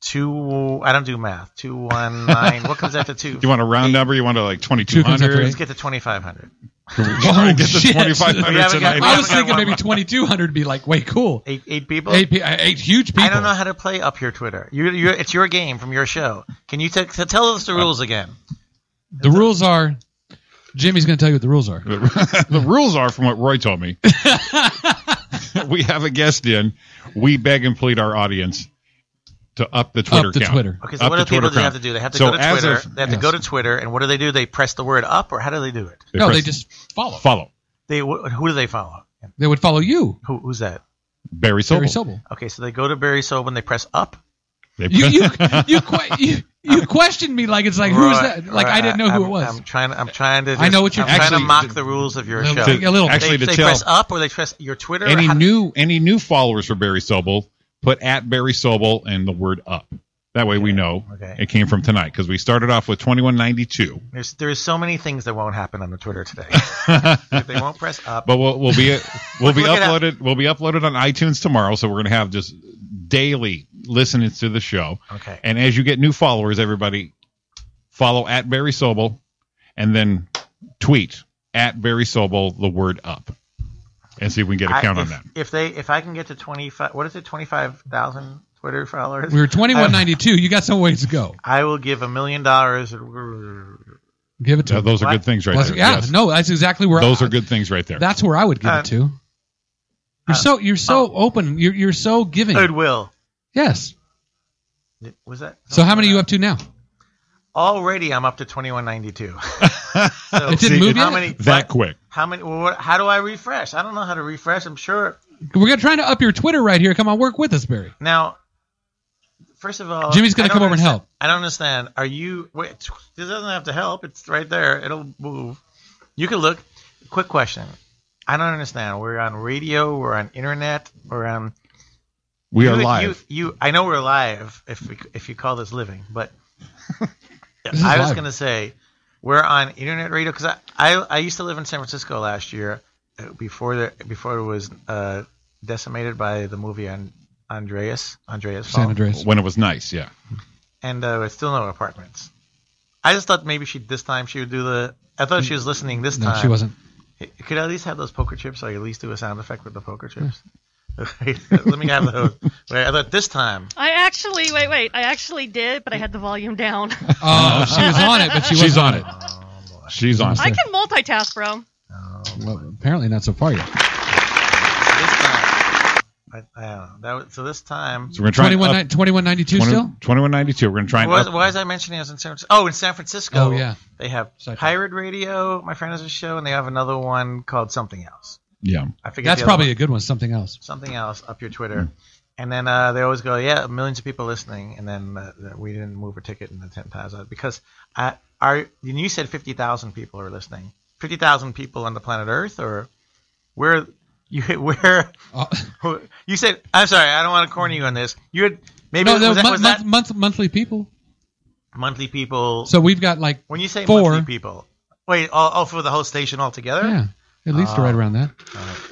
Speaker 3: two, I don't do math. Two one nine. what comes after two?
Speaker 2: You want a round number? You want to like twenty-two
Speaker 1: comes after
Speaker 2: hundred?
Speaker 3: Let's get to twenty five hundred.
Speaker 1: Oh,
Speaker 2: Get to
Speaker 1: shit.
Speaker 2: twenty-five
Speaker 3: We
Speaker 2: hundred
Speaker 3: haven't got-
Speaker 2: tonight.
Speaker 1: I
Speaker 3: Yeah,
Speaker 1: was
Speaker 3: we got
Speaker 1: thinking
Speaker 3: one
Speaker 1: maybe
Speaker 3: more.
Speaker 1: 2,200 would be like way cool.
Speaker 3: Eight eight people.
Speaker 1: Eight, pe- eight huge people.
Speaker 3: I don't know how to play up your Twitter. You you it's your game from your show. Can you t- t- tell us the rules again?
Speaker 1: The rules are Jimmy's going to tell you what the rules are.
Speaker 2: the rules are from what Roy told me. we have a guest in. We beg and plead our audience to up the Twitter
Speaker 1: Up the
Speaker 2: count.
Speaker 1: Twitter.
Speaker 3: Okay, so
Speaker 2: Up
Speaker 3: what
Speaker 2: the
Speaker 3: do
Speaker 2: Twitter
Speaker 3: people do they have
Speaker 2: count.
Speaker 3: to do? They have to
Speaker 2: So
Speaker 3: go to
Speaker 2: as
Speaker 3: Twitter.
Speaker 2: of-
Speaker 3: they have to
Speaker 2: yes.
Speaker 3: go to Twitter, and what do they do? They press the word up, or how do they do it?
Speaker 1: No, they
Speaker 2: press
Speaker 1: just follow.
Speaker 2: follow
Speaker 3: They wh- who do they follow?
Speaker 1: They would follow you,
Speaker 3: Who, who's that?
Speaker 2: Barry Sobel.
Speaker 1: Barry Sobel.
Speaker 3: Okay, so they go to Barry Sobel and they press up.
Speaker 2: They
Speaker 1: You,
Speaker 2: press-
Speaker 1: you, you, que- you, you questioned me like it's like, who's
Speaker 3: Right,
Speaker 1: that? Like,
Speaker 3: right.
Speaker 1: I didn't know
Speaker 3: I'm-
Speaker 1: who it was.
Speaker 3: I'm trying. I'm trying to. Just,
Speaker 1: know what you're-
Speaker 3: I'm trying
Speaker 2: Actually,
Speaker 3: to mock
Speaker 2: to-
Speaker 3: the rules of your
Speaker 1: Little-
Speaker 3: show.
Speaker 1: to- a little.
Speaker 2: Actually, to
Speaker 3: they, they
Speaker 2: tell
Speaker 3: press up or they press your Twitter. or
Speaker 2: any
Speaker 3: how-
Speaker 2: new any new followers for Barry Sobel, put at Barry Sobel and the word up. That way we know
Speaker 3: Okay.
Speaker 2: it came from tonight because we started off with 2192.
Speaker 3: There's there's so many things that won't happen on the Twitter today. they won't press up.
Speaker 2: But we'll, we'll be we'll be
Speaker 3: Look it up.
Speaker 2: uploaded we'll be uploaded on iTunes tomorrow, so we're gonna have just daily listening to the show.
Speaker 3: okay.
Speaker 2: And as you get new followers, everybody follow at Barry Sobel and then tweet at Barry Sobel the word up and see if we can get a
Speaker 3: I-
Speaker 2: count
Speaker 3: if,
Speaker 2: on that.
Speaker 3: If they if I can get to 25, what is it? 25,000 Twitter followers.
Speaker 1: we were 2192. You got some ways to go.
Speaker 3: I will give a million dollars
Speaker 1: Give it to
Speaker 2: Yeah,
Speaker 1: him.
Speaker 2: those are
Speaker 3: What?
Speaker 2: good things right
Speaker 1: Bless-
Speaker 2: there.
Speaker 1: yeah,
Speaker 2: Yes.
Speaker 1: no, that's exactly where
Speaker 2: those
Speaker 1: I-
Speaker 2: are good things right there.
Speaker 1: That's where I would give
Speaker 3: Uh, oh.
Speaker 1: it to. You're so you're so open. You're you're so giving.
Speaker 3: Goodwill.
Speaker 1: Yes.
Speaker 3: Was that?
Speaker 1: So how many are you up to now?
Speaker 3: Already, I'm up to 2192. so
Speaker 1: It didn't move
Speaker 3: how
Speaker 1: yet?
Speaker 3: many?
Speaker 2: that quick.
Speaker 3: How many? Well, what, how do I refresh? I don't know how to refresh. I'm sure
Speaker 1: We're gonna trying to up your Twitter right here. Come on, work with us,
Speaker 2: Oh,
Speaker 1: Barry.
Speaker 3: now. First of all,
Speaker 1: Jimmy's gonna
Speaker 3: I don't
Speaker 1: come over and
Speaker 3: understand-
Speaker 1: help.
Speaker 3: I don't understand. Are you? Wait, it doesn't have to help. It's right there. It'll move. You can look. Quick question. I don't understand. We're on radio. We're on internet. We're on.
Speaker 2: We
Speaker 3: you-
Speaker 2: are live.
Speaker 3: You, you. I know we're live. If we, if you call this living, but
Speaker 1: is
Speaker 3: I was
Speaker 1: live.
Speaker 3: gonna say we're on internet radio because I, I I used to live in San Francisco last year uh, before the before it was uh, decimated by the movie on Andreas Andreas
Speaker 1: San
Speaker 3: Fall.
Speaker 1: Andreas.
Speaker 2: when it was nice, yeah.
Speaker 3: and uh, there's still no apartments. I just thought maybe she this time she would do the. I thought she was listening this
Speaker 2: uh,
Speaker 1: No,
Speaker 3: time.
Speaker 1: she wasn't.
Speaker 3: Could I at least have those poker chips? Or at least do a sound effect with the poker chips. Let me have those. Wait, I thought this time.
Speaker 4: I actually wait, wait. I actually did, but I had the volume down.
Speaker 1: Oh, she was on it, but she
Speaker 2: She's
Speaker 1: wasn't
Speaker 2: on it. She's on
Speaker 4: I
Speaker 2: it.
Speaker 4: can multitask, bro.
Speaker 3: Oh,
Speaker 1: Well, apparently not so far yet.
Speaker 3: This time. I, I don't know. That was, so this time.
Speaker 2: So we're going to try
Speaker 1: 21,
Speaker 2: and up,
Speaker 1: 2192 still.
Speaker 2: 2192. We're going to try and
Speaker 3: Why,
Speaker 2: up-
Speaker 3: why is I mentioning I was in San Francisco? Oh, in San Francisco.
Speaker 1: Oh yeah.
Speaker 3: They have
Speaker 1: Sci-fi.
Speaker 3: Pirate Radio. My friend has a show, and they have another one called something else.
Speaker 2: Yeah.
Speaker 3: I forget.
Speaker 1: That's
Speaker 3: the other
Speaker 1: probably
Speaker 3: one.
Speaker 1: a Hmm. good one. Something else.
Speaker 3: something else up your Twitter. And then uh, they always go, yeah, millions of people listening. And then uh, we didn't move a ticket in the 10,000 because I, are, and you said 50,000 people are listening. 50,000 people on the planet Earth or where you where
Speaker 1: Uh,
Speaker 3: you said I'm sorry, I don't want to corner you on this. You had maybe
Speaker 1: no,
Speaker 3: was,
Speaker 1: no,
Speaker 3: that, was
Speaker 1: month,
Speaker 3: that
Speaker 1: month, month, monthly people.
Speaker 3: monthly people.
Speaker 1: So we've got like
Speaker 3: when you say
Speaker 1: four-
Speaker 3: monthly people, wait, all, all for the whole station altogether?
Speaker 1: yeah, at least
Speaker 3: Oh.
Speaker 1: right around that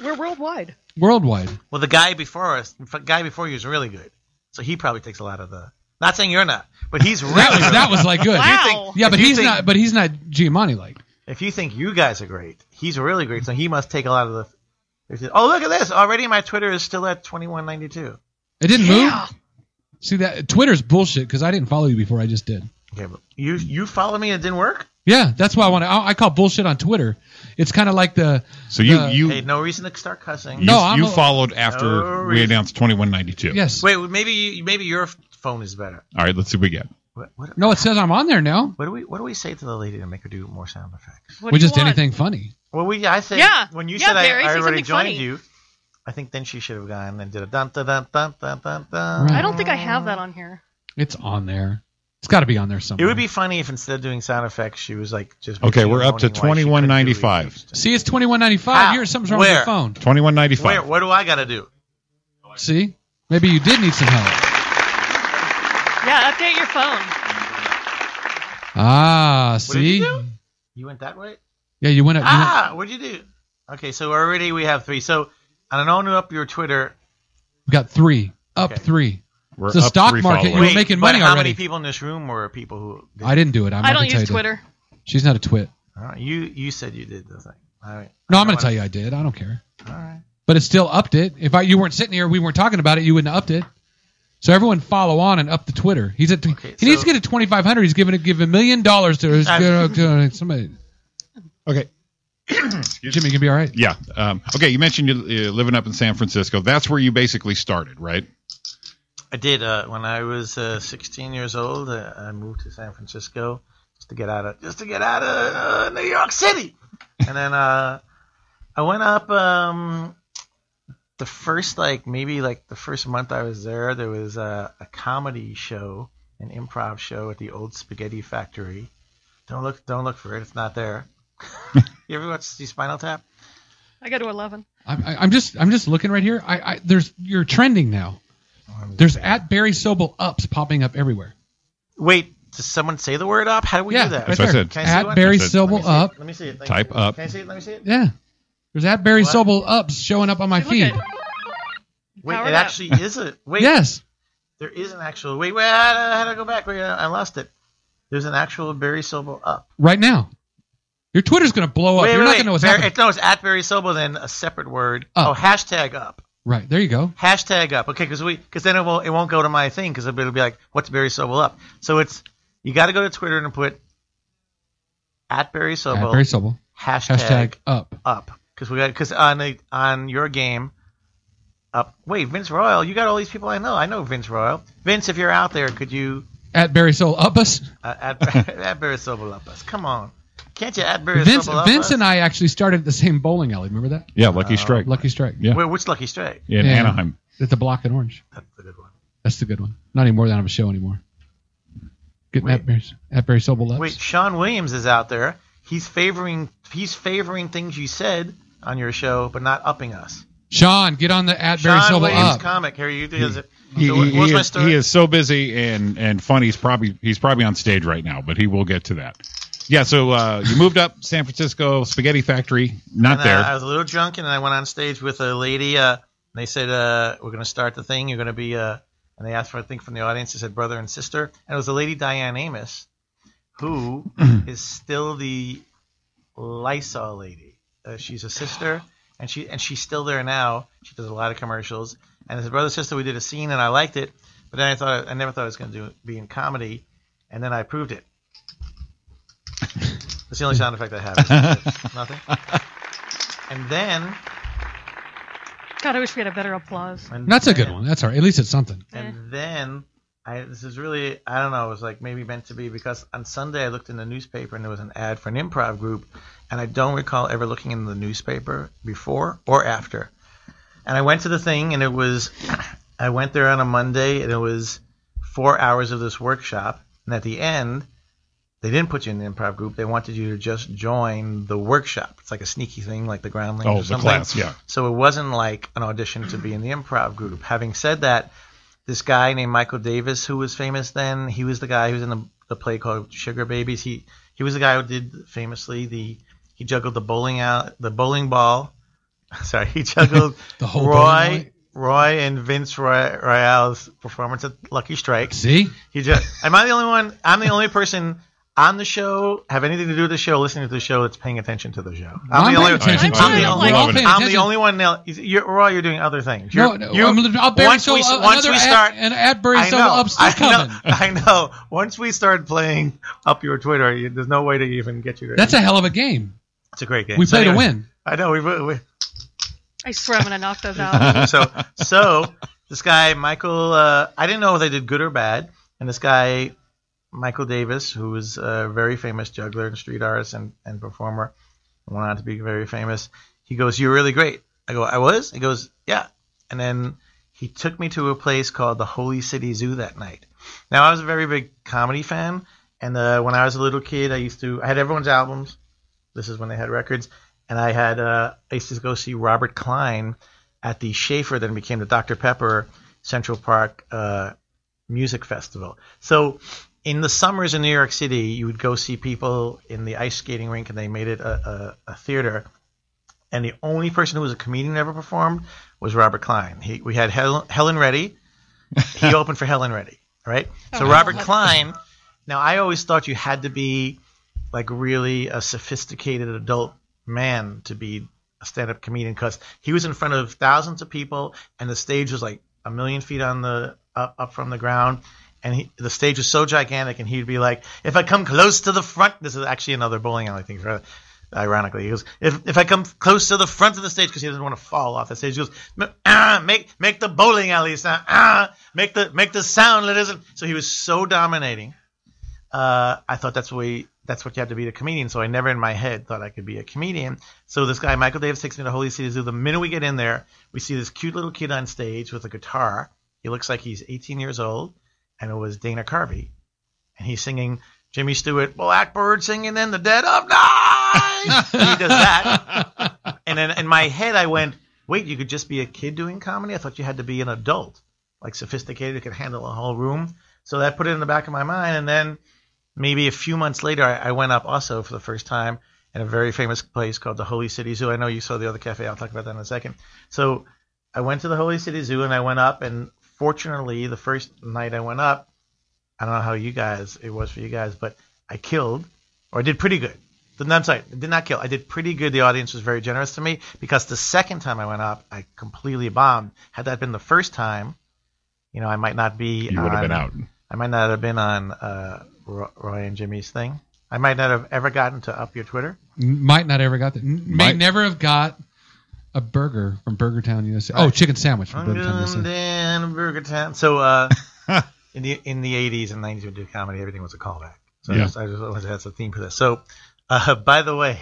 Speaker 4: We're worldwide.
Speaker 1: worldwide.
Speaker 3: Well, the guy before us, the guy before you is really good, so he probably takes a lot of the. Not saying you're not, but he's really
Speaker 1: That was
Speaker 3: really
Speaker 1: that was like good.
Speaker 4: Wow.
Speaker 1: Yeah,
Speaker 3: If
Speaker 1: but
Speaker 3: you
Speaker 1: he's
Speaker 3: think-
Speaker 1: not. But he's not Giamatti like.
Speaker 3: if you think you guys are great, he's really great. So he must take a lot of the. if you- Oh, look at this! Already, my Twitter is still at twenty one ninety two.
Speaker 1: It didn't
Speaker 4: Yeah.
Speaker 1: move. See that Twitter's bullshit because I didn't follow you before. I just did.
Speaker 3: Okay, but you you follow me and it didn't work.
Speaker 1: Yeah, that's why I want to. I, I call bullshit on Twitter. It's kind of like the
Speaker 2: So you
Speaker 1: Uh,
Speaker 2: you
Speaker 3: Hey, no reason to start cussing.
Speaker 2: you,
Speaker 1: No, I'm
Speaker 2: you
Speaker 1: a-
Speaker 2: followed after
Speaker 3: No
Speaker 2: we
Speaker 3: reason.
Speaker 2: announced 2192.
Speaker 1: yes.
Speaker 3: Wait, well, maybe you, maybe your f- phone is better.
Speaker 2: All right, let's see what we get.
Speaker 3: What, what,
Speaker 1: No, it says I'm on there now,
Speaker 3: what do we what do we say to the lady to make her do more sound effects?
Speaker 4: What
Speaker 1: which
Speaker 4: do you
Speaker 1: is
Speaker 4: want?
Speaker 1: anything funny.
Speaker 3: Well, we I said
Speaker 4: Yeah.
Speaker 3: when you
Speaker 4: Yeah,
Speaker 3: said
Speaker 4: Barry,
Speaker 3: I, I
Speaker 4: say
Speaker 3: already
Speaker 4: something
Speaker 3: joined
Speaker 4: funny.
Speaker 3: you. I think then she should have gone and did a dun dun dun dun dun dun dun.
Speaker 1: Right.
Speaker 4: I don't think I have that on here.
Speaker 1: It's on there. It's got to be on there
Speaker 3: It
Speaker 1: somewhere.
Speaker 3: would be funny if instead of doing sound effects, she was like just.
Speaker 2: Okay, we're up to
Speaker 3: moaning why she couldn't do
Speaker 2: 2195.
Speaker 3: it.
Speaker 1: See, it's twenty one ninety five.
Speaker 3: How?
Speaker 1: Here, something's wrong with
Speaker 3: Ah, Where?
Speaker 1: your phone.
Speaker 2: 2195.
Speaker 3: Where? What do I got to do?
Speaker 1: See, maybe you did need some help.
Speaker 4: Yeah, update your phone.
Speaker 1: Ah,
Speaker 3: What did you
Speaker 1: see.
Speaker 3: do? You went that way.
Speaker 1: Yeah, you went up. You went,
Speaker 3: Ah, what'd you do? Okay, so already we have three. So I don't know up your Twitter.
Speaker 1: we got three up
Speaker 3: Okay.
Speaker 1: three.
Speaker 2: We're
Speaker 1: It's a
Speaker 2: up
Speaker 1: stock
Speaker 2: three
Speaker 1: market. You
Speaker 2: followers.
Speaker 1: were making
Speaker 3: but
Speaker 1: money
Speaker 3: how
Speaker 1: already.
Speaker 3: many people in this room were people who? Did,
Speaker 1: I didn't do it. I'm not
Speaker 4: I don't
Speaker 1: gonna tell
Speaker 4: use
Speaker 1: you that.
Speaker 4: Twitter.
Speaker 1: She's not a twit.
Speaker 3: All right, you you said you did the thing. All right.
Speaker 1: No, I'm going to tell you I did. I don't care.
Speaker 3: All right.
Speaker 1: But it still upped it. If I, you weren't sitting here, we weren't talking about it, you wouldn't have upped it. So everyone follow on and up the Twitter. He's at.
Speaker 3: Okay,
Speaker 1: he needs
Speaker 3: so-
Speaker 1: to get a 2,500. He's giving to give a million dollars to his,
Speaker 3: I'm-
Speaker 1: to somebody.
Speaker 2: Okay.
Speaker 1: Jimmy, you gonna be all right.
Speaker 2: Yeah. Um, okay, you mentioned you uh, living up in San Francisco. That's where you basically started, right?
Speaker 3: I did. Uh, when I was uh, 16 years old, uh, I moved to San Francisco just to get out of just to get out of uh, New York City. And then uh, I went up. Um, the first like maybe like the first month I was there, there was a, a comedy show, an improv show at the old Spaghetti Factory. Don't look, don't look for it. It's not there. you ever watch the Spinal Tap?
Speaker 4: I go to 11.
Speaker 1: I'm, I- I'm just I'm just looking right here. I, I there's you're trending now. There's at Barry Sobel ups popping up everywhere.
Speaker 3: Wait, does someone say the word up? How do we
Speaker 1: yeah,
Speaker 3: do that?
Speaker 1: right
Speaker 2: what I
Speaker 1: there.
Speaker 2: said.
Speaker 3: Can I see
Speaker 1: At
Speaker 3: one?
Speaker 1: Barry
Speaker 2: That's it.
Speaker 1: Sobel up.
Speaker 3: Let me see it. Let me
Speaker 2: Type
Speaker 3: see it.
Speaker 2: up.
Speaker 3: Can I see it? Let me see it.
Speaker 1: Yeah. There's at Barry
Speaker 3: What?
Speaker 1: Sobel ups showing up on my
Speaker 4: Look at-
Speaker 1: feed.
Speaker 3: Wait,
Speaker 4: Power
Speaker 3: it
Speaker 4: it up.
Speaker 3: actually is a wait.
Speaker 1: Yes.
Speaker 3: there is an actual wait. Wait, how did I go back? Wait, I lost it. There's an actual Barry Sobel up.
Speaker 1: Right now. Your Twitter's gonna blow up.
Speaker 3: wait,
Speaker 1: you're
Speaker 3: wait,
Speaker 1: not
Speaker 3: wait.
Speaker 1: gonna know what's
Speaker 3: Barry-
Speaker 1: happening.
Speaker 3: it's- no, it's at Barry Sobel, then a separate word.
Speaker 1: Up.
Speaker 3: Oh, hashtag up.
Speaker 1: Right there you go.
Speaker 3: Hashtag up. Okay, because we because then it won't it won't go to my thing because it'll be like what's Barry Sobel up. So it's you got to go to Twitter and put at Barry Sobel.
Speaker 1: At Barry Sobel.
Speaker 3: hashtag,
Speaker 1: Hashtag up.
Speaker 3: up because we got because on the on your game. Up. Wait, Vince Royal. You got all these people I know. I know Vince Royal. Vince, if you're out there, could you
Speaker 1: At Barry Sobel up us.
Speaker 3: uh, at, at Barry Sobel up us? Come on, can't you at Barry
Speaker 1: Vince,
Speaker 3: Sobel up
Speaker 1: Vince
Speaker 3: us?
Speaker 1: and I actually started at the same bowling alley. Remember that?
Speaker 2: Yeah, Lucky Strike
Speaker 1: Lucky Strike.
Speaker 2: Yeah.
Speaker 3: Wait, which Lucky Strike?
Speaker 2: in
Speaker 1: Yeah.
Speaker 2: Anaheim.
Speaker 1: It's a block in Orange.
Speaker 3: That's a good one.
Speaker 1: That's the good one. Not anymore. They don't have a show anymore. Getting
Speaker 3: Wait.
Speaker 1: at Barry, at Barry Sobel ups.
Speaker 3: Wait, Sean Williams is out there. He's favoring he's favoring things you said on your show, but not upping us.
Speaker 1: Sean, get on the at Barry
Speaker 3: Sean
Speaker 1: Sobel
Speaker 3: Williams,
Speaker 1: up.
Speaker 3: comic. Here you do. so
Speaker 2: He,
Speaker 3: what-
Speaker 2: he-
Speaker 3: what's
Speaker 2: he
Speaker 3: my
Speaker 2: is,
Speaker 3: story?
Speaker 2: he is so busy and and funny. He's probably he's probably on stage right now, but he will get to that. Yeah. So uh, you moved up San Francisco Spaghetti Factory. Not
Speaker 3: And, uh,
Speaker 2: there.
Speaker 3: I was a little drunk, and I went on stage with a lady. Uh, and they said, uh, "We're going to start the thing. You're going to be." Uh, and they asked for a thing from the audience. They said, "Brother and sister," and it was the lady Diane Amos, who is still the Lysol lady. Uh, she's a sister, and she and she's still there now. She does a lot of commercials. And as a brother sister, we did a scene, and I liked it. But then I thought I never thought I was going to do be in comedy, and then I proved it. That's the only sound effect I have. is Nothing. And then
Speaker 4: God, I wish we had a better applause.
Speaker 3: and
Speaker 1: That's a good
Speaker 3: then-
Speaker 1: one. That's all right. At least it's something.
Speaker 3: And then I this is really I don't know, it was like maybe meant to be because on Sunday I looked in the newspaper and there was an ad for an improv group and I don't recall ever looking in the newspaper before or after. And I went to the thing and it was I went there on a Monday and it was 4 hours of this workshop and at the end they didn't put you in the improv group. They wanted you to just join the workshop. It's like a sneaky thing, like the groundlings.
Speaker 2: oh,
Speaker 3: or
Speaker 2: the
Speaker 3: something.
Speaker 2: class. Yeah.
Speaker 3: So it wasn't like an audition to be in the improv group. Having said that, this guy named Michael Davis, who was famous then, he was the guy who was in the, the play called Sugar Babies. He he was the guy who did famously the he juggled the bowling out the bowling ball. Sorry, he juggled
Speaker 1: The whole bowling
Speaker 3: Roy Roy and Vince Roy, Royale's performance at Lucky Strike.
Speaker 1: See?
Speaker 3: He just, am I the only one? I'm the only person on the show have anything to do with the show, listening to the show, that's paying attention to the show. I'm,
Speaker 1: I'm
Speaker 3: the only.
Speaker 1: paying attention
Speaker 3: I'm,
Speaker 2: to it.
Speaker 3: the
Speaker 2: We're
Speaker 3: only.
Speaker 2: all
Speaker 3: I'm
Speaker 2: paying
Speaker 1: attention.
Speaker 3: the only one now. You're, Roy, you're doing other things.
Speaker 1: No,
Speaker 3: You're-
Speaker 1: no,
Speaker 3: you-
Speaker 1: I'm- I'll bury
Speaker 3: once
Speaker 1: so,
Speaker 3: we,
Speaker 1: uh,
Speaker 3: once
Speaker 1: another
Speaker 3: we start,
Speaker 1: at, and at Barry
Speaker 3: I
Speaker 1: Sobel
Speaker 3: know,
Speaker 1: up's still
Speaker 3: I know,
Speaker 1: coming.
Speaker 3: I know. Once we start playing up your Twitter, you, there's no way to even get you. to-
Speaker 1: That's a hell of a game.
Speaker 3: it's a great game.
Speaker 1: We
Speaker 3: So
Speaker 1: play to
Speaker 3: anyway,
Speaker 1: win.
Speaker 3: I know. We, we,
Speaker 4: I swear I'm gonna knock those out.
Speaker 3: so so this guy Michael, uh, I didn't know if they did good or bad, and this guy Michael Davis, who was a very famous juggler and street artist and, and performer, and went on to be very famous. He goes, "You're really great." I go, "I was." He goes, "Yeah," and then he took me to a place called the Holy City Zoo that night. Now I was a very big comedy fan, and uh, when I was a little kid, I used to I had everyone's albums. This is when they had records, and I had uh, I used to go see Robert Klein at the Schaefer, then became the Dr Pepper Central Park uh, Music Festival. So in the summers in New York City, you would go see people in the ice skating rink, and they made it a, a, a theater. And the only person who was a comedian who ever performed was Robert Klein. He, we had Hel- Helen Reddy. He opened for Helen Reddy, right? So Robert Klein. Now I always thought you had to be like really a sophisticated adult man to be a stand-up comedian because he was in front of thousands of people and the stage was like a million feet on the up, up from the ground and he, the stage was so gigantic and he'd be like if i come close to the front this is actually another bowling alley thing rather- ironically he goes if, if i come close to the front of the stage because he doesn't want to fall off the stage he goes "M- ah, make make the bowling alley sound ah, make the make the sound that isn't so he was so dominating uh, I thought that's what we, that's what you have to be a comedian. So I never in my head thought I could be a comedian. So this guy Michael Davis takes me to Holy City Zoo. The minute we get in there, we see this cute little kid on stage with a guitar. He looks like he's 18 years old, and it was Dana Carvey, and he's singing Jimmy Stewart, Blackbird singing in the dead of night. he does that, and then in my head I went, wait, you could just be a kid doing comedy. I thought you had to be an adult, like sophisticated, who could handle a whole room. So that put it in the back of my mind, and then maybe a few months later, I, I went up also for the first time in a very famous place called the Holy City Zoo. I know you saw the other cafe. I'll talk about that in a second. So I went to the Holy City Zoo and I went up, and fortunately, the first night I went up, I don't know how you guys it was for you guys, but I killed or I did pretty good. Didn't- I'm sorry, did not kill. I did pretty good. The audience was very generous to me because the second time I went up, I completely bombed. Had that been the first time, you know, I might not be.
Speaker 2: You would have been
Speaker 3: on-
Speaker 2: out.
Speaker 3: I might not have been on uh, Ro- Roy and Jimmy's thing. I might not have ever gotten to up your Twitter.
Speaker 1: Might not ever got that. N- May
Speaker 2: Might-
Speaker 1: never have got a burger from Burger Town USA. Oh, chicken sandwich from
Speaker 3: I'm
Speaker 1: Burger Town
Speaker 3: going
Speaker 1: USA.
Speaker 3: down to Burger Town. So uh, in the in the 80s and 90s, we did comedy. Everything was a callback. So I
Speaker 2: Yeah.
Speaker 3: just, I just always that's the theme for this. So uh, by the way,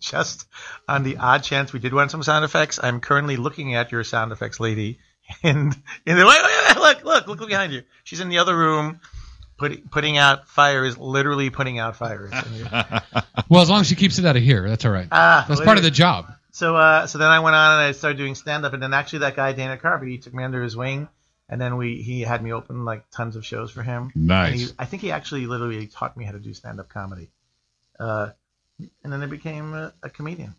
Speaker 3: just on the odd chance we did want some sound effects, I'm currently looking at your sound effects lady, and and they're like, wait, wait, look, look, look, look behind you. She's in the other room. Put, putting out fires, literally putting out fires. And you're-
Speaker 1: Well, as long as she keeps it out of here, that's all right.
Speaker 3: Ah,
Speaker 1: that's part of the
Speaker 3: hilarious.
Speaker 1: job.
Speaker 3: So uh, so then I went on and I started doing stand up, and then actually that guy Dana Carvey he took me under his wing, and then we he had me open like tons of shows for him. And he,
Speaker 2: Nice.
Speaker 3: I think he actually literally taught me how to do stand up comedy, uh, and then I became a, a comedian.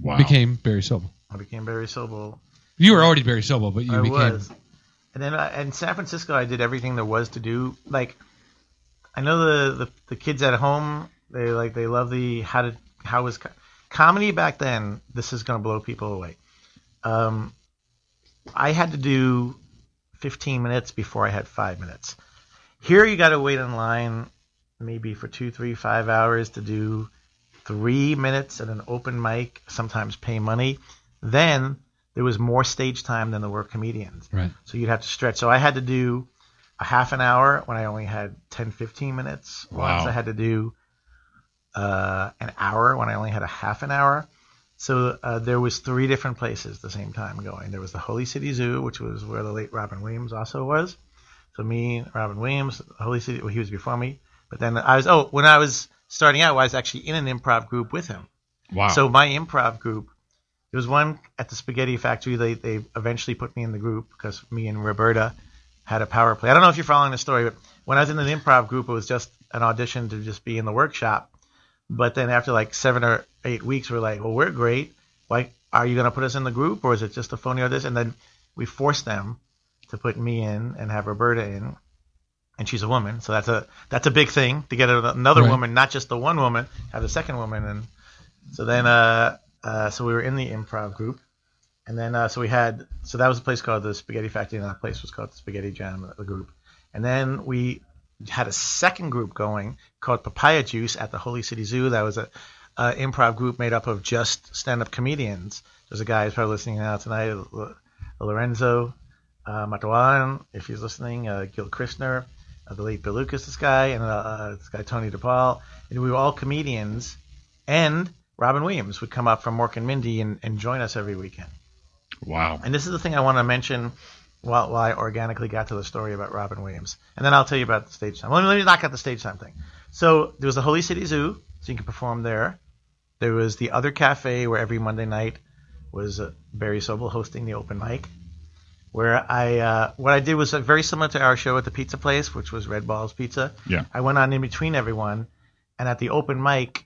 Speaker 2: Wow.
Speaker 1: Became Barry Sobel.
Speaker 3: I became Barry Sobel.
Speaker 1: You were already Barry Sobel, but you
Speaker 3: I
Speaker 1: became.
Speaker 3: was, and then I, in San Francisco I did everything there was to do. Like I know the the, the kids at home they like they love the how to how was co- comedy back then. This is gonna blow people away. Um, I had to do 15 minutes before I had five minutes. Here you got to wait in line maybe for two, three, five hours to do three minutes at an open mic. Sometimes pay money. Then there was more stage time than there were comedians.
Speaker 1: Right.
Speaker 3: So you'd have to stretch. So I had to do a half an hour when I only had 10, 15 minutes. Once
Speaker 2: Wow.
Speaker 3: I had to do uh, an hour when I only had a half an hour. So uh, there was three different places at the same time going. There was the Holy City Zoo, which was where the late Robin Williams also was. So me, Robin Williams, Holy City, well, he was before me. But then I was, oh, when I was starting out, I was actually in an improv group with him.
Speaker 2: Wow.
Speaker 3: So my improv group, there was one at the Spaghetti Factory. They they eventually put me in the group because me and Roberta had a power play. I don't know if you're following the story, but when I was in an improv group, it was just an audition to just be in the workshop. But then after like seven or eight weeks, we're like, well, we're great. Like, are you gonna put us in the group or is it just a phony audition? And then we forced them to put me in and have Roberta in. And she's a woman, so that's a that's a big thing to get another
Speaker 1: Right.
Speaker 3: woman, not just the one woman, have the second woman, and so then, uh, uh, so we were in the improv group, and then uh, so we had so that was a place called the Spaghetti Factory, and that place was called the Spaghetti Jam, the group, and then we had a second group going called Papaya Juice at the Holy City Zoo. That was a, a uh, improv group made up of just stand-up comedians. There's a guy who's probably listening now tonight, L- Lorenzo uh, Matawalan, if he's listening, uh, Gil Krishner, uh, the late Bill Lucas, this guy, and uh, uh, this guy Tony DePaul, and we were all comedians and Robin Williams would come up from Mork and Mindy and, and join us every weekend.
Speaker 2: wow.
Speaker 3: And this is the thing I want to mention while, while I organically got to the story about Robin Williams. And then I'll tell you about the stage time. Let me, let me knock out the stage time thing. So there was the Holy City Zoo, so you can perform there. There was the other cafe where every Monday night was uh, Barry Sobel hosting the open mic. Where I, uh, what I did was uh, very similar to our show at the pizza place, which was Red Balls Pizza.
Speaker 2: Yeah.
Speaker 3: I went on in between everyone, and at the open mic,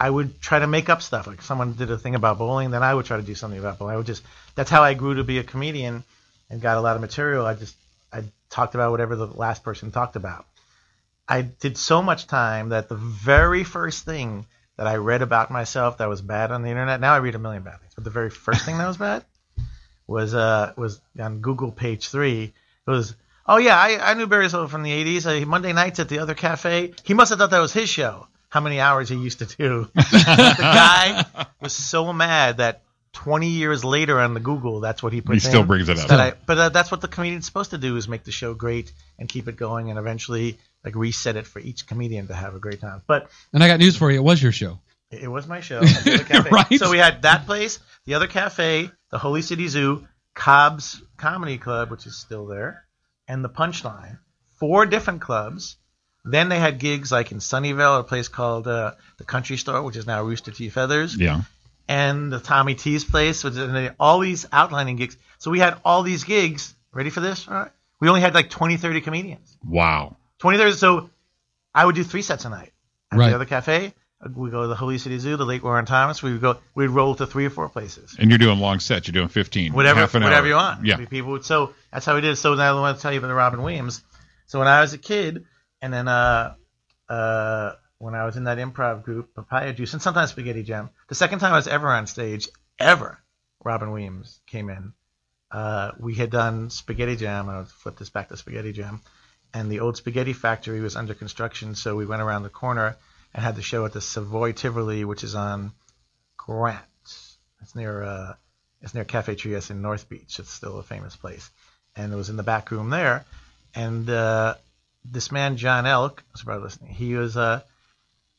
Speaker 3: I would try to make up stuff. Like someone did a thing about bowling, then I would try to do something about bowling. I would just that's how I grew to be a comedian and got a lot of material. I just I talked about whatever the last person talked about. I did so much time that the very first thing that I read about myself that was bad on the internet. Now I read a million bad things, but the very first thing that was bad was uh was on Google page three. It was oh yeah, I, I knew Barry Sobel from the '80s. Uh, Monday nights at the other cafe. He must have thought that was his show. How many hours he used to do? the guy was so mad that 20 years later on the Google, that's what he
Speaker 2: He
Speaker 3: puts.
Speaker 2: still
Speaker 3: in.
Speaker 2: brings it up.
Speaker 3: That I, but uh, that's what the comedian's supposed to do is make the show great and keep it going and eventually like reset it for each comedian to have a great time. But
Speaker 1: And I got news for you. It was your show.
Speaker 3: it was my show. at the other cafe.
Speaker 1: Right.
Speaker 3: So we had that place, the other cafe, the Holy City Zoo, Cobb's Comedy Club, which is still there, and the Punchline. Four different clubs. Then they had gigs like in Sunnyvale, a place called uh, the Country Store, which is now Rooster Teeth Feathers
Speaker 2: yeah.
Speaker 3: and the Tommy T's place, which and they, all these outlining gigs. So we had all these gigs. Ready for this? All right. We only had like 20, 30 comedians.
Speaker 2: Wow.
Speaker 3: 20, 30. So I would do three sets a night at
Speaker 1: Right.
Speaker 3: the other cafe. We go to the Holy City Zoo, the Lake Warren Thomas. We would go. We'd roll to three or four places,
Speaker 2: And you're doing long sets. You're doing 15.
Speaker 3: whatever,
Speaker 2: half an
Speaker 3: whatever
Speaker 2: hour.
Speaker 3: you want.
Speaker 2: Yeah.
Speaker 3: We- People would. So that's how we did. it. So now I want to tell you about the Robin Williams. So when I was a kid, and then uh, uh, when I was in that improv group, Papaya Juice, and sometimes Spaghetti Jam. The second time I was ever on stage, ever, Robin Williams came in. Uh, we had done Spaghetti Jam, and I'll flip this back to Spaghetti Jam. And the old Spaghetti Factory was under construction, so we went around the corner I had the show at the Savoy Tivoli, which is on Grant. It's near uh, it's near Cafe Trieste in North Beach. It's still a famous place. And it was in the back room there. And uh, this man John Elk, I was probably listening. He was uh,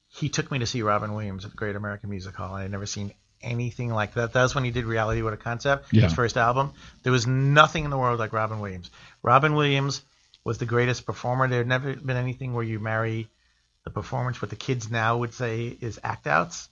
Speaker 3: he took me to see Robin Williams at the Great American Music Hall. I had never seen anything like that. That was when he did Reality What a Concept,
Speaker 2: Yeah.
Speaker 3: his first album. There was nothing in the world like Robin Williams. Robin Williams was the greatest performer. There had never been anything where you marry the performance, what the kids now would say is act outs.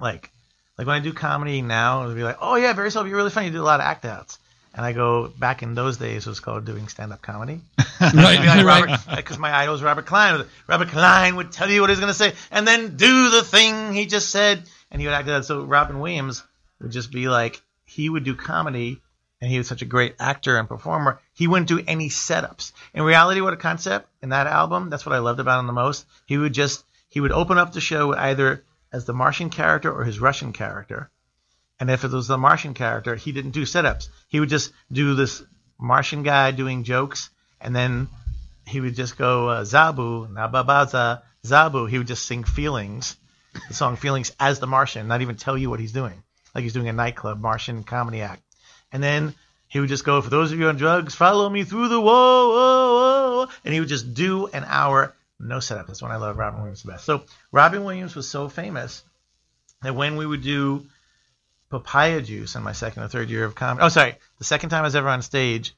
Speaker 3: Like, like when I do comedy now, it'll be like, oh yeah, very self, you're really funny. You do a lot of act outs. And I go back in those days, it was called doing stand up comedy.
Speaker 2: right,
Speaker 3: Be like
Speaker 2: right.
Speaker 3: Robert, because my idol is Robert Klein. Robert Klein would tell you what he was going to say, and then do the thing he just said, and he would act out. So Robin Williams would just be like, he would do comedy, and he was such a great actor and performer. He wouldn't do any setups. In reality, what a concept in that album. That's what I loved about him the most. He would just he would open up the show either as the Martian character or his Russian character. And if it was the Martian character, he didn't do setups. He would just do this Martian guy doing jokes, and then he would just go uh, Zabu, Nababaza, Zabu. He would just sing Feelings, the song Feelings as the Martian, not even tell you what he's doing. Like he's doing a nightclub Martian comedy act. And then he would just go, For those of you on drugs, follow me through the whoa, whoa, whoa. And he would just do an hour, no setup. That's when I love Robin Williams the best. So Robin Williams was so famous that when we would do papaya juice in my second or third year of comedy. Oh, sorry, the second time I was ever on stage,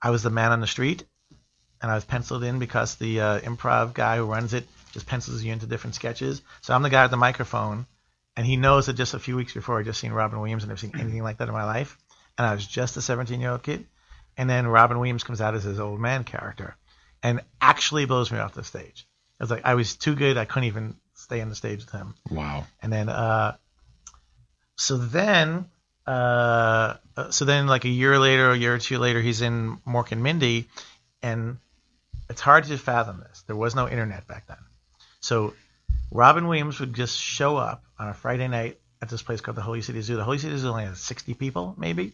Speaker 3: I was the man on the street, and I was penciled in because the uh, improv guy who runs it just pencils you into different sketches. So I'm the guy with the microphone, and he knows that just a few weeks before I just seen Robin Williams and never seen anything like that in my life, and I was just a 17 year old kid, and then Robin Williams comes out as his old man character, and actually blows me off the stage. It was like I was too good, I couldn't even stay on the stage with him.
Speaker 2: Wow.
Speaker 3: And then, uh, so then, uh, uh, so then, like a year later, a year or two later, he's in Mork and Mindy, and it's hard to fathom this. There was no internet back then, so Robin Williams would just show up on a Friday night at this place called the Holy City Zoo. The Holy City Zoo only has sixty people, maybe,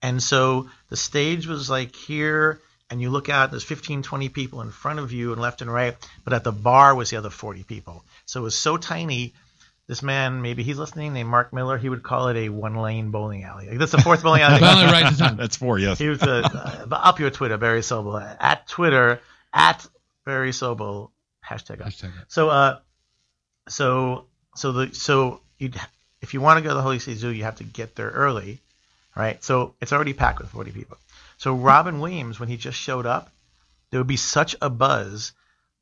Speaker 3: and so the stage was like here. And you look out, there's 15, 20 people in front of you and left and right, but at the bar was the other 40 people. So it was so tiny this man, maybe he's listening, named Mark Miller, he would call it a one lane bowling alley. Like, that's the fourth bowling alley.
Speaker 1: Finally, right this time.
Speaker 2: That's four, yes.
Speaker 3: He was a, uh, up your Twitter, Barry Sobel. At Twitter, at Barry Sobel, hashtag up.
Speaker 1: Hashtag it.
Speaker 3: So, uh, so, so the, so you, if you want to go to the Holy City Zoo, you have to get there early, right? So it's already packed with 40 people. So Robin Williams, when he just showed up, there would be such a buzz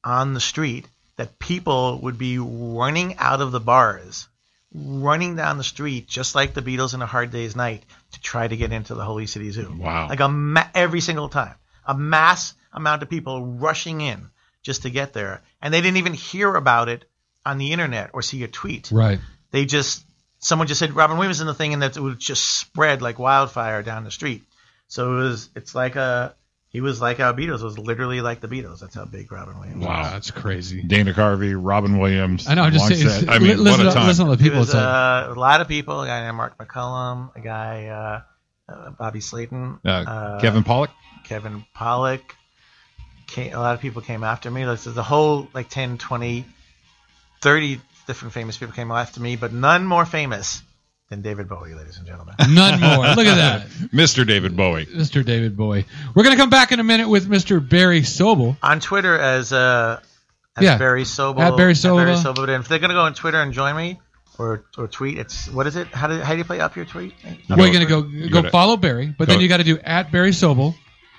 Speaker 3: on the street that people would be running out of the bars, running down the street, just like the Beatles in A Hard Day's Night, to try to get into the Holy City Zoo.
Speaker 2: Wow.
Speaker 3: Like a ma- every single time, a mass amount of people rushing in just to get there, and they didn't even hear about it on the internet or see a tweet
Speaker 1: Right.
Speaker 3: they just someone just said Robin Williams in the thing, and that it would just spread like wildfire down the street. So it was it's like a he was like our Beatles It was literally like the Beatles. That's how big Robin Williams. was.
Speaker 2: Wow.
Speaker 1: that's crazy.
Speaker 2: Dana Carvey, Robin Williams.
Speaker 1: I know. I'm just
Speaker 2: Longstead.
Speaker 1: saying. it's-
Speaker 2: I mean,
Speaker 1: li-
Speaker 2: what
Speaker 1: listen,
Speaker 2: a
Speaker 1: to,
Speaker 2: time.
Speaker 1: listen to
Speaker 3: It
Speaker 1: the people.
Speaker 3: was
Speaker 1: it's like,
Speaker 3: uh, a lot of people. A guy named Mark McCullum, a guy uh, uh, Bobby Slayton,
Speaker 2: Uh, Kevin Pollock.
Speaker 3: Kevin Pollock. Came, a lot of people came after me. Like so the whole like 10, 20, 30 different famous people came after me, but none more famous than David Bowie, ladies and gentlemen.
Speaker 1: none more. Look at that.
Speaker 2: Mr. David Bowie.
Speaker 1: Mr. David Bowie. We're going to come back in a minute with Mr. Barry Sobel.
Speaker 3: on Twitter as uh as
Speaker 1: Yeah.
Speaker 3: Barry Sobel
Speaker 1: At Barry Sobel.
Speaker 3: Sobel. And if they're gonna go on Twitter and join me or or tweet, it's what is it? How do how do you play up your tweet?
Speaker 1: We're
Speaker 2: You
Speaker 1: going
Speaker 2: know,
Speaker 1: to go
Speaker 2: you
Speaker 1: go
Speaker 2: gotta-
Speaker 1: follow Barry, but then
Speaker 2: go-
Speaker 1: you got to do at Barry Sobel,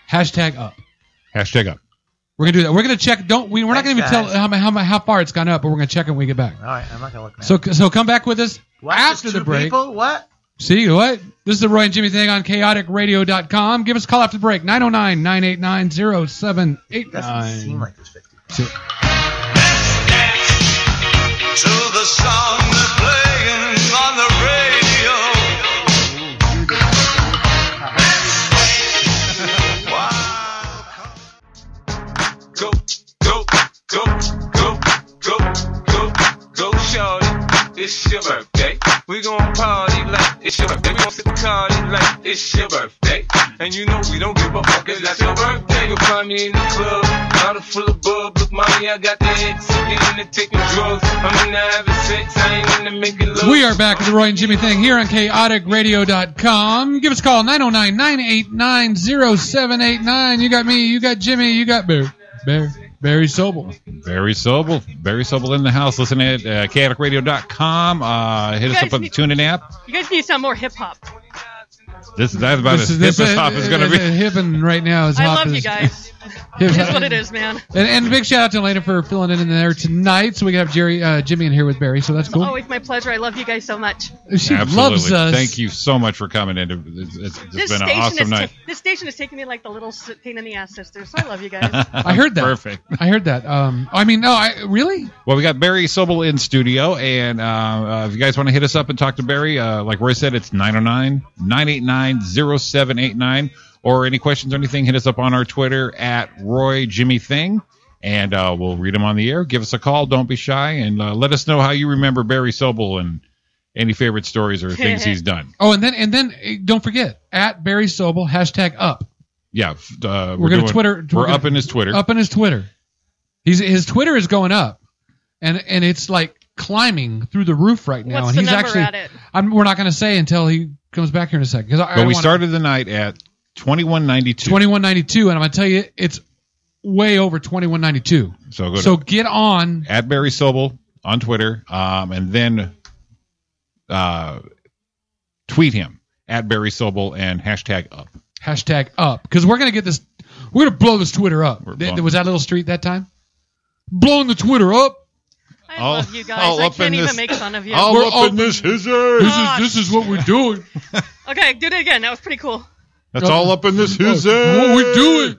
Speaker 1: hashtag up.
Speaker 2: Hashtag up.
Speaker 1: We're gonna do that. We're gonna check. Don't we? We're not gonna even
Speaker 3: Thanks,
Speaker 1: tell
Speaker 3: guys.
Speaker 1: how, mu- how, mu- how far it's gone up, but we're gonna check when we get back.
Speaker 3: All right, I'm not gonna look now.
Speaker 1: So so come back with us
Speaker 3: What? There's
Speaker 1: after the
Speaker 3: two
Speaker 1: break.
Speaker 3: People? What?
Speaker 1: See what? This is the Roy and Jimmy thing on chaoticradio.com. Give us a call after the break 909 989
Speaker 3: That doesn't seem
Speaker 1: 0789.
Speaker 3: like there's fifty.
Speaker 6: To the song they're playing on the radio. Go, go, go, go, go, go, go, shorty. It's your birthday. We gon' party like it's your birthday. We gon' sit party like it's your birthday. And you know we don't give a fuck 'cause that's your birthday. You'll find me in the club, bottle full of bub. Look, mommy, I got the hits. You get into taking drugs. I'm into having sex. I ain't into making love.
Speaker 1: We are back with the Roy and Jimmy thing here on chaoticradio.com. Give us a call 909 989 0789. You got me, you got Jimmy, you got Bear. Bear. Barry Sobel.
Speaker 2: Barry Sobel. Barry Sobel in the house. Listen at uh, chaoticradio.com. Uh, hit
Speaker 4: You
Speaker 2: us
Speaker 4: guys
Speaker 2: up on the
Speaker 4: need-
Speaker 2: TuneIn app.
Speaker 4: You guys need to sound more hip hop.
Speaker 2: This is that's about as hip as
Speaker 1: uh,
Speaker 2: hop is going to
Speaker 1: it's a
Speaker 2: be.
Speaker 1: hip and right now is
Speaker 4: I
Speaker 1: hop
Speaker 4: love
Speaker 1: is-
Speaker 4: you guys.
Speaker 1: hip-
Speaker 4: It is what it is, man.
Speaker 1: And, and a big shout out to Elena for filling in in there tonight, so we can have Jerry, uh, Jimmy in here with Barry. So that's cool.
Speaker 4: Always Oh, my pleasure. I love you guys so much.
Speaker 1: she
Speaker 2: Absolutely.
Speaker 1: loves us.
Speaker 2: Thank you so much for coming in. It's, it's, it's been an
Speaker 4: station
Speaker 2: awesome
Speaker 4: is ta-
Speaker 2: night.
Speaker 4: this station is taking me like the little s- pain in the ass sisters. So I love you guys.
Speaker 1: I heard that.
Speaker 2: Perfect.
Speaker 1: I heard that. Um, I mean, no, I really.
Speaker 2: Well, we got Barry Sobel in studio, and uh, uh, if you guys want to hit us up and talk to Barry, uh, like Roy said, it's 909-989-0789. Or any questions or anything, hit us up on our Twitter at Roy Jimmy Thing, and uh, we'll read them on the air. Give us a call. Don't be shy, and uh, let us know how you remember Barry Sobel and any favorite stories or things he's done.
Speaker 1: Oh, and then and then eh, don't forget at Barry Sobel hashtag up
Speaker 2: Yeah, f- uh,
Speaker 1: We're gonna
Speaker 2: doing-
Speaker 1: Twitter-
Speaker 2: We're,
Speaker 1: we're gonna-
Speaker 2: up in his Twitter.
Speaker 1: up in his Twitter. He's his Twitter is going up, and and it's like climbing through the roof right now. and
Speaker 4: What's the
Speaker 1: he's
Speaker 4: number
Speaker 1: actually
Speaker 4: at it?
Speaker 1: I'm, we're not going to say until he comes back here in a second because I,
Speaker 2: but we started the night at twenty one ninety two.
Speaker 1: twenty one ninety two, and I'm going to tell you it's way over twenty one ninety two.
Speaker 2: So go to
Speaker 1: So get on.
Speaker 2: at Barry Sobel on Twitter, um, and then uh, tweet him at Barry Sobel and hashtag up.
Speaker 1: hashtag up because we're gonna get this we're gonna blow this twitter up
Speaker 2: We're
Speaker 1: Th-
Speaker 2: blowing-
Speaker 1: was that little street that time blowing the twitter up
Speaker 4: I
Speaker 2: All-
Speaker 4: love you guys.
Speaker 2: all
Speaker 4: I
Speaker 2: up in
Speaker 4: can't even
Speaker 2: this-
Speaker 4: make fun of you.
Speaker 2: All
Speaker 1: We're
Speaker 2: up
Speaker 1: all-
Speaker 2: in this hizzy.
Speaker 1: this is this is what we're doing
Speaker 4: Okay, do it again. That was pretty cool.
Speaker 2: That's all up in this
Speaker 1: This is
Speaker 2: hizzy.
Speaker 1: what we're doing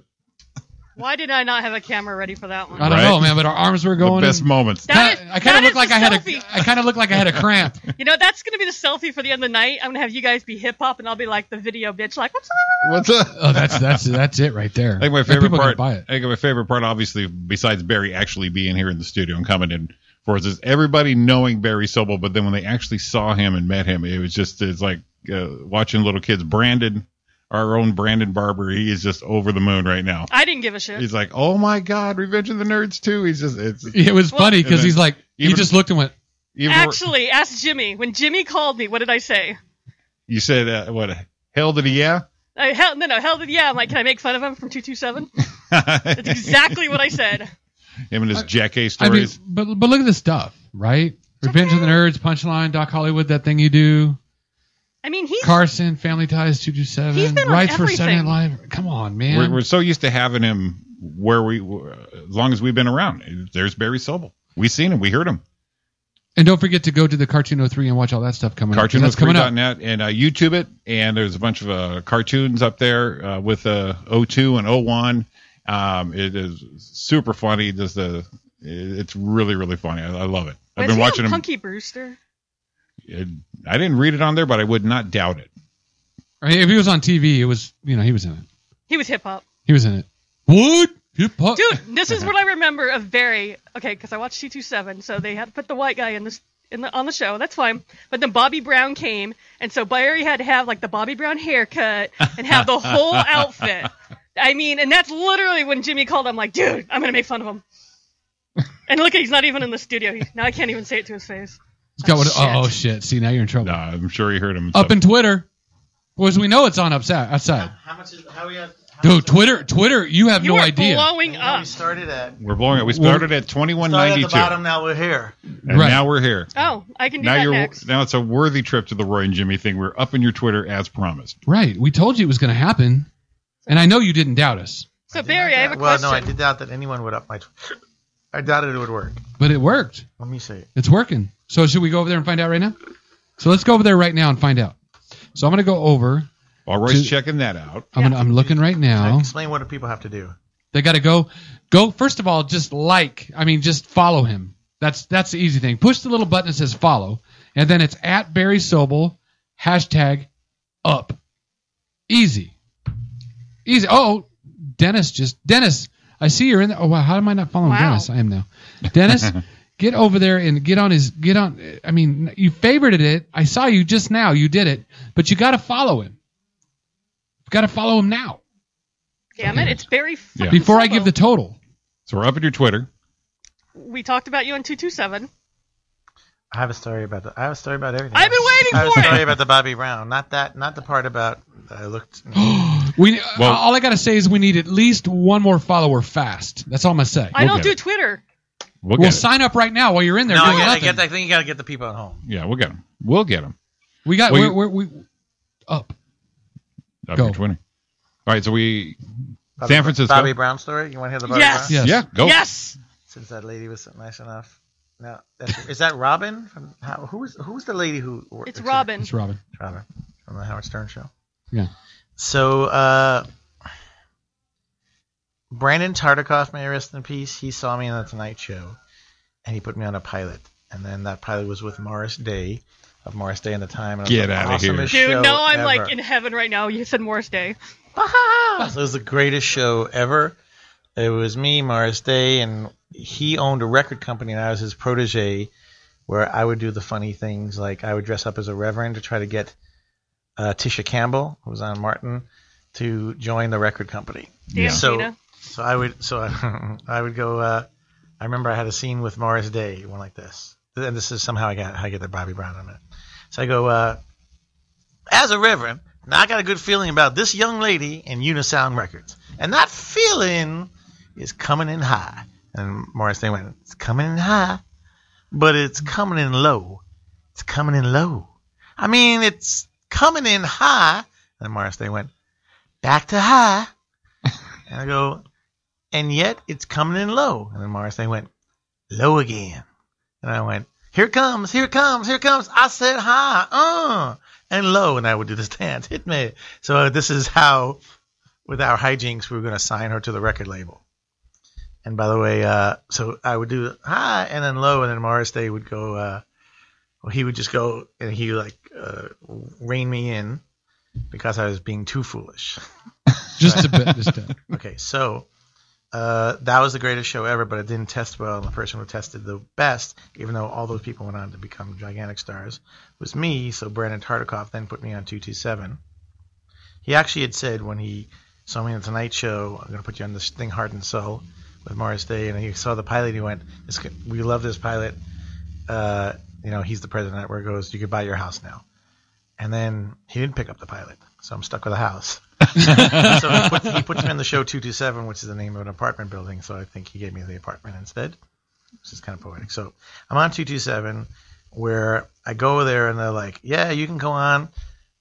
Speaker 4: Why did I not have a camera ready for that one?
Speaker 1: i don't
Speaker 2: Right.
Speaker 1: know man but our arms were
Speaker 2: The
Speaker 1: going
Speaker 2: best
Speaker 1: and-
Speaker 2: moments.
Speaker 4: That is-
Speaker 1: Uh, I kind
Speaker 4: that
Speaker 1: of
Speaker 4: is
Speaker 1: looked like
Speaker 4: the
Speaker 1: I had
Speaker 4: selfie.
Speaker 1: a I kind of looked like I had a cramp.
Speaker 4: You know, that's going to be the selfie for the end of the night. I'm going to have you guys be hip hop and I'll be like the video bitch, like, what's up?
Speaker 2: What's up?
Speaker 1: Oh, that's that's that's it right there.
Speaker 2: I think my
Speaker 1: And
Speaker 2: favorite
Speaker 1: people can
Speaker 2: part.
Speaker 1: Buy
Speaker 2: I
Speaker 1: it.
Speaker 2: think my favorite part, obviously, besides Barry actually being here in the studio and coming in for us, is everybody knowing Barry Sobel. But then when they actually saw him and met him, it was just it's like uh, watching little kids. Brandon, our own Brandon Barber, he is just over the moon right now.
Speaker 4: I didn't give a shit.
Speaker 2: He's like, oh my god, Revenge of the Nerds too. He's just it's
Speaker 1: It was
Speaker 4: Well-
Speaker 1: funny
Speaker 2: And
Speaker 1: because
Speaker 2: then
Speaker 1: he's like he
Speaker 2: even-
Speaker 1: just looked and went.
Speaker 2: even
Speaker 4: Actually, ask Jimmy. When Jimmy called me, what did I say?
Speaker 2: you said uh, what hell did he yeah?
Speaker 4: I, Uh, hell, no, no, hell did yeah. I'm like, can I make fun of him from 227? That's exactly what I said.
Speaker 2: Him and his Jack A
Speaker 1: I mean,
Speaker 2: stories.
Speaker 1: but but look at this stuff, right? Revenge of the Nerds, Punchline, Doc Hollywood, that thing you do,
Speaker 4: I mean, he's
Speaker 1: Carson, Family Ties, Two Two
Speaker 4: He's
Speaker 1: Seven,
Speaker 4: been on
Speaker 1: Rights for Saturday
Speaker 4: everything.
Speaker 1: Night Live. Come on, man.
Speaker 2: we're, we're so used to having him where we as long as we've been around. There's Barry Sobel. We seen him. We heard him.
Speaker 1: And don't forget to go to the Cartoon 03 and watch all that stuff coming
Speaker 2: Cartoon
Speaker 1: up. 'cause that's coming up.
Speaker 2: net and uh, YouTube it. And there's a bunch of uh, cartoons up there uh, with uh, 02 and 01. Um, it is super funny. Just uh, it- it's really really funny. I, I love it. I've
Speaker 4: Was
Speaker 2: been
Speaker 4: he
Speaker 2: watching
Speaker 4: on
Speaker 2: him.
Speaker 4: Punky Brewster.
Speaker 2: It, I didn't read it on there, but I would not doubt it.
Speaker 1: Or If he was on TV, it was, you know, he was in it.
Speaker 4: He was hip hop.
Speaker 1: He was in it. What? Hip hop.
Speaker 4: Dude, this is
Speaker 2: Uh-huh.
Speaker 4: what I remember of Barry. Okay, because I watched Two Two Seven, so they had to put the white guy in this in the on the show. That's fine. But then Bobby Brown came, and so Barry had to have like the Bobby Brown haircut and have the whole outfit. I mean, and that's literally when Jimmy called. I'm like, dude, I'm gonna make fun of him. And look, he's not even in the studio. He, now I can't even say it to his face.
Speaker 1: He's got what-
Speaker 4: shit.
Speaker 1: oh, shit. See, now you're in trouble.
Speaker 2: No, Uh, I'm sure he heard him. and
Speaker 1: Up
Speaker 2: stuff.
Speaker 1: in Twitter. Well, as we know, it's on upside, outside.
Speaker 7: How much is how we have? how
Speaker 1: Dude,
Speaker 7: much-
Speaker 1: Twitter, Twitter, you have
Speaker 4: You
Speaker 1: no
Speaker 4: are
Speaker 1: idea.
Speaker 4: blowing
Speaker 7: how
Speaker 4: up.
Speaker 7: we started at.
Speaker 2: we're blowing it. We started at 2192,
Speaker 7: Started at the bottom. Now we're here.
Speaker 2: and
Speaker 1: Right.
Speaker 2: now we're here.
Speaker 4: Oh, I can do
Speaker 2: Now
Speaker 4: that
Speaker 2: you're
Speaker 4: next.
Speaker 2: now it's a worthy trip to the Roy and Jimmy thing. We're up in your Twitter as promised.
Speaker 1: Right. We told you it was going to happen. And I know you didn't doubt us,
Speaker 4: So Barry, I have a
Speaker 7: well,
Speaker 4: question.
Speaker 7: no, I did doubt that anyone would up my. Tw- I doubted it would work.
Speaker 1: but it worked.
Speaker 7: Let me see.
Speaker 1: It's working. So should we go over there and find out right now? So let's go over there right now and find out. So I'm going to go over.
Speaker 2: While Roy's
Speaker 1: To-
Speaker 2: checking that out,
Speaker 1: I'm, gonna, I'm looking right now.
Speaker 7: Explain what do people have to do.
Speaker 1: They got to go, go. First of all, just like. I mean, just follow him. That's that's the easy thing. Push the little button that says follow, and then it's at Barry Sobel, hashtag up. Easy, easy. Oh, Dennis just Dennis. I see you're in. The, oh wow, how am I not following
Speaker 4: Wow.
Speaker 1: Dennis? I am now. Dennis Get over there and get on his get on. I mean, you favorited it. I saw you just now. You did it, but you got to follow him. You got to follow him now
Speaker 4: Damn it, it's very.
Speaker 2: Yeah.
Speaker 4: fucking
Speaker 1: before I
Speaker 4: slow.
Speaker 1: give the total.
Speaker 2: So we're up at your Twitter.
Speaker 4: We talked about you on two two seven.
Speaker 3: I have a story about the. I have a story about everything.
Speaker 4: I've been waiting
Speaker 3: I have
Speaker 4: for
Speaker 3: a story
Speaker 4: it.
Speaker 3: about the Bobby Brown. Not that. Not the part about. I looked.
Speaker 1: We uh,
Speaker 2: Well-
Speaker 1: all I gotta say is we need at least one more follower fast. That's all I'm gonna say.
Speaker 4: I
Speaker 2: We'll get
Speaker 4: don't do
Speaker 2: it.
Speaker 4: Twitter.
Speaker 2: We'll get
Speaker 1: Well,
Speaker 2: 'em.
Speaker 1: sign up right now while you're in there.
Speaker 3: no,
Speaker 1: doing
Speaker 3: I, gotta
Speaker 1: nothing.
Speaker 3: get, I think you got to get the people at home.
Speaker 2: Yeah, we'll get him. We'll get him.
Speaker 1: We got
Speaker 2: Well,
Speaker 1: we're,
Speaker 2: you-
Speaker 1: we're, we up.
Speaker 2: Up
Speaker 1: Go.
Speaker 2: your Twitter. All right, so we
Speaker 3: Bobby,
Speaker 2: San Francisco.
Speaker 3: Bobby Brown story. You want to hear the Bobby
Speaker 4: Yes.
Speaker 3: Brown?
Speaker 1: Yes.
Speaker 2: yeah go
Speaker 4: Yes.
Speaker 3: Since that lady was nice enough. No, that's, is that Robin? From, how, who is who's the lady who? worked-
Speaker 4: It's Robin.
Speaker 1: It's Robin.
Speaker 3: Robin from the Howard Stern show.
Speaker 1: Yeah.
Speaker 3: So uh Brandon Tartikoff, may I rest in peace, he saw me on the Tonight Show and he put me on a pilot. And then that pilot was with Morris Day of Morris Day and the Time. And it was
Speaker 2: Get
Speaker 3: the
Speaker 2: outta here.
Speaker 3: awesomest
Speaker 4: Dude,
Speaker 3: show
Speaker 4: no, I'm
Speaker 3: ever.
Speaker 4: like in heaven right now. You said Morris Day.
Speaker 3: So it was the greatest show ever. It was me, Morris Day, and he owned a record company, and I was his protege, where I would do the funny things like I would dress up as a reverend to try to get uh, Tisha Campbell, who was on Martin, to join the record company.
Speaker 4: Damn,
Speaker 3: So-
Speaker 4: Gina.
Speaker 3: So I would, so I, I would go. Uh, I remember I had a scene with Morris Day, one like this, and this is somehow I got how I get the Bobby Brown on it. So I go, uh, as a reverend, now I got a good feeling about this young lady and Unisound Records, and that feeling is coming in high. And Morris Day went, it's coming in high, but it's coming in low. It's coming in low. I mean, it's coming in high. And Morris Day went, back to high. And I go, and yet it's coming in low. And then Morris, they went low again. And I went, here it comes, here it comes, here it comes. I said high, uh, and low. And I would do this dance, hit me. So this is how, with our hijinks, we were going to sign her to the record label. And by the way, uh, so I would do high and then low, and then Morris Day would go. Uh, well, he would just go and he like uh, rein me in because I was being too foolish.
Speaker 1: Just a bit. Just a,
Speaker 3: Okay, so uh, that was the greatest show ever, but it didn't test well. And the person who tested the best, even though all those people went on to become gigantic stars, was me. So Brandon Tartikoff then put me on 227. He actually had said when he saw me on the Tonight Show, I'm going to put you on this thing, Heart and Soul, with Morris Day. And he saw the pilot, he went, this, could- We love this pilot. Uh, you know, he's the president of the network, goes, You could buy your house now. And then he didn't pick up the pilot, so I'm stuck with a house so he put, he put you in the show 227, which is the name of an apartment building. So I think he gave me the apartment instead, which is kind of poetic. So I'm on 227, where I go there and they're like, yeah, you can go on.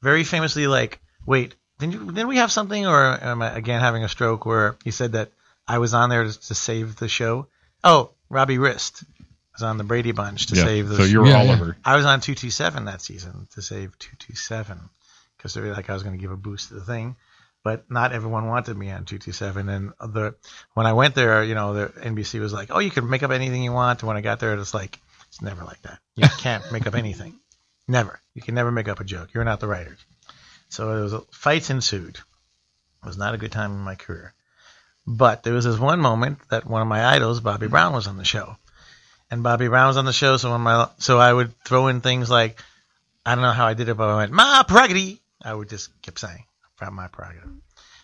Speaker 3: Very famously, like, wait, didn't, you, didn't we have something? Or am I again having a stroke where he said that I was on there to, to save the show? Oh, Robbie Wrist was on the Brady Bunch to
Speaker 2: yeah.
Speaker 3: save the
Speaker 2: so you're
Speaker 1: Yeah, yeah.
Speaker 2: Oliver.
Speaker 3: I was on 227 that season to save 227 because they were like I was going to give a boost to the thing, but not everyone wanted me on 227. And the when I went there, you know, the NBC was like, "Oh, you can make up anything you want." And when I got there, it's like it's never like that. You can't make up anything. Never. You can never make up a joke. You're not the writer. So it was fights ensued. It was not a good time in my career. But there was this one moment that one of my idols, Bobby Brown, was on the show and Bobby Brown was on the show, so when my so I would throw in things like I don't know how I did it, but I went my prerogative. I would just keep saying about my prerogative.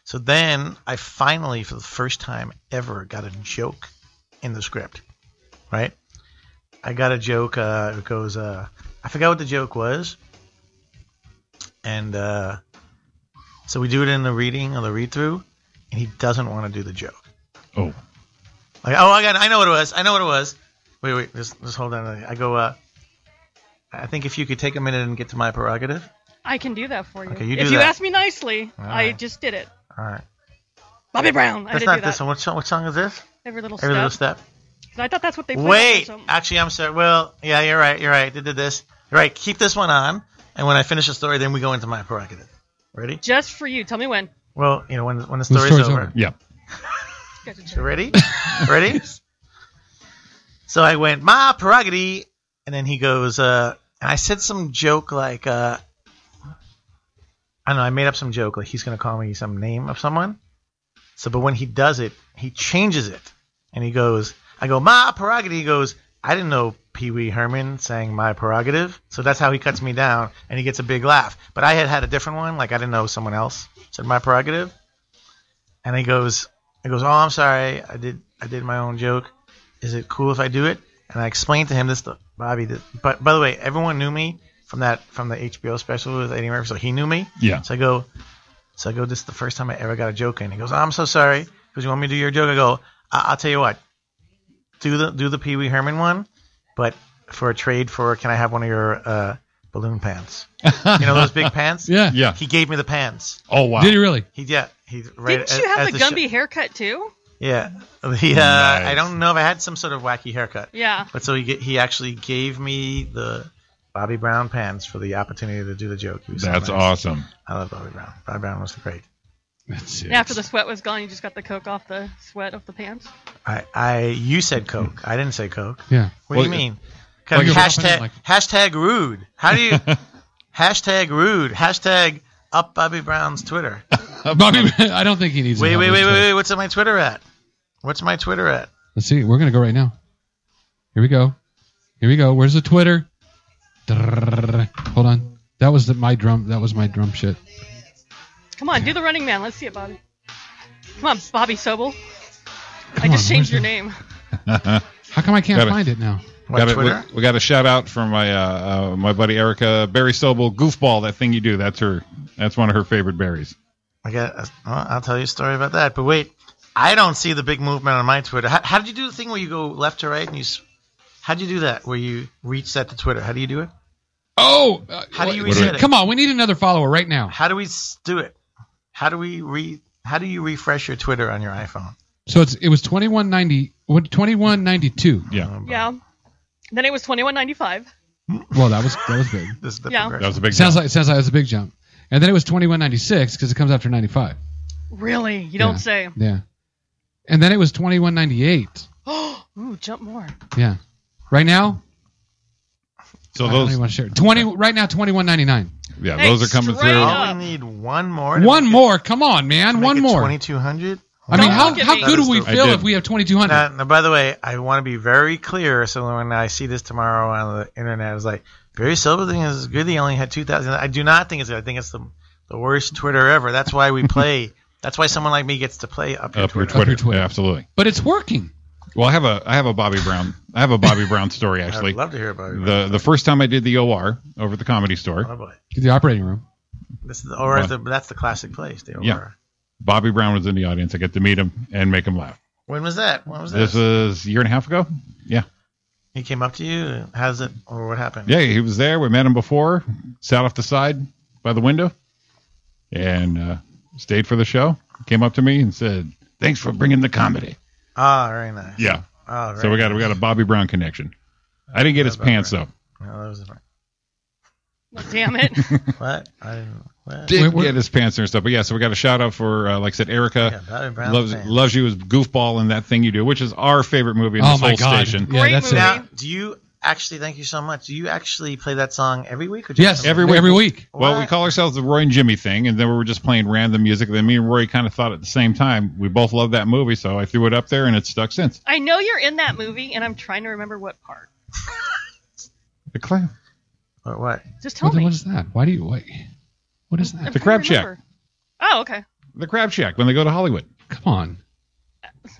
Speaker 3: So then I finally, for the first time ever, got a joke in the script. Right? I got a joke. Uh, it goes. Uh, I forgot what the joke was, and uh, so we do it in the reading or the read through, and he doesn't want to do the joke.
Speaker 2: Oh,
Speaker 3: Like, oh, I got, I know what it was. I know what it was. Wait, wait, just, just hold on. I go, uh, I think if you could take a minute and get to my prerogative.
Speaker 4: I can do that for you.
Speaker 3: Okay, you do
Speaker 4: if you
Speaker 3: that.
Speaker 4: ask me nicely, I
Speaker 3: right.
Speaker 4: just did it.
Speaker 3: All right.
Speaker 4: Bobby Brown. I
Speaker 3: That's
Speaker 4: did
Speaker 3: not
Speaker 4: do
Speaker 3: this
Speaker 4: that.
Speaker 3: one. What song, what song is this?
Speaker 4: Every little
Speaker 3: Every Little
Speaker 4: step.
Speaker 3: Step.
Speaker 4: 'Cause I thought that's what they played.
Speaker 3: Wait.
Speaker 4: on some-
Speaker 3: Actually, I'm sorry. Well, yeah, you're right. You're right. They did this. You're right. Keep this one on. And when I finish the story, then we go into my prerogative. Ready?
Speaker 4: Just for you. Tell me when.
Speaker 3: Well, you know, when, when the story's, over.
Speaker 2: yeah.
Speaker 3: You ready? ready? So I went, my prerogative. And then he goes, uh, and I said some joke like, uh, I don't know, I made up some joke like he's going to call me some name of someone. So, but when he does it, he changes it. And he goes, I go, my prerogative. He goes, I didn't know Pee Wee Herman sang My Prerogative, so that's how he cuts me down, and he gets a big laugh. But I had had a different one, like I didn't know someone else said My Prerogative, and he goes, he goes, oh, I'm sorry, I did, I did my own joke. Is it cool if I do it? And I explained to him this, Bobby. This, but by the way, everyone knew me from that from the HBO special with Eddie Murphy, so he knew me.
Speaker 2: Yeah.
Speaker 3: So I go, so I go, this is the first time I ever got a joke in. He goes, I'm so sorry. He goes, you want me to do your joke? I go, I- I'll tell you what. Do the do the Pee Wee Herman one, but for a trade for can I have one of your uh, balloon pants? You know those big pants?
Speaker 1: Yeah.
Speaker 2: Yeah.
Speaker 3: He gave me the pants.
Speaker 2: Oh wow.
Speaker 1: Did he really?
Speaker 3: He yeah. He right
Speaker 4: Didn't
Speaker 3: a-
Speaker 4: you have
Speaker 3: as
Speaker 4: the
Speaker 3: show-
Speaker 4: Gumby haircut too?
Speaker 3: yeah. He, uh, I don't know if I had some sort of wacky haircut.
Speaker 4: Yeah.
Speaker 3: But so he ge- he actually gave me the Bobby Brown pants for the opportunity to do the joke. He was so
Speaker 2: That's
Speaker 3: nice.
Speaker 2: awesome.
Speaker 3: I love Bobby Brown. Bobby Brown was great.
Speaker 2: That's it.
Speaker 4: And after the sweat was gone, you just got the coke off the sweat of the pants.
Speaker 3: I, I you said Coke. I didn't say Coke.
Speaker 1: Yeah.
Speaker 3: What do you
Speaker 2: Well,
Speaker 3: mean? Kind of
Speaker 1: you're
Speaker 3: hashtag
Speaker 1: dropping it like-
Speaker 3: hashtag rude. How do you hashtag rude? Hashtag up Bobby Brown's Twitter.
Speaker 1: Bobby, I don't think he needs.
Speaker 3: Wait,
Speaker 1: any
Speaker 3: wait,
Speaker 1: help
Speaker 3: wait, wait,
Speaker 1: with
Speaker 3: wait. What's my Twitter at? What's my Twitter at?
Speaker 1: this. Let's see. We're gonna go right now. Here we go. Here we go. Where's the Twitter? Drrrr. Hold on. That was the, my drum. That was my drum shit.
Speaker 4: Come on, do the running man. Let's see it, Bobby. Come on, Bobby Sobel. I
Speaker 1: on,
Speaker 4: just
Speaker 1: where's
Speaker 4: changed your
Speaker 1: the-
Speaker 4: name.
Speaker 1: How come I can't
Speaker 2: Got it.
Speaker 1: find it now?
Speaker 3: What
Speaker 2: Got it.
Speaker 3: Twitter?
Speaker 2: We, we got a shout out from my uh, uh, my buddy Erica Barry Sobel goofball. That thing you do. That's her. That's one of her favorite berries.
Speaker 3: I got. uh, well, I'll tell you a story about that. But wait, I don't see the big movement on my Twitter. How, how did you do the thing where you go left to right and you? s- How would you do that? Where you reset to Twitter? How do you do it?
Speaker 1: Oh, uh,
Speaker 3: How do you
Speaker 1: what-
Speaker 3: reset it?
Speaker 1: Come on, we need another follower right now.
Speaker 3: How do we s- do it? How do we re? How do you refresh your Twitter on your iPhone?
Speaker 1: So it's it was twenty one ninety twenty one ninety two.
Speaker 2: Yeah,
Speaker 4: Yeah. Then it was twenty one ninety five.
Speaker 1: Well, that was that was big.
Speaker 3: This is the
Speaker 4: Yeah.
Speaker 3: progression.
Speaker 2: that was a big.
Speaker 1: sounds
Speaker 2: jump.
Speaker 1: like it sounds like that's a big jump. And then it was twenty one ninety six because it comes after ninety five.
Speaker 4: Really? You don't
Speaker 1: Yeah.
Speaker 4: say.
Speaker 1: Yeah. And then it was twenty one ninety eight.
Speaker 4: "Oh, Ooh, jump more.
Speaker 1: Yeah. Right now,
Speaker 2: so
Speaker 1: I don't
Speaker 2: those
Speaker 1: even want to share. Twenty right now twenty one ninety nine.
Speaker 2: yeah
Speaker 4: Hey,
Speaker 2: those are coming
Speaker 4: straight
Speaker 2: through.
Speaker 4: up.
Speaker 3: All we need one more. to
Speaker 1: One
Speaker 3: make it-
Speaker 1: more, come on,
Speaker 3: to
Speaker 1: man,
Speaker 3: make
Speaker 1: one
Speaker 3: it
Speaker 1: more.
Speaker 3: 2200.
Speaker 1: I mean,
Speaker 4: Don't
Speaker 1: how
Speaker 4: look at
Speaker 1: how
Speaker 4: me.
Speaker 1: good would we
Speaker 2: I
Speaker 1: feel
Speaker 2: did.
Speaker 1: if we have twenty two hundred?
Speaker 3: Now, now, by the way, I want to be very clear. So when I see this tomorrow on the internet, I was like, Barry Silver thing is good. He only had 2,000. I do not think it's good. I think it's the, the worst Twitter ever. That's why we play. that's why someone like me gets to play up your
Speaker 2: Up your
Speaker 3: Twitter.
Speaker 2: Twitter.
Speaker 1: Up your Twitter.
Speaker 2: Yeah, absolutely.
Speaker 1: But it's working.
Speaker 2: Well, I have a I have a Bobby Brown. I have a Bobby Brown story actually.
Speaker 3: I'd love to hear about it.
Speaker 2: the the first time I did the OR over at the comedy
Speaker 3: oh
Speaker 2: store,
Speaker 3: boy.
Speaker 1: The operating room.
Speaker 3: This is the, or is the, that's the classic place. The
Speaker 2: Yeah.
Speaker 3: Aurora.
Speaker 2: Bobby Brown was in the audience. I get to meet him and make him laugh.
Speaker 3: When was that? When was this?
Speaker 2: This was a year and a half ago. Yeah,
Speaker 3: he came up to you. How's it? Or what happened?
Speaker 2: yeah, he was there. We met him before. Sat off the side by the window, and uh, stayed for the show. Came up to me and said, "Thanks for bringing the comedy."
Speaker 3: Ah, very nice.
Speaker 2: Yeah,
Speaker 3: Ah, very
Speaker 2: so we got we got a Bobby Brown connection. I didn't get his
Speaker 3: Bobby
Speaker 2: pants though.
Speaker 3: No, that was
Speaker 4: Well, damn it.
Speaker 3: what? I didn't. What?
Speaker 2: Didn't
Speaker 1: Wait, what-
Speaker 2: get his pants and stuff. But yeah, so we got a shout out for uh, like I said, Erica.
Speaker 3: Yeah, Bobby Brown
Speaker 2: loves
Speaker 3: fan.
Speaker 2: loves you as goofball and that thing you do, which is our favorite movie in
Speaker 1: Oh
Speaker 2: this
Speaker 1: my
Speaker 2: whole
Speaker 1: god.
Speaker 2: station.
Speaker 1: Yeah,
Speaker 4: Great
Speaker 1: that's
Speaker 4: movie.
Speaker 1: it.
Speaker 3: Now, do you actually? Thank you so much. Do you actually play that song every week? Or just
Speaker 1: Yes,
Speaker 3: some-
Speaker 1: every week. Every week.
Speaker 2: Well, we
Speaker 3: What?
Speaker 2: call ourselves the Roy and Jimmy thing, and then we were just playing random music. Then me and Roy kind of thought at the same time we both love that movie, so I threw it up there, and it's stuck since.
Speaker 4: I know you're in that movie, and I'm trying to remember what part.
Speaker 2: The crab,
Speaker 3: Or what?
Speaker 4: Just tell
Speaker 1: What, the-
Speaker 4: me.
Speaker 1: what is that? Why do you wait? What is
Speaker 4: I'm
Speaker 1: that?
Speaker 2: The
Speaker 4: trying
Speaker 2: crab
Speaker 4: to
Speaker 2: shack.
Speaker 4: remember. Oh, okay.
Speaker 2: the crab shack when they go to Hollywood.
Speaker 1: Come on.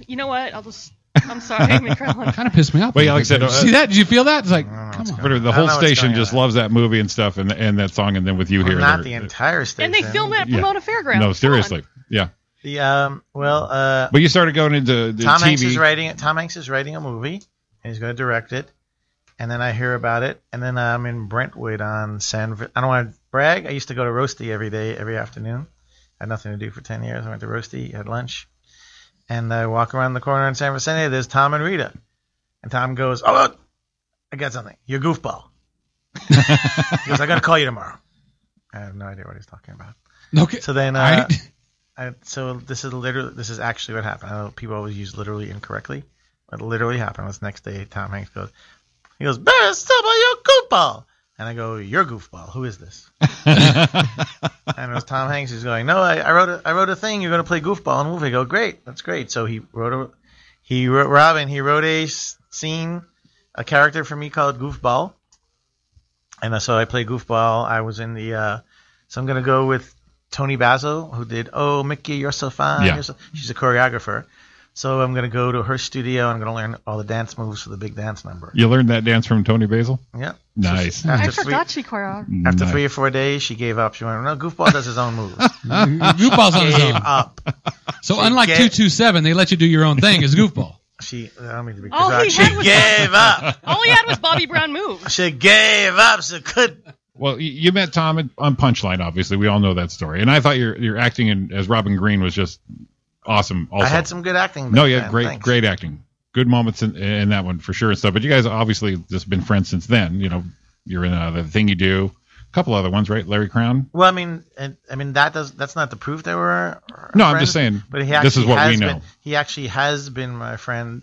Speaker 4: You know what? I'll just. I'm sorry, McCrellan.
Speaker 1: Kind of pissed me off.
Speaker 2: Well, yeah,
Speaker 1: a
Speaker 2: like I
Speaker 1: little
Speaker 2: said, uh,
Speaker 1: bit. see that? Did you feel that? It's like,
Speaker 3: Oh,
Speaker 1: come on.
Speaker 2: The
Speaker 3: I don't
Speaker 2: whole
Speaker 3: know what's
Speaker 2: station
Speaker 3: going
Speaker 2: just
Speaker 3: on.
Speaker 2: loves that movie and stuff, and and that song, and then with you
Speaker 3: Well,
Speaker 2: here,
Speaker 3: not
Speaker 2: they're-
Speaker 3: the entire station.
Speaker 4: And they filmed it at
Speaker 2: Yeah.
Speaker 4: Pomona Fairgrounds. Come
Speaker 2: No,
Speaker 4: on.
Speaker 2: seriously, yeah.
Speaker 3: The um. Well, uh,
Speaker 2: But you started going into the
Speaker 3: Tom
Speaker 2: TV.
Speaker 3: Hanks is writing it. Tom Hanks is writing a movie, and he's going to direct it. And then I hear about it, and then I'm in Brentwood on San. Fr- I don't want to brag. I used to go to Roasty every day, every afternoon. I had nothing to do for ten years. I went to Roasty, had lunch, and I walk around the corner in San Vicente. There's Tom and Rita, and Tom goes, "Oh, look, I got something. You're a goofball." he goes, "I got to call you tomorrow." I have no idea what he's talking about.
Speaker 1: Okay.
Speaker 3: So then, uh,
Speaker 1: All right.
Speaker 3: I, so this is literally this is actually what happened. I know people always use literally incorrectly. What literally happened was next day Tom Hanks goes, he goes, Barry Stubble, you're a goofball, and I go, you're a goofball. Who is this? and it was Tom Hanks who's going, no, I, I wrote a, I wrote a thing. You're going to play goofball in a movie. I go, great, that's great. So he wrote a he wrote Robin. He wrote a s- scene a character for me called Goofball, and uh, so I play Goofball. I was in the, uh, so I'm gonna go with Tony Basil, who did "Oh Mickey, You're So Fine."
Speaker 2: Yeah.
Speaker 3: You're so-" She's a choreographer, so I'm gonna go to her studio. and I'm gonna learn all the dance moves for the big dance number.
Speaker 2: You learned that dance from Tony Basil?
Speaker 3: Yeah.
Speaker 2: Nice.
Speaker 3: So she-
Speaker 4: I
Speaker 3: after three,
Speaker 4: forgot she choreographed.
Speaker 3: after
Speaker 2: Nice.
Speaker 3: three or four days, she gave up. She went, "No, Goofball does his own moves."
Speaker 1: Goofball's on his
Speaker 3: gave
Speaker 1: own.
Speaker 3: up.
Speaker 1: So unlike
Speaker 3: get-
Speaker 1: two two seven, they let you do your own thing as goofball.
Speaker 3: She, I don't mean to be
Speaker 4: All he
Speaker 3: bizarre. She
Speaker 4: had was-
Speaker 3: gave up.
Speaker 4: All he had was Bobby Brown moves.
Speaker 3: She gave up. She could.
Speaker 2: Well, y- you met Tom at- on Punchline, obviously. We all know that story. And I thought your your acting in, as Robin Green was just awesome. Also,
Speaker 3: I had some good acting.
Speaker 2: no,
Speaker 3: back
Speaker 2: yeah,
Speaker 3: then,
Speaker 2: great
Speaker 3: thanks.
Speaker 2: great acting, good moments in, in that one for sure and stuff. But you guys obviously just been friends since then. You know, you're in uh, the thing you do, a couple other ones, right? Larry Crown.
Speaker 3: Well, I mean, and, I mean that does that's not the proof they were. our
Speaker 2: No, I'm
Speaker 3: friends,
Speaker 2: just saying.
Speaker 3: But he
Speaker 2: this is
Speaker 3: actually
Speaker 2: what
Speaker 3: has
Speaker 2: we know.
Speaker 3: Been, he actually has been my friend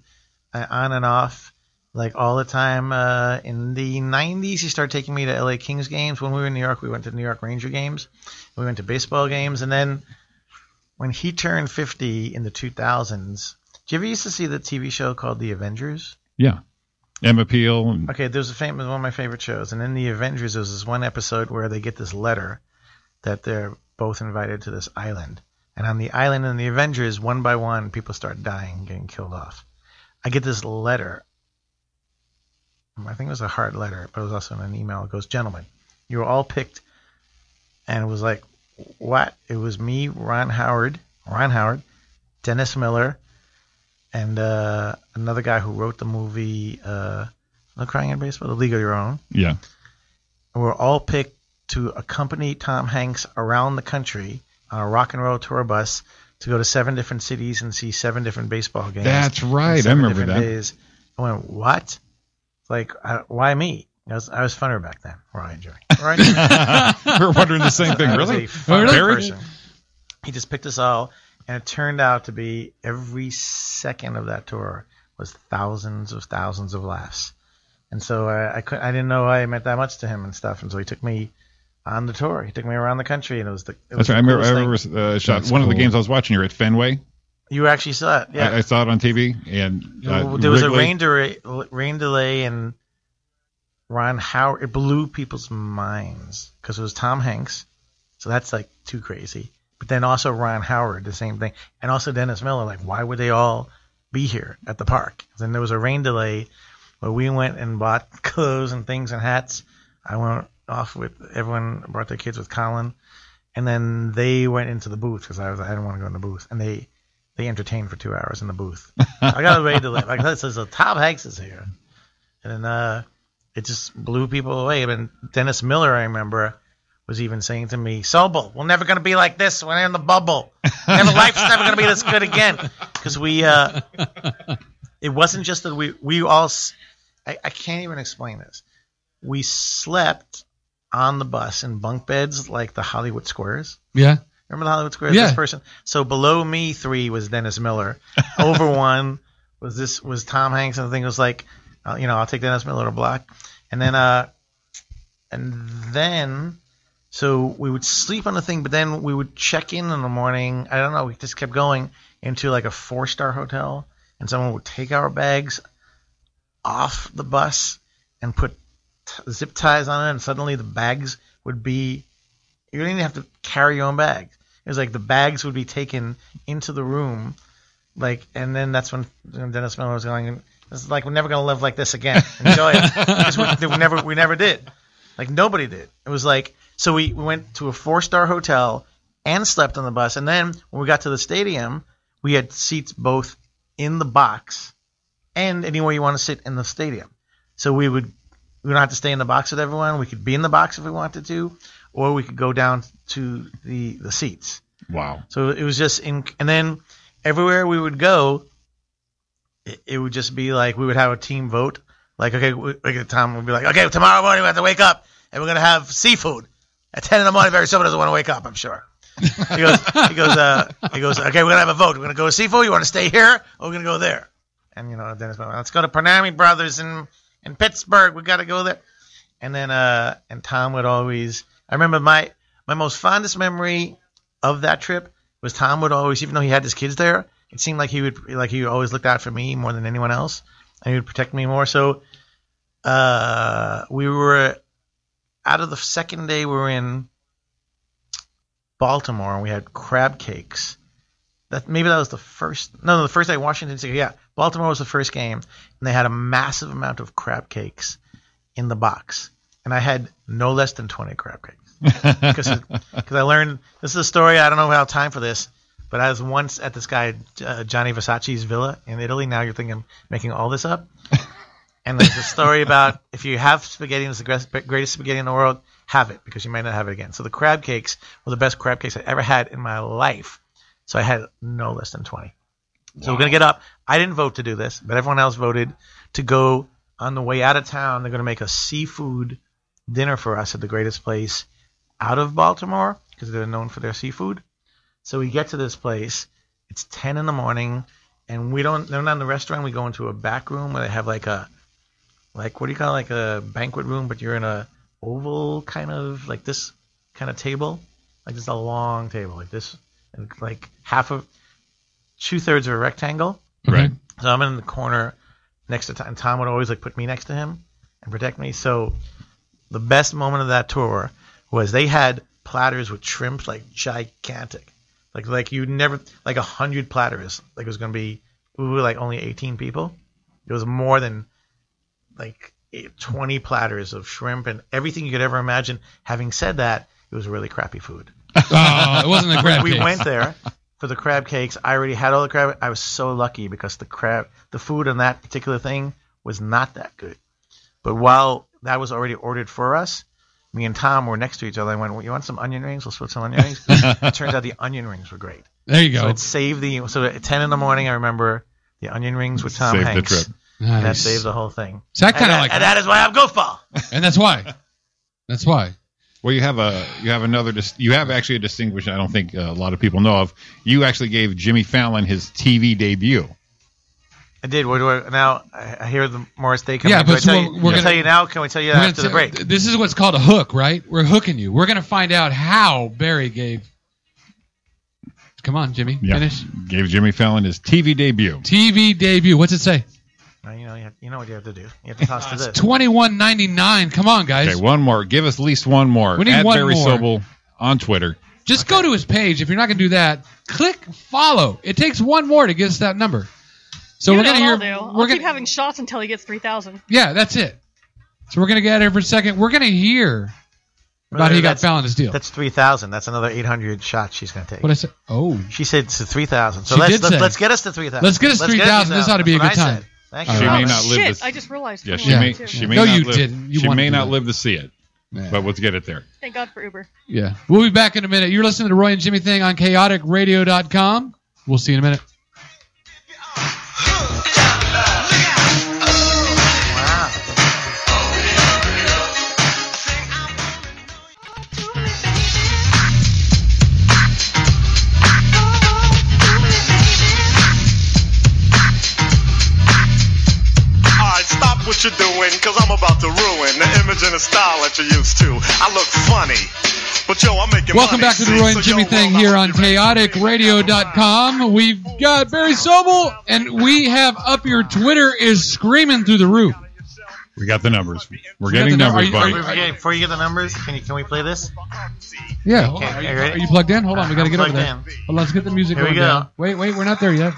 Speaker 3: uh, on and off, like all the time. Uh, in the '90s, he started taking me to LA Kings games. When we were in New York, we went to New York Ranger games. We went to baseball games, and then when he turned 50 in the 2000s, do you ever used to see the TV show called The Avengers?
Speaker 2: Yeah, Emma Peel. And,
Speaker 3: Okay, there's a famous one of my favorite shows, and in the Avengers, there's this one episode where they get this letter that they're both invited to this island, and on the island in the Avengers, one by one, people start dying, getting killed off. I get this letter. I think it was a hard letter, but it was also in an email. It goes, "Gentlemen, you were all picked," and it was like, "What?" It was me, Ron Howard, Ron Howard, Dennis Miller, and uh, another guy who wrote the movie. Uh, no Crying in Baseball, The League of Your Own.
Speaker 2: yeah,
Speaker 3: And we're all picked to accompany Tom Hanks around the country on a rock and roll tour bus to go to seven different cities and see seven different baseball games.
Speaker 2: that's right. I
Speaker 3: seven
Speaker 2: remember that.
Speaker 3: different Days. I went, what? Like, I, why me? I was, I was funner back then. Ryan Jerry. Ryan Jerry.
Speaker 2: we were wondering the same thing.
Speaker 3: I was
Speaker 2: Really?
Speaker 3: a funny
Speaker 1: Really?
Speaker 3: person. He just picked us all, and it turned out to be every second of that tour was thousands of thousands of laughs. And so I, I could I didn't know I meant that much to him and stuff. And so he took me on the tour. He took me around the country, and it was the. It
Speaker 2: That's
Speaker 3: was
Speaker 2: right. I
Speaker 3: the
Speaker 2: remember, I
Speaker 3: coolest
Speaker 2: remember
Speaker 3: thing.
Speaker 2: uh, shot
Speaker 1: That's
Speaker 2: one of the
Speaker 1: cool.
Speaker 2: games I was watching. You're at Fenway.
Speaker 3: You actually saw it, yeah.
Speaker 2: I, I saw it on TV, and uh,
Speaker 3: there was a
Speaker 2: Wrigley-
Speaker 3: rain delay, rain delay, and Ron Howard. It blew people's minds because it was Tom Hanks, so that's like too crazy. But then also Ron Howard, the same thing, and also Dennis Miller. Like, why would they all be here at the park? Then there was a rain delay where we went and bought clothes and things and hats. I went off with everyone brought their kids with Colin, and then they went into the booth because I was I didn't want to go in the booth, and they they entertained for two hours in the booth. I got away to like this is a Tom Hanks is here, and then uh, it just blew people away. And Dennis Miller, I remember, was even saying to me, "Sobel, we're never gonna be like this. We're in the bubble. Never life's never gonna be this good again." Because we, uh, it wasn't just that we we all, s- I, I can't even explain this. We slept on the bus in bunk beds like the Hollywood Squares.
Speaker 1: Yeah.
Speaker 3: Remember the Hollywood Squares?
Speaker 1: Yeah.
Speaker 3: This person. So below me three was Dennis Miller. Over one was this was Tom Hanks, and the thing was like, uh, you know, I'll take Dennis Miller to block, and then uh, and then so we would sleep on the thing, but then we would check in in the morning. I don't know. We just kept going into like a four star hotel, and someone would take our bags off the bus and put t- zip ties on it, and suddenly the bags would be. You didn't even have to carry your own bag. It was like the bags would be taken into the room, like, and then that's when you know, Dennis Miller was going. This is like we're never gonna live like this again. Enjoy it. 'Cause we, we never, we never did. Like nobody did. It was like so we, we went to a four star hotel and slept on the bus, and then when we got to the stadium, we had seats both in the box and anywhere you want to sit in the stadium. So we would we don't have to stay in the box with everyone. We could be in the box if we wanted to, or we could go down to the the seats.
Speaker 2: Wow.
Speaker 3: So it was just in, and then everywhere we would go, it, it would just be like we would have a team vote. Like okay, we, like Tom would be like, okay, tomorrow morning we have to wake up and we're gonna have seafood at ten in the morning. Very someone doesn't want to wake up, I'm sure. He goes, he goes, uh, he goes. Okay, we're gonna have a vote. We're gonna go to seafood. You want to stay here or we're gonna go there? And you know, Dennis, went, let's go to Pernami Brothers in in Pittsburgh. We gotta go there. And then uh, and Tom would always. I remember my my most fondest memory of that trip was Tom would always, even though he had his kids there, it seemed like he would like he always looked out for me more than anyone else, and he would protect me more. So uh, we were out of the second day we were in Baltimore and we had crab cakes. That maybe that was the first. No, no, the first day Washington City. Yeah, Baltimore was the first game, and they had a massive amount of crab cakes in the box, and I had no less than twenty crab cakes because I learned this is a story. I don't know if I have time for this, but I was once at this guy uh, Johnny Versace's villa in Italy. Now you're thinking I'm making all this up. And there's a story about if you have spaghetti and it's the gres- greatest spaghetti in the world, have it because you might not have it again. So the crab cakes were the best crab cakes I ever had in my life. So I had no less than 20. So we're going to get up. I didn't vote to do this, but everyone else voted to go on the way out of town. They're going to make a seafood dinner for us at the greatest place out of Baltimore because they're known for their seafood. So we get to this place. It's 10 in the morning, and we don't. They're not in the restaurant. We go into a back room where they have like a, like what do you call it? like a banquet room, but you're in a oval kind of like this kind of table, like just a long table like this, and like half of, two thirds of a rectangle.
Speaker 2: right.
Speaker 3: So I'm in the corner next to Tom. and Tom would always like put me next to him and protect me. So the best moment of that tour was they had platters with shrimp like gigantic, like like you never like a hundred platters. Like it was gonna be we were like only 18 people. It was more than like eight- 20 platters of shrimp and everything you could ever imagine. Having said that, it was really crappy food
Speaker 1: Oh, it wasn't the crab
Speaker 3: we
Speaker 1: cakes.
Speaker 3: went there for the crab cakes. I already had all the crab. I was so lucky because the crab, the food on that particular thing was not that good. But while that was already ordered for us, me and Tom were next to each other. I went, well, "You want some onion rings? We'll split some onion rings." it turns out the onion rings were great.
Speaker 1: There you
Speaker 3: So
Speaker 1: go.
Speaker 3: it saved the. So at ten in the morning, I remember the onion rings with Tom
Speaker 2: Saved the
Speaker 3: Hanks.
Speaker 2: trip.
Speaker 3: That
Speaker 1: Nice.
Speaker 3: saved the whole thing.
Speaker 1: See, I
Speaker 3: And,
Speaker 1: kind of
Speaker 3: that-
Speaker 1: like
Speaker 3: and
Speaker 1: that.
Speaker 3: that is why I'm goofball.
Speaker 1: and that's why. That's why.
Speaker 2: Well, you have a you have another dis- you have actually a distinguished. I don't think uh, a lot of people know of. You actually gave Jimmy Fallon his TV debut.
Speaker 3: I did. What do I, now I I hear the Morris Day coming.
Speaker 1: Yeah,
Speaker 3: do I
Speaker 1: but
Speaker 3: tell
Speaker 1: we're-
Speaker 3: you,
Speaker 1: we're
Speaker 3: do I
Speaker 1: gonna-
Speaker 3: tell you now. Can we tell you
Speaker 1: We're gonna
Speaker 3: after the
Speaker 1: t-
Speaker 3: break?
Speaker 1: This is what's called a hook, right? We're hooking you. We're going to find out how Barry gave. Come on, Jimmy.
Speaker 2: Yeah.
Speaker 1: Finish.
Speaker 2: Gave Jimmy Fallon his TV debut.
Speaker 1: TV debut. What's it say?
Speaker 3: Now, Uh, you know, you, have, you know what you have to do. You have to toss to this.
Speaker 1: Twenty one ninety nine. Come on, guys.
Speaker 2: Okay, one more. Give us at least one more.
Speaker 1: We need
Speaker 2: At
Speaker 1: one
Speaker 2: Barry
Speaker 1: more.
Speaker 2: Sobel on Twitter.
Speaker 1: Just go to his page. If you're not going to do that, click follow. It takes one more to get us that number. So
Speaker 4: you
Speaker 1: we're
Speaker 4: know
Speaker 1: going to
Speaker 4: what
Speaker 1: hear.
Speaker 4: I'll do. I'll
Speaker 1: we're
Speaker 4: keep
Speaker 1: gonna-
Speaker 4: having shots until he gets 3,000.
Speaker 1: Yeah, that's it. So we're going to get here for a second. We're going to hear about who got
Speaker 3: That's-
Speaker 1: Fallon's deal.
Speaker 3: That's three thousand. That's another eight hundred shots she's gonna take.
Speaker 1: What I said. Oh,
Speaker 3: she said it's three thousand. So
Speaker 1: She
Speaker 3: let's
Speaker 1: did
Speaker 3: let's,
Speaker 1: say.
Speaker 3: let's get us to three thousand.
Speaker 1: Let's get us 3,000. This ought to be a good time.
Speaker 3: Thank
Speaker 1: All
Speaker 3: you.
Speaker 1: right.
Speaker 2: She may
Speaker 4: Oh,
Speaker 2: not live
Speaker 4: shit,
Speaker 2: this-
Speaker 4: I just realized.
Speaker 2: Yeah, she
Speaker 1: Yeah.
Speaker 2: may.
Speaker 4: 21, too.
Speaker 2: She may
Speaker 1: No,
Speaker 2: not
Speaker 1: you
Speaker 2: live.
Speaker 1: didn't. You
Speaker 2: she
Speaker 1: wanted
Speaker 2: may
Speaker 1: to
Speaker 2: not
Speaker 1: do that.
Speaker 2: live to see it.
Speaker 1: Yeah.
Speaker 2: But let's get it there.
Speaker 4: Thank God for Uber.
Speaker 1: yeah. We'll be back in a minute. You're listening to Roy and Jimmy Thing on chaoticradio.com. We'll see you in a minute.
Speaker 6: Alright, stop what you're doing, cause I'm about to ruin the image and the style that you're used to. I look funny, but yo, I'm making
Speaker 1: Welcome
Speaker 6: money,
Speaker 1: back to the
Speaker 6: see?
Speaker 1: Roy and
Speaker 6: So,
Speaker 1: Jimmy
Speaker 6: yo,
Speaker 1: Thing
Speaker 6: well,
Speaker 1: here
Speaker 6: I
Speaker 1: on
Speaker 6: hope you ready for me.
Speaker 1: chaoticradio.com. We've got Barry Sobel, and we have up your Twitter is screaming through the roof.
Speaker 2: We got the numbers. We're
Speaker 1: got
Speaker 2: getting
Speaker 1: the number-
Speaker 2: numbers,
Speaker 1: are
Speaker 2: buddy.
Speaker 1: you-
Speaker 3: Before we get- Before you get the numbers, can you can we play this?
Speaker 1: Yeah. hold on.
Speaker 3: Okay,
Speaker 1: Are, you,
Speaker 3: you ready?
Speaker 1: are you plugged in? Hold on. We got to
Speaker 3: I'm
Speaker 1: get over
Speaker 3: plugged
Speaker 1: there.
Speaker 3: in.
Speaker 1: Well, let's get the music
Speaker 3: Here we
Speaker 1: going
Speaker 3: go.
Speaker 1: down. Wait, wait. We're not there yet.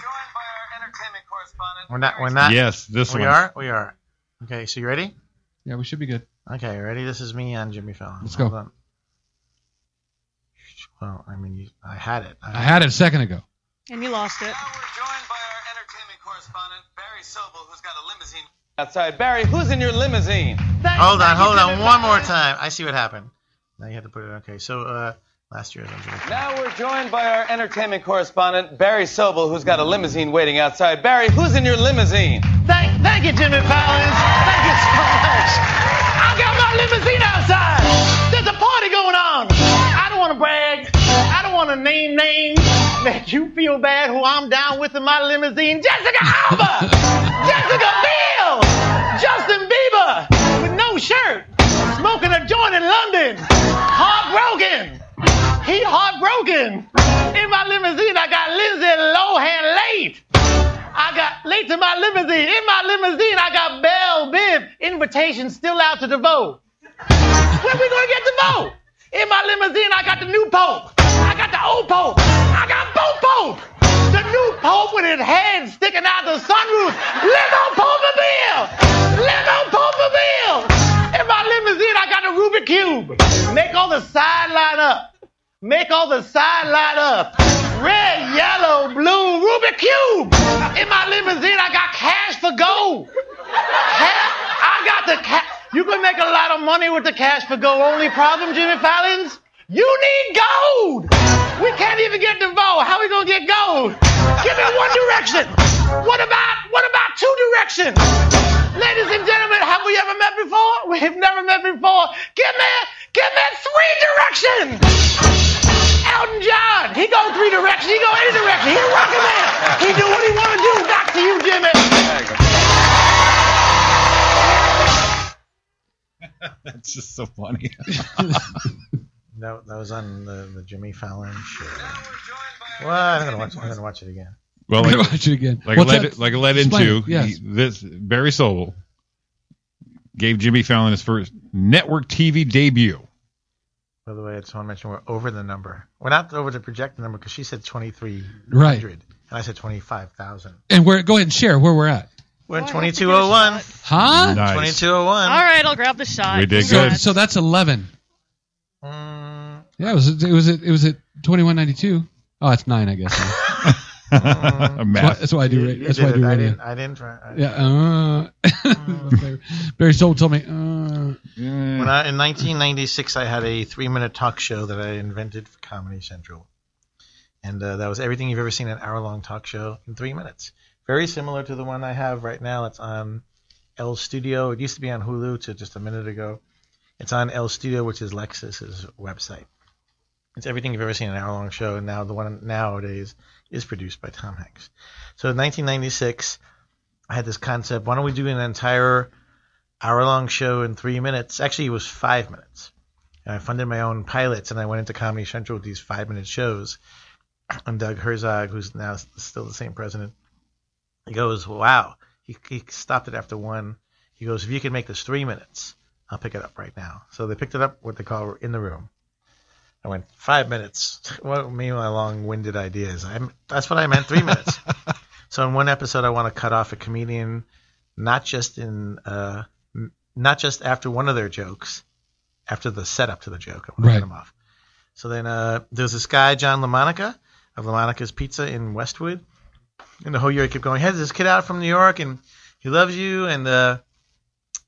Speaker 3: We're not. We're not.
Speaker 2: Yes, this
Speaker 3: We
Speaker 2: one.
Speaker 3: are. We are. Okay. So you ready?
Speaker 1: Yeah, we should be good.
Speaker 3: Okay. you Ready? This is me on Jimmy Fallon.
Speaker 1: Let's go.
Speaker 3: Hold on. Well, I mean, you, I had it.
Speaker 1: I had it a second ago.
Speaker 4: And you lost it.
Speaker 10: we're joined by our entertainment correspondent, Barry Sobel, who's got a limousine. Outside, Barry, who's in your limousine?
Speaker 3: Hold on, hold on, one more time. I see what happened. Now you have to put it. Okay, so uh, last year.
Speaker 10: Now we're joined by our entertainment correspondent, Barry Sobel, who's got a limousine waiting outside. Barry, who's in your limousine?
Speaker 7: Thank, thank you, Jimmy Fallons. Thank you so much. I got my limousine outside. There's a party going on. I don't want to brag. I don't want to name names. Make you feel bad who I'm down with in my limousine. Jessica Alba! Jessica Biel! Justin Bieber! With no shirt. Smoking a joint in London. Heartbroken. He heartbroken. In my limousine, I got Lindsay Lohan late. I got late to my limousine. In my limousine, I got Bell Bib. Invitation still out to the vote. When we gonna get the vote? In my limousine, I got the new pope. I got the old pope. I got both pope. The new pope with his head sticking out the sunroof. Live on Pope of Bill. Live on Pope of Bill. In my limousine, I got a Rubik cube. Make all the side line up. Make all the side light up. Red, yellow, blue, Rubik cube. In my limousine, I got cash for gold. Ca- I got the cash. You can make a lot of money with the cash for gold. Only problem, Jimmy Fallon's, you need gold. We can't even get the vote. How we gonna get gold? Give me One Direction. What about what about Two Direction? Ladies and gentlemen, have we ever met before? We have never met before. Give me give me Three Direction. Elton John, he go Three Direction. He go any direction. He a rocket man. He do what he wanna do. Back to you, Jimmy.
Speaker 2: That's just so funny.
Speaker 3: No, that was on the, the Jimmy Fallon show. Well, I'm gonna watch. I'm gonna watch it again.
Speaker 2: Well,
Speaker 1: I'm gonna
Speaker 2: like,
Speaker 1: watch it again.
Speaker 2: like
Speaker 1: What's
Speaker 2: led
Speaker 1: that?
Speaker 2: like led
Speaker 1: Explain
Speaker 2: into
Speaker 1: it, yes.
Speaker 2: he- this Barry Sobel gave Jimmy Fallon his first network TV debut.
Speaker 3: By the way, someone mentioned we're over the number. We're not over the projected number because she said 2,300,
Speaker 1: Right.
Speaker 3: and I said 25,000.
Speaker 1: And where? Go ahead and share where we're at.
Speaker 3: We're in
Speaker 4: Why
Speaker 3: 2201.
Speaker 1: Huh?
Speaker 2: Nice.
Speaker 3: 2201.
Speaker 4: All right, I'll grab the shot.
Speaker 2: We did
Speaker 1: So,
Speaker 2: good.
Speaker 1: so that's eleven.
Speaker 3: Mm,
Speaker 1: Yeah, it was. It was. It was at twenty one ninety two. Oh, it's nine, I guess. That's why,
Speaker 2: Math.
Speaker 1: that's why I do.
Speaker 3: you-
Speaker 1: ra-
Speaker 3: you
Speaker 1: That's
Speaker 3: did
Speaker 1: why I
Speaker 3: it.
Speaker 1: do radio.
Speaker 3: didn't. I didn't try. I-
Speaker 1: Yeah. Uh, Barry Soul told me. Uh,
Speaker 2: Mm.
Speaker 3: When I, in 1996, I had a three-minute talk show that I invented for Comedy Central, and uh, that was everything you've ever seen an hour-long talk show in three minutes. Very similar to the one I have right now. It's on L Studio. It used to be on Hulu to just a minute ago. It's on L Studio, which is Lexus's website. It's everything you've ever seen an hour-long show, and now the one nowadays is produced by Tom Hanks. So in 1996, I had this concept. Why don't we do an entire hour long show in three minutes. Actually, it was five minutes. And I funded my own pilots and I went into Comedy Central with these five minute shows. And Doug Herzog, who's now s- still the same president, he goes, Wow. He, he stopped it after one. He goes, If you can make this three minutes, I'll pick it up right now. So they picked it up, what they call in the room. I went, Five minutes. What mean my long winded ideas? i that's what I meant, three minutes. so in one episode, I want to cut off a comedian, not just in. Uh, not just after one of their jokes, after the setup to the joke. I want
Speaker 1: Right.
Speaker 3: to cut them off. So then uh, there's this guy, John LaMonica, of LaMonica's Pizza in Westwood. And the whole year I kept going, hey, there's this kid out from New York and he loves you. And uh,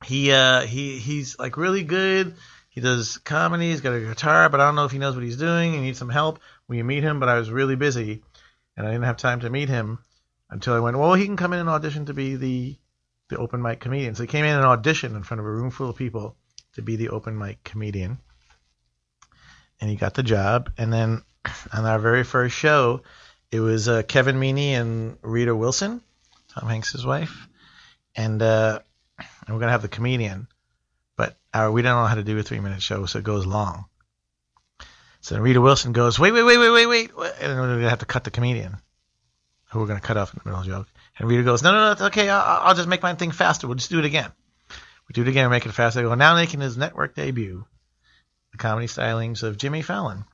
Speaker 3: he uh, he he's like really good. He does comedy. He's got a guitar, but I don't know if he knows what he's doing. He needs some help. Will you meet him? But I was really busy and I didn't have time to meet him until I went, well, he can come in and audition to be the the open mic comedian. So he came in and auditioned in front of a room full of people to be the open mic comedian. And he got the job. And then on our very first show, it was uh, Kevin Meaney and Rita Wilson, Tom Hanks' wife. And, uh, and we're going to have the comedian. But our, we don't know how to do a three minute show, so it goes long. So Rita Wilson goes, wait, wait, wait, wait, wait, wait. And then we're going to have to cut the comedian who we're going to cut off in the middle of the joke. And Rita goes, no, no, no, it's okay. I'll, I'll just make my thing faster. We'll just do it again. We do it again. We make it faster. I go, now making his network debut, the comedy stylings of Jimmy Fallon.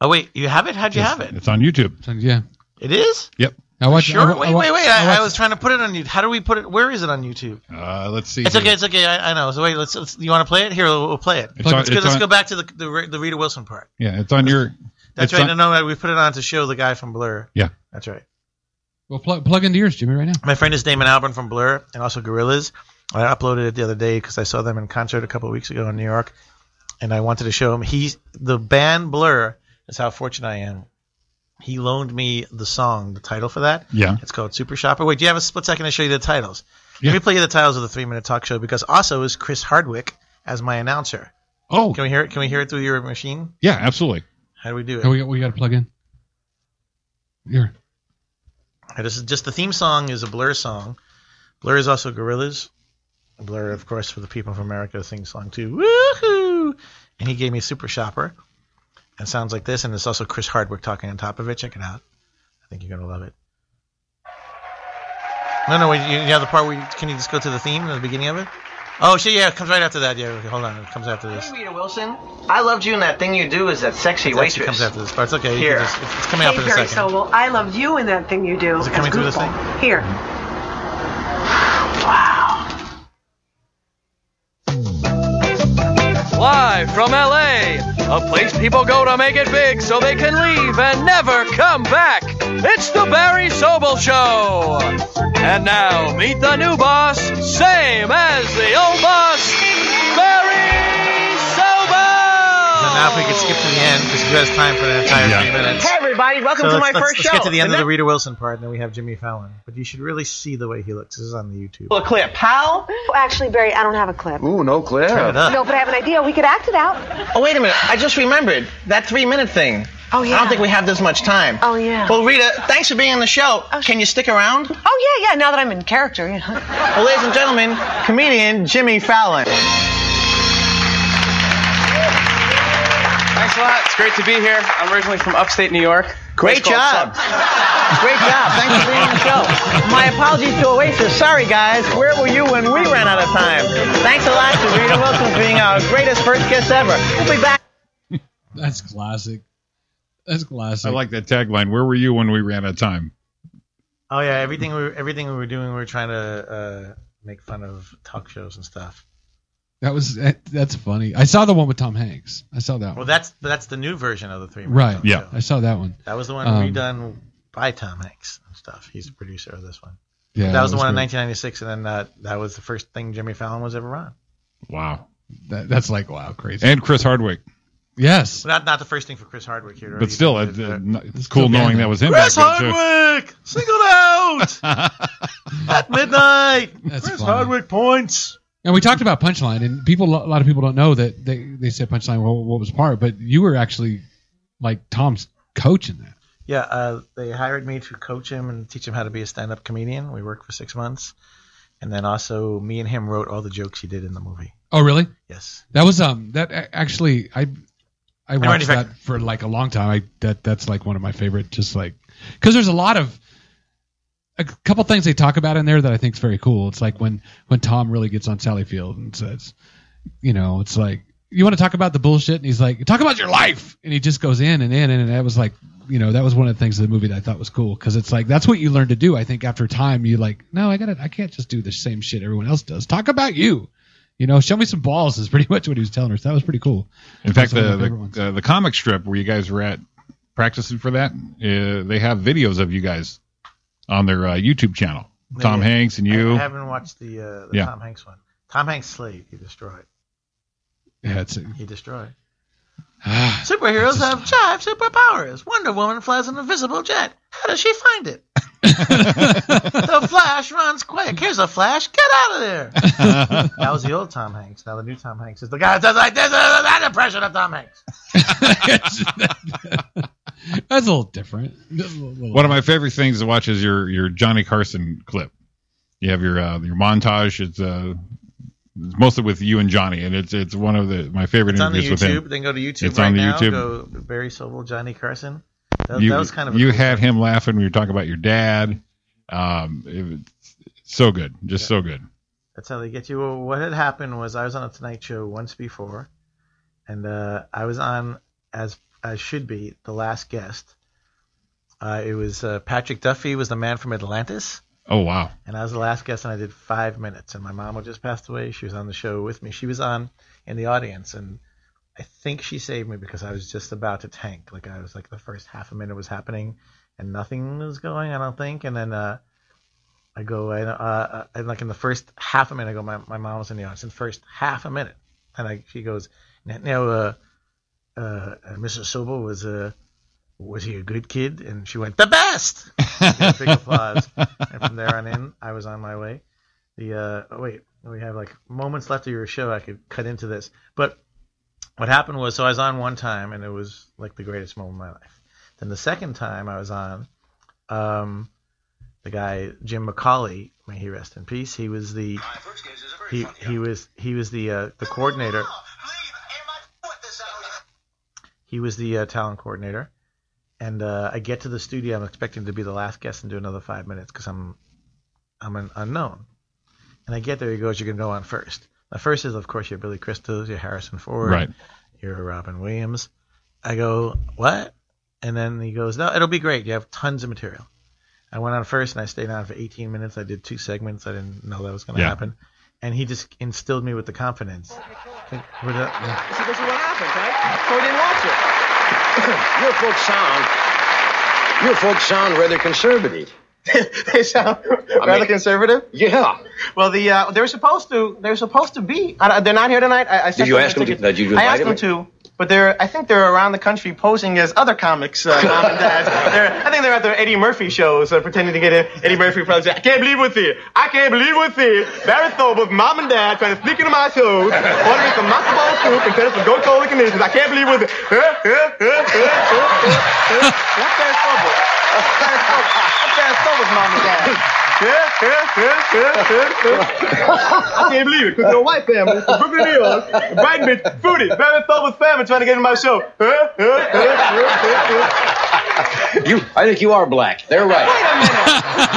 Speaker 3: Oh, wait, you have it? How'd you have it?
Speaker 2: It's on YouTube.
Speaker 1: so, yeah.
Speaker 3: It is?
Speaker 2: Yep.
Speaker 1: I watched.
Speaker 3: Sure.
Speaker 1: I, wa-
Speaker 3: wait,
Speaker 1: I wa-
Speaker 3: wait, wait.
Speaker 1: I
Speaker 3: I, I
Speaker 1: watched-
Speaker 3: was trying to put it on YouTube. How do we put it? Where is it on YouTube?
Speaker 2: Uh, let's see.
Speaker 3: It's
Speaker 2: here.
Speaker 3: okay. It's okay. I, I know. So wait, let's, let's. You want to play it? Here, we'll, we'll play it.
Speaker 2: It's on-
Speaker 3: let's go,
Speaker 2: it's
Speaker 3: let's
Speaker 2: on-
Speaker 3: go back to the, the the Rita Wilson part.
Speaker 2: Yeah, it's on your.
Speaker 3: That's
Speaker 2: it's
Speaker 3: right.
Speaker 2: on-
Speaker 3: no, no, we put it on to show the guy from Blur.
Speaker 2: Yeah.
Speaker 3: That's right.
Speaker 1: Well, plug, plug into yours, Jimmy, right now.
Speaker 3: My friend is Damon Albarn from Blur and also Gorillaz. I uploaded it the other day because I saw them in concert a couple of weeks ago in New York, and I wanted to show him. He's the band Blur. Is how fortunate I am. He loaned me the song, the title for that.
Speaker 2: Yeah.
Speaker 3: It's called Super Shopper. Wait, do you have a split second to show you the titles?
Speaker 2: Yeah.
Speaker 3: Let me play you the titles of the three minute talk show because also is Chris Hardwick as my announcer.
Speaker 2: Oh,
Speaker 3: Can we hear it? Can we hear it through your machine?
Speaker 2: yeah, absolutely.
Speaker 3: How do we do it?
Speaker 1: Oh, we got, we got to plug in. Here.
Speaker 3: Uh, This is just the theme song is a Blur song. Blur is also Gorillaz. Blur, of course, for the people of America, sing song too. Woohoo! And he gave me Super Shopper. It sounds like this, and it's also Chris Hardwick talking on top of it. Check it out. I think you're gonna love it. No, no, wait, you, you have the part where you, can you just go to the theme at the beginning of it? Oh, shit, yeah, it comes right after that. Yeah, okay, hold on, it comes after this.
Speaker 11: Rita Wilson, I loved you in that thing you do is that sexy
Speaker 3: It
Speaker 11: waitress.
Speaker 3: actually comes after this part. It's okay. you can
Speaker 11: Here.
Speaker 3: just- it's, it's coming up
Speaker 12: hey,
Speaker 3: in a
Speaker 12: Barry
Speaker 3: second.
Speaker 12: Sobel, I love you in that thing you do.
Speaker 3: Is it coming
Speaker 12: as
Speaker 3: through this
Speaker 12: Goofball. Here.
Speaker 11: Live from LA, a place people go to make it big so they can leave and never come back. It's the Barry Sobel Show. And now, meet the new boss, same as the old boss, Barry Sobel.
Speaker 3: So now if we could skip to the
Speaker 12: Oh.
Speaker 3: end, because who has time for the entire
Speaker 2: Yeah.
Speaker 3: three minutes?
Speaker 11: Hey,
Speaker 12: everybody, welcome
Speaker 3: So
Speaker 12: to
Speaker 3: let's,
Speaker 12: my
Speaker 3: let's-
Speaker 12: first
Speaker 3: let's
Speaker 12: show.
Speaker 3: get to the end
Speaker 12: The
Speaker 3: of the
Speaker 12: next-
Speaker 3: Rita Wilson part, and then we have Jimmy Fallon. But you should really see the way he looks. This is on the YouTube.
Speaker 11: A clip, pal.
Speaker 12: Oh, Actually, Barry, I don't have a clip.
Speaker 11: Ooh, no clip.
Speaker 3: Turn it up.
Speaker 12: No, but I have an idea. We could act it out.
Speaker 11: Oh, wait a minute. I just remembered that three minute thing.
Speaker 12: Oh, yeah.
Speaker 11: I don't think we have this much time.
Speaker 12: Oh, yeah.
Speaker 11: Well, Rita, thanks for being on the show. Can you stick around?
Speaker 12: Oh, yeah, yeah, now that I'm in character. You know.
Speaker 11: Well, ladies and gentlemen, comedian Jimmy Fallon.
Speaker 10: Thanks a lot. It's great to be here. I'm originally from upstate New York.
Speaker 11: Great
Speaker 10: Place
Speaker 11: job.
Speaker 10: called
Speaker 11: Great job. Thanks for being on the show. My apologies to Oasis. Sorry, guys. Where were you when we ran out of time? Thanks a lot to Rita Wilson for being our greatest first guest ever. We'll be back.
Speaker 1: That's classic. That's classic.
Speaker 2: I like that tagline. Where were you when we ran out of time?
Speaker 3: Oh yeah, everything we were, everything we were doing, we were trying to uh, make fun of talk shows and stuff.
Speaker 1: that was that- that's funny. I saw the one with Tom Hanks. I saw that
Speaker 3: Well,
Speaker 1: one.
Speaker 3: that's that's the new version of the three. Minute
Speaker 1: Right.
Speaker 3: Talk
Speaker 2: Yeah.
Speaker 1: I
Speaker 3: Show.
Speaker 1: saw that one.
Speaker 3: That was the one
Speaker 1: Um,
Speaker 3: redone by Tom Hanks and stuff. He's the producer of this one.
Speaker 1: Yeah.
Speaker 3: that was the one in
Speaker 1: great.
Speaker 3: 1996, and then uh, that was the first thing Jimmy Fallon was ever on.
Speaker 2: Wow.
Speaker 1: That, that's like wow, crazy.
Speaker 2: And Chris Hardwick.
Speaker 1: yes.
Speaker 3: Well, not not the first thing for Chris Hardwick here.
Speaker 2: But still, it, uh, n- it's cool
Speaker 1: still
Speaker 2: knowing
Speaker 1: random.
Speaker 2: that was him.
Speaker 3: Chris
Speaker 2: back then, too.
Speaker 3: Hardwick singled out at midnight.
Speaker 1: That's
Speaker 3: Chris
Speaker 1: funny.
Speaker 3: Hardwick points.
Speaker 1: And we talked about punchline, and people a lot of people don't know that they they said punchline. Well, what was part? But you were actually like Tom's coach in that.
Speaker 3: Yeah, uh, they hired me to coach him and teach him how to be a stand-up comedian. We worked for six months, and then also me and him wrote all the jokes he did in the movie.
Speaker 1: Oh, really?
Speaker 3: Yes,
Speaker 1: That was um. That a- actually, I I
Speaker 3: Alright,
Speaker 1: watched
Speaker 3: in fact-
Speaker 1: that for like a long time. I that that's like one of my favorite. Just like because there's a lot of a c- couple things they talk about in there that I think is very cool. It's like when when Tom really gets on Sally Field and says, you know, it's like you want to talk about the bullshit, and he's like, talk about your life, and he just goes in and in and, in. that was like. You know that was one of the things of the movie that I thought was cool because it's like that's what you learn to do. I think after time you like no I got to I can't just do the same shit everyone else does. Talk about you, you know. Show me some balls is pretty much what he was telling her. So that was pretty cool.
Speaker 2: In fact,
Speaker 1: That's one
Speaker 2: the
Speaker 1: of my favorite ones.
Speaker 2: the, uh, the comic strip where you guys were at practicing for that, uh, they have videos of you guys on their uh, YouTube channel. Tom
Speaker 3: yeah.
Speaker 2: Hanks and
Speaker 3: I
Speaker 2: you.
Speaker 3: haven't watched the, uh, the
Speaker 2: Yeah.
Speaker 3: Tom Hanks one. Tom Hanks slayed. He destroyed.
Speaker 1: Yeah, it's
Speaker 3: He destroyed.
Speaker 1: ah,
Speaker 3: Superheroes have jive superpowers. Wonder Woman flies an invisible jet. How does she find it? the Flash runs quick. Here's a Flash. Get out of there. that was the old Tom Hanks. Now the new Tom Hanks is the guy that does like this. uh, That impression of Tom Hanks.
Speaker 1: that's a little different. Just a little-
Speaker 2: One of my favorite things to watch is your your Johnny Carson clip. You have your uh, your montage. It's uh, it's mostly with you and Johnny, and it's it's one of the my favorite
Speaker 3: It's on the
Speaker 2: interviews with
Speaker 3: YouTube.
Speaker 2: him.
Speaker 3: Then go to YouTube
Speaker 2: It's
Speaker 3: right
Speaker 2: on the
Speaker 3: now.
Speaker 2: YouTube.
Speaker 3: Go Barry Sobel, Johnny Carson. That,
Speaker 2: you
Speaker 3: that was kind of a
Speaker 2: you
Speaker 3: cool-
Speaker 2: had him laughing when you were talking about your dad. Um, it was so good, just so good.
Speaker 3: That's how they get you. Well, what had happened was I was on a Tonight Show once before, and uh, I was on as as should be the last guest. Uh, it was uh, Patrick Duffy was the man from Atlantis,
Speaker 2: Oh wow,
Speaker 3: and I was the last guest, and I did five minutes. And my mom had just passed away. She was on the show with me. She was on in the audience, and I think she saved me because I was just about to tank. Like I was like the first half a minute was happening, and nothing was going. I don't think, and then. Uh, I go and uh, uh, and like in the first half a minute, I go. My, my mom was in the audience in the first half a minute, and I, she goes, "Now, now, uh, uh, uh, Mrs. Sobel was uh, was he a good kid?" And she went, "The best." I got big applause, and from there on in, I was on my way. The uh, oh wait, we have like moments left of your show. I could cut into this, but what happened was, so I was on one time, and it was like the greatest moment of my life. Then the second time I was on, um the guy Jim McCauley, may he rest in peace. He was the he he was he was the uh, the coordinator. He was the uh, talent coordinator, and uh, I get to the studio. I'm expecting to be the last guest and do another five minutes because I'm I'm an unknown. And I get there, he goes, you can go on first. The first is, of course, your Billy Crystal's, your Harrison Ford,
Speaker 2: Right.
Speaker 3: your Robin Williams. I go, what? And then he goes, no, it'll be great. You have tons of material. I went on first and I stayed on for 18 minutes. I did two segments. I didn't know that was going to
Speaker 2: Yeah.
Speaker 3: happen. And he just instilled me with the confidence. Like, with the-
Speaker 10: So this is what happened, right? So we
Speaker 13: Your folks sound.
Speaker 10: didn't watch it.
Speaker 13: Your folks sound rather conservative.
Speaker 3: they sound rather conservative.
Speaker 13: Yeah.
Speaker 3: Well, the uh, they were supposed to they were supposed to be. I, they're not here tonight. I, I sent
Speaker 13: Did you
Speaker 3: them the
Speaker 13: ask them? To,
Speaker 3: tickets.
Speaker 13: did you
Speaker 3: I
Speaker 13: invite
Speaker 3: asked
Speaker 13: him?
Speaker 3: them to, but they're I think they're around the country posing as other comics, uh, mom and dads. They're, I think they're at their Eddie Murphy shows, uh, pretending to get in. Eddie Murphy probably said, "I can't believe what's here. I can't believe what's here." Barry Sobel's mom and dad trying to sneak into my shows, ordering some matzo ball soup instead of some goat cola conditions. I can't believe what's here. Huh, huh, huh, huh, huh, huh, huh. That's Barry Sobel. That's Barry Sobel. That's Barry Sobel's mom and dad. Yeah, yeah, yeah, yeah, yeah, yeah. I can't believe it, because they're a white family from Brooklyn, New York. A white bitch, booty, very focused family trying to get in my show. Huh, huh, huh, huh, huh,
Speaker 13: You, I think you are black. They're right.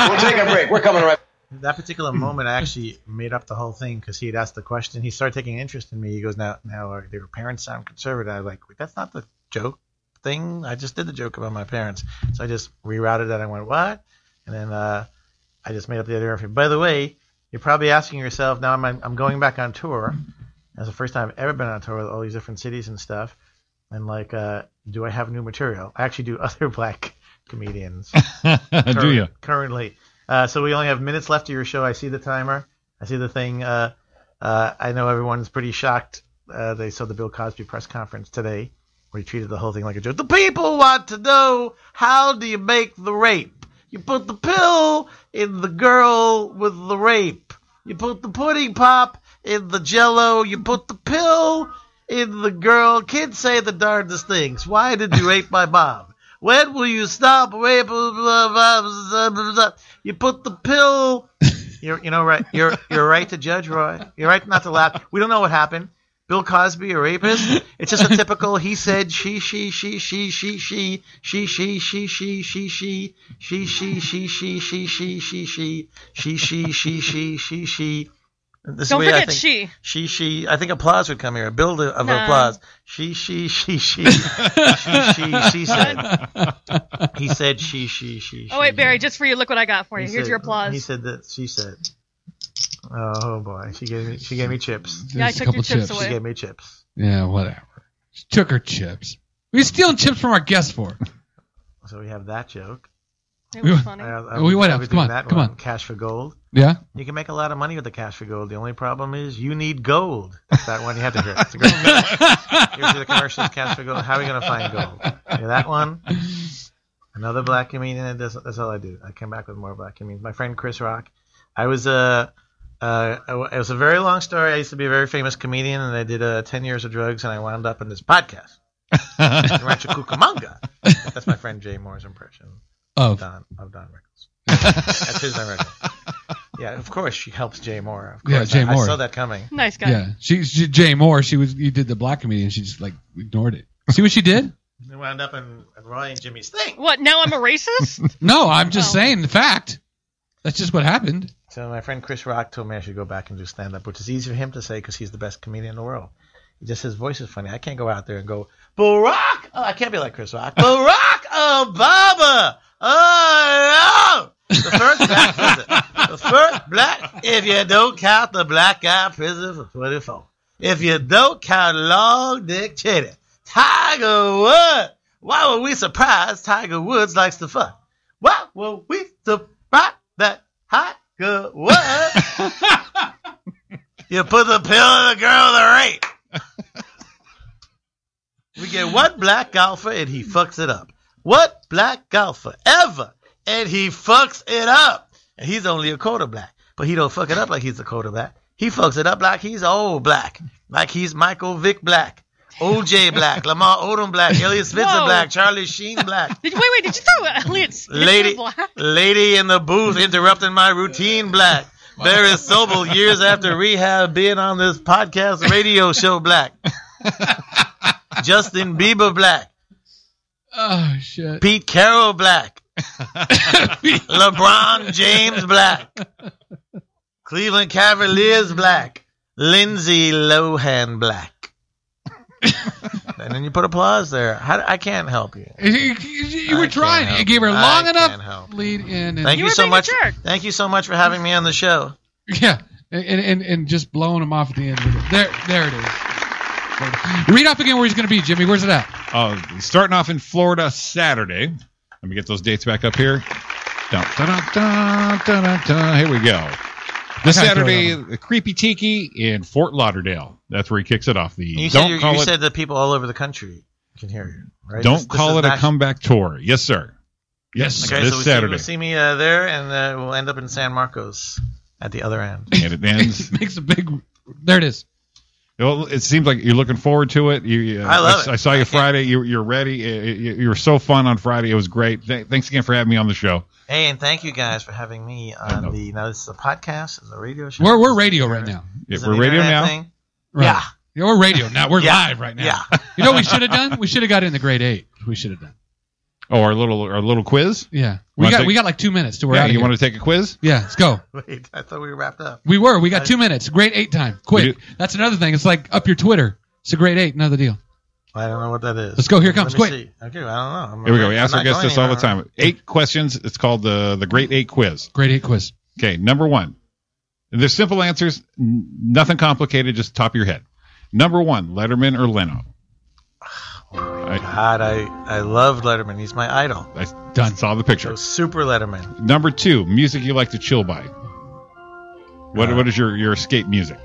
Speaker 13: we'll take a break. We're coming right.
Speaker 3: huh. That particular moment, I actually made up the whole thing because he had asked the question. He started taking interest in me. He goes, "Now, now, are your parents sound conservative?" I was like, "Wait, "That's not the joke thing. I just did the joke about my parents." So I just rerouted that. I went, "What?" And then uh, I just made up the other interview. By the way, you're probably asking yourself now. I'm I'm going back on tour. That's the first time I've ever been on tour with all these different cities and stuff. And like, uh, do I have new material? I actually do other black comedians.
Speaker 2: Do you?
Speaker 3: Currently, uh, so we only have minutes left of your show. I see the timer. I see the thing. Uh, uh, I know everyone's pretty shocked. Uh, they saw the Bill Cosby press conference today, where he treated the whole thing like a joke. The people want to know how do you make the rape? You put the pill in the girl with the rape. You put the pudding pop in the jello. You put the pill in the girl. Kids say the darndest things. Why did you rape my mom? When will you stop rape? Blah, blah, blah, blah, blah, blah. You put the pill. You're, you know, right. You're, you're right to judge, Roy. You're right not to laugh. We don't know what happened. Bill Cosby, a rapist. It's just a typical. He said she, she, she, she, she, she, she, she, she, she, she, she, she, she, she, she, she, she, she, she, she, she, she, she, she, she. This
Speaker 4: Don't
Speaker 3: way I
Speaker 4: forget
Speaker 3: think-
Speaker 4: she.
Speaker 3: She, she. I think applause would come here. A build of
Speaker 4: No.
Speaker 3: applause. She, she, she, she, she, she, she said. He said she, she, she.
Speaker 4: Oh wait, Barry, just for you, look what I got for you.
Speaker 3: He
Speaker 4: Here's
Speaker 3: said-
Speaker 4: your applause.
Speaker 3: He said that. She said. Oh boy, she gave me. She gave me chips.
Speaker 4: Yeah, I Just a took your couple chips chips. away.
Speaker 3: She gave me chips.
Speaker 1: Yeah, whatever. She took her chips. We stealing chips from our guests for.
Speaker 3: So we have that joke.
Speaker 4: It
Speaker 1: was funny. Oh, We went up. Come on, come on.
Speaker 3: Cash for gold.
Speaker 1: Yeah.
Speaker 3: You can make a lot of money with the cash for gold. The only problem is you need gold. That's that one you had to hear. It's a great Here's the commercials, cash for gold. How are we going to find gold? You hear that one? Another black comedian. That's, that's all I do. I come back with more black comedians. My friend Chris Rock. I was a. Uh, I w- it was a very long story. I used to be a very famous comedian, and I did uh, ten years of drugs, and I wound up in this podcast, Rancho Cucamonga. That's my friend Jay Moore's impression
Speaker 1: Of.
Speaker 3: Don of Don Rickles. That's his impression. Yeah, of course she helps Jay Moore. Of
Speaker 1: Yeah,
Speaker 3: course,
Speaker 1: Jay
Speaker 3: I, I
Speaker 1: Moore.
Speaker 3: saw that coming.
Speaker 4: Nice guy.
Speaker 1: Yeah. She, she Jay Moore. She was. You did the black comedian. She just like ignored it. See what she did?
Speaker 3: They wound up in Roy and Jimmy's thing.
Speaker 4: What? Now I'm a racist?
Speaker 1: No, I'm just saying the fact. That's just what happened.
Speaker 3: So my friend Chris Rock told me I should go back and do stand up, which is easy for him to say because he's the best comedian in the world. He just his voice is funny. I can't go out there and go Barack. Oh, I can't be like Chris Rock. Barack Obama. Oh, no. the first black president. The first black. If you don't count the black guy president for 24. If you don't count Long Dick Cheney. Tiger Woods. Why were we surprised Tiger Woods likes to fuck? Why were we surprised that Tiger Woods? you put the pill in the girl with the rape. We get one black golfer and he fucks it up. What black golfer ever? And he fucks it up. And he's only a quarter black, but he don't fuck it up like he's a quarter black. He fucks it up like he's old black, like he's Michael Vick black, O.J. black, Lamar Odom black, Elliot Spitzer
Speaker 4: Whoa.
Speaker 3: black, Charlie Sheen black.
Speaker 4: Did, wait, wait, did you throw Elliot Spitzer
Speaker 3: Lady,
Speaker 4: black?
Speaker 3: lady in the booth interrupting my routine black. Barry Sobel years after rehab being on this podcast radio show black. Justin Bieber black.
Speaker 1: Oh shit.
Speaker 3: Pete Carroll black. LeBron James Black. Cleveland Cavaliers Black. Lindsay Lohan Black. and then you put applause there. How, I can't help you.
Speaker 1: You, you were trying.
Speaker 3: help
Speaker 1: You gave her
Speaker 3: it.
Speaker 1: long
Speaker 3: I
Speaker 1: enough
Speaker 3: can't help
Speaker 1: lead in. And
Speaker 3: Thank you, so much. Thank you so much for having me on the show.
Speaker 1: Yeah, and, and and just blowing him off at the end. With it. There, there it is. Read off again where he's going to be, Jimmy. Where's it at?
Speaker 2: Uh, starting off in Florida Saturday. Let me get those dates back up here. Dun, dun, dun, dun, dun, dun, dun. Here we go. This
Speaker 3: I kinda throw
Speaker 2: Saturday,
Speaker 3: it
Speaker 2: the Creepy Tiki in Fort Lauderdale. That's where he kicks it off. The
Speaker 3: You said,
Speaker 2: don't
Speaker 3: you,
Speaker 2: call
Speaker 3: you
Speaker 2: it
Speaker 3: said that people all over the country can hear you. Right?
Speaker 2: don't
Speaker 3: This- this
Speaker 2: call
Speaker 3: is
Speaker 2: it a
Speaker 3: national-
Speaker 2: comeback tour. Yes, sir. Yes,
Speaker 3: Okay,
Speaker 2: this
Speaker 3: so we
Speaker 2: Saturday.
Speaker 3: See, we see me uh, there, and uh, we'll end up in San Marcos at the other end.
Speaker 2: and it ends.
Speaker 1: Makes a big. There it is.
Speaker 2: Well, it seems like you're looking forward to it. You, uh,
Speaker 3: I love
Speaker 2: I, saw you Friday. You, you're ready. You, you- you were so fun on Friday. It was great. Th- thanks again for having me on the show.
Speaker 3: Hey, and thank you guys for having me on the. Now this is a podcast, it's a radio show.
Speaker 1: We're we're radio right now.
Speaker 2: Yeah,
Speaker 3: Is it
Speaker 2: we're
Speaker 3: an
Speaker 2: radio
Speaker 3: internet
Speaker 2: now.
Speaker 3: thing?
Speaker 1: Right.
Speaker 3: Yeah.
Speaker 1: Yeah, we're radio now. We're
Speaker 3: Yeah.
Speaker 1: live right now.
Speaker 3: Yeah.
Speaker 1: You know what we should have done? We should have got in the grade eight. We should have done.
Speaker 2: Oh, our little our little quiz.
Speaker 1: Yeah, We got we got like two minutes to where
Speaker 2: Yeah,
Speaker 1: out
Speaker 2: you want to take a quiz?
Speaker 1: Yeah, let's go.
Speaker 3: Wait, I thought we were wrapped up.
Speaker 1: We were. We got two minutes. Grade eight time. Quick. That's another thing. It's like up your Twitter. It's a grade eight. Another deal.
Speaker 3: I don't know what that is.
Speaker 1: Let's go. Here it
Speaker 3: Let
Speaker 1: comes.
Speaker 3: me
Speaker 1: Quick.
Speaker 3: see. Okay, well, I don't know.
Speaker 2: Here we go.
Speaker 3: I'm
Speaker 2: We ask
Speaker 3: not
Speaker 2: our guests
Speaker 3: going
Speaker 2: this all the
Speaker 3: anywhere.
Speaker 2: time. Eight questions. It's called the the Great Eight Quiz.
Speaker 1: Great Eight Quiz.
Speaker 2: Okay, number one. There's simple answers, n- nothing complicated, just top of your head. Number one, Letterman or Leno?
Speaker 3: God, I I love Letterman. He's my idol.
Speaker 2: I Done. saw the picture.
Speaker 3: super Letterman.
Speaker 2: Number two, music you like to chill by. What what is your your escape music?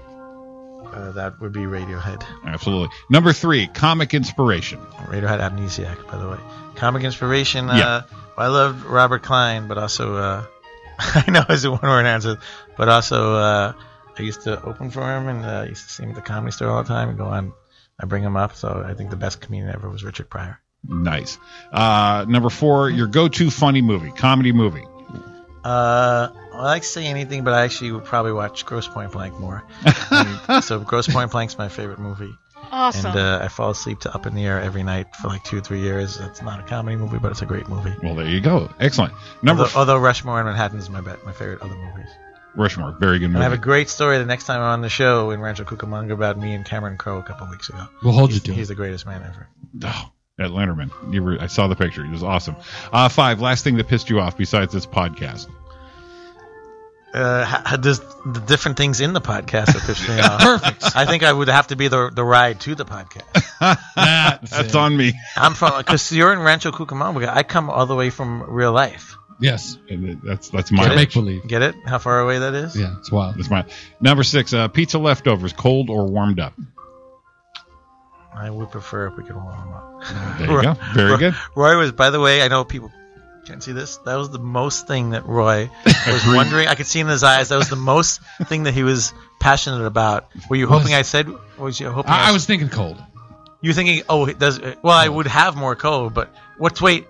Speaker 3: Uh, that would be Radiohead.
Speaker 2: Absolutely. Number three, comic inspiration.
Speaker 3: Radiohead Amnesiac, by the way. Comic inspiration.
Speaker 2: Yeah.
Speaker 3: Uh, I loved Robert Klein, but also uh, I know it's a one-word answer, but also uh, I used to open for him and uh, I used to see him at the comedy store all the time and go on. I bring him up, so I think the best comedian ever was Richard Pryor.
Speaker 2: Nice. Uh, number four, your go to funny movie, comedy movie.
Speaker 3: Uh, I like to say anything, but I actually would probably watch Gross Point Blank more. And so Gross Point Blank's my favorite movie.
Speaker 4: Awesome.
Speaker 3: And uh, I fall asleep to Up in the Air every night for like two, three years. It's not a comedy movie, but it's a great movie.
Speaker 2: Well, there you go. Excellent. Number
Speaker 3: although, although Rushmore and Manhattan is my bet, my favorite other movies.
Speaker 2: Rushmore, very good
Speaker 3: And I
Speaker 2: movie.
Speaker 3: have a great story the next time I'm on the show in Rancho Cucamonga about me and Cameron Crowe a couple weeks ago.
Speaker 1: We'll hold you
Speaker 3: he's,
Speaker 1: to it.
Speaker 3: He's the greatest man ever.
Speaker 2: Oh, at Letterman, you were. I saw the picture. It was awesome. Uh, five. Last thing that pissed you off besides this podcast.
Speaker 3: Uh, ha- ha- does the different things in the podcast that piss me off?
Speaker 1: Perfect.
Speaker 3: I think I would have to be the the ride to the podcast.
Speaker 2: That's, on me.
Speaker 3: I'm from because you're in Rancho Cucamonga. I come all the way from real life.
Speaker 1: Yes.
Speaker 2: That's that's my
Speaker 1: Make believe.
Speaker 3: Get it? How far away that is?
Speaker 1: Yeah, it's wild.
Speaker 2: That's my number six. Uh, pizza leftovers, cold or warmed up.
Speaker 3: I would prefer if we could warm up.
Speaker 2: There you go. Very
Speaker 3: Roy-
Speaker 2: good.
Speaker 3: Roy was, by the way, I know people can't see this. That was the most thing that Roy was
Speaker 2: Agreed.
Speaker 3: wondering. I could see in his eyes. That was the most thing that he was passionate about. Were you hoping I said? Was you hoping?
Speaker 1: I, I was thinking cold.
Speaker 3: You thinking? Oh, it does. Well, I would have more cold, but what's wait?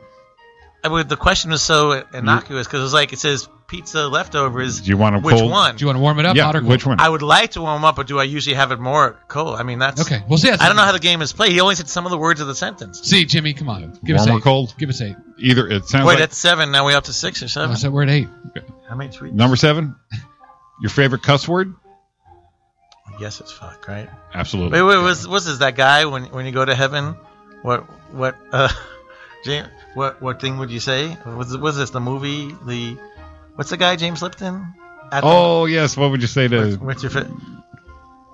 Speaker 3: I would, the question was so innocuous because it was like it says pizza leftovers.
Speaker 2: Do you want 'em
Speaker 3: which
Speaker 2: cold?
Speaker 3: one?
Speaker 1: Do you want to warm it up?
Speaker 2: yeah.
Speaker 1: hot or cold?
Speaker 2: Which one?
Speaker 3: I would like to warm up, but do I usually have it more cold? I mean, that's
Speaker 1: Okay. Well, see, that's-
Speaker 3: I don't know how the game is played. He only said some of the words of the sentence.
Speaker 1: See, Jimmy, come on. Give us
Speaker 2: warm or
Speaker 1: eight.
Speaker 2: cold?
Speaker 1: Give us eight.
Speaker 2: Either it sounds
Speaker 3: Wait,
Speaker 2: like
Speaker 3: that's seven. Now we're up to six or
Speaker 1: I
Speaker 3: seven.
Speaker 1: said we're at eight.
Speaker 3: How many tweets?
Speaker 2: number seven. Your favorite cuss word?
Speaker 3: Yes, it's fuck, right?
Speaker 2: Absolutely.
Speaker 3: Wait, wait, what's, what's this? That guy when when you go to heaven, what what uh, James, what what thing would you say? Was was this the movie? The what's the guy James Lipton? At the-
Speaker 2: Oh yes. What would you say to?
Speaker 3: what's your fa-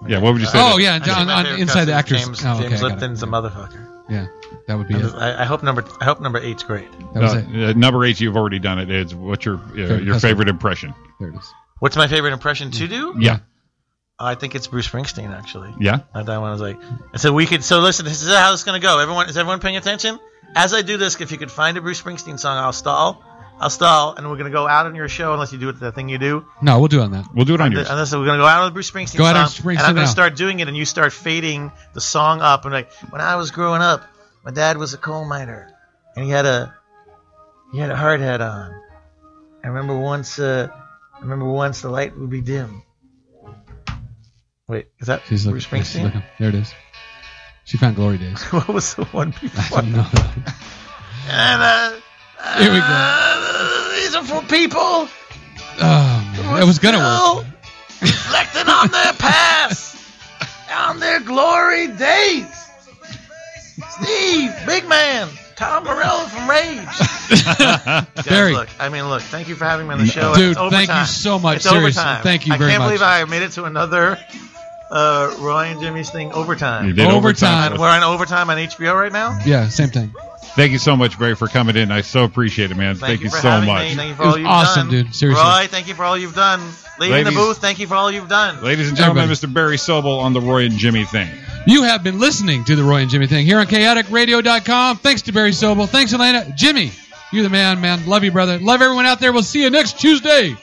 Speaker 2: Yeah. What would you say?
Speaker 1: Oh,
Speaker 2: to-
Speaker 1: yeah,
Speaker 3: I
Speaker 1: John,
Speaker 3: think my
Speaker 1: on
Speaker 3: favorite
Speaker 1: Inside the
Speaker 3: cuss is
Speaker 1: Actors.
Speaker 3: James,
Speaker 1: Oh, okay,
Speaker 3: James
Speaker 1: I got it.
Speaker 3: Lipton's a motherfucker.
Speaker 1: Yeah, that would be it.
Speaker 3: I, I hope number I hope number eight's great.
Speaker 1: That was
Speaker 2: No,
Speaker 1: it.
Speaker 2: uh, number eight. You've already done it. It's what's your uh,
Speaker 1: Favorite
Speaker 2: your
Speaker 1: cuss word.
Speaker 2: favorite impression?
Speaker 1: There it is.
Speaker 3: What's my favorite impression to do?
Speaker 2: Yeah.
Speaker 3: I think it's Bruce Springsteen actually.
Speaker 2: Yeah.
Speaker 3: At that one, I was like, and so we could. So listen, this is how it's gonna go. Everyone, is everyone paying attention? As I do this, if you could find a Bruce Springsteen song, I'll stall. I'll stall, and we're gonna go out on your show unless you do it the thing you do.
Speaker 1: No, we'll do on that.
Speaker 2: We'll do it on yours.
Speaker 3: Unless we're gonna go out on a Bruce Springsteen
Speaker 1: Go
Speaker 3: song,
Speaker 1: out on Springsteen
Speaker 3: and I'm gonna
Speaker 1: now.
Speaker 3: start doing it, and you start fading the song up, and like when I was growing up, my dad was a coal miner, and he had a he had a hard hat on. I remember once, uh, I remember once the light would be dim. Wait, is that
Speaker 1: She's looking.
Speaker 3: Bruce Springsteen?
Speaker 1: she's looking. There it is. She found Glory Days.
Speaker 3: what was the one before?
Speaker 1: I don't know.
Speaker 3: And, uh,
Speaker 1: Here we go.
Speaker 3: these are for people
Speaker 1: Oh, man. It was gonna work.
Speaker 3: still reflecting on their past, on their glory days. Steve, big man, Tom Morello from Rage. Guys,
Speaker 1: Barry.
Speaker 3: look, I mean, look. Thank you for having me on the show.
Speaker 1: Dude,
Speaker 3: It's
Speaker 1: thank you
Speaker 3: overtime.
Speaker 1: so much.
Speaker 3: It's
Speaker 1: Seriously,
Speaker 3: overtime.
Speaker 1: thank you very
Speaker 3: I can't
Speaker 1: much.
Speaker 3: believe I made it to another uh, Roy and Jimmy's thing. Overtime.
Speaker 2: You did overtime.
Speaker 3: And we're on overtime on HBO right now.
Speaker 1: Yeah, same thing.
Speaker 2: Thank you so much, Barry, for coming in. I so appreciate it, man. Thank,
Speaker 3: Thank
Speaker 2: you,
Speaker 3: you for
Speaker 2: so
Speaker 3: having
Speaker 2: much.
Speaker 3: me. Thank you for all you've
Speaker 1: awesome,
Speaker 3: done.
Speaker 1: dude. Seriously.
Speaker 3: Roy, thank you for all you've done. Lady in the
Speaker 2: Ladies-
Speaker 3: booth, thank you for all you've done.
Speaker 2: Ladies and gentlemen,
Speaker 1: Everybody.
Speaker 2: Mr. Barry Sobel on the Roy and Jimmy thing.
Speaker 1: You have been listening to the Roy and Jimmy thing here on chaoticradio.com. Thanks to Barry Sobel. Thanks, Elena. Jimmy, you're the man, man. Love you, brother. Love everyone out there. We'll see you next Tuesday.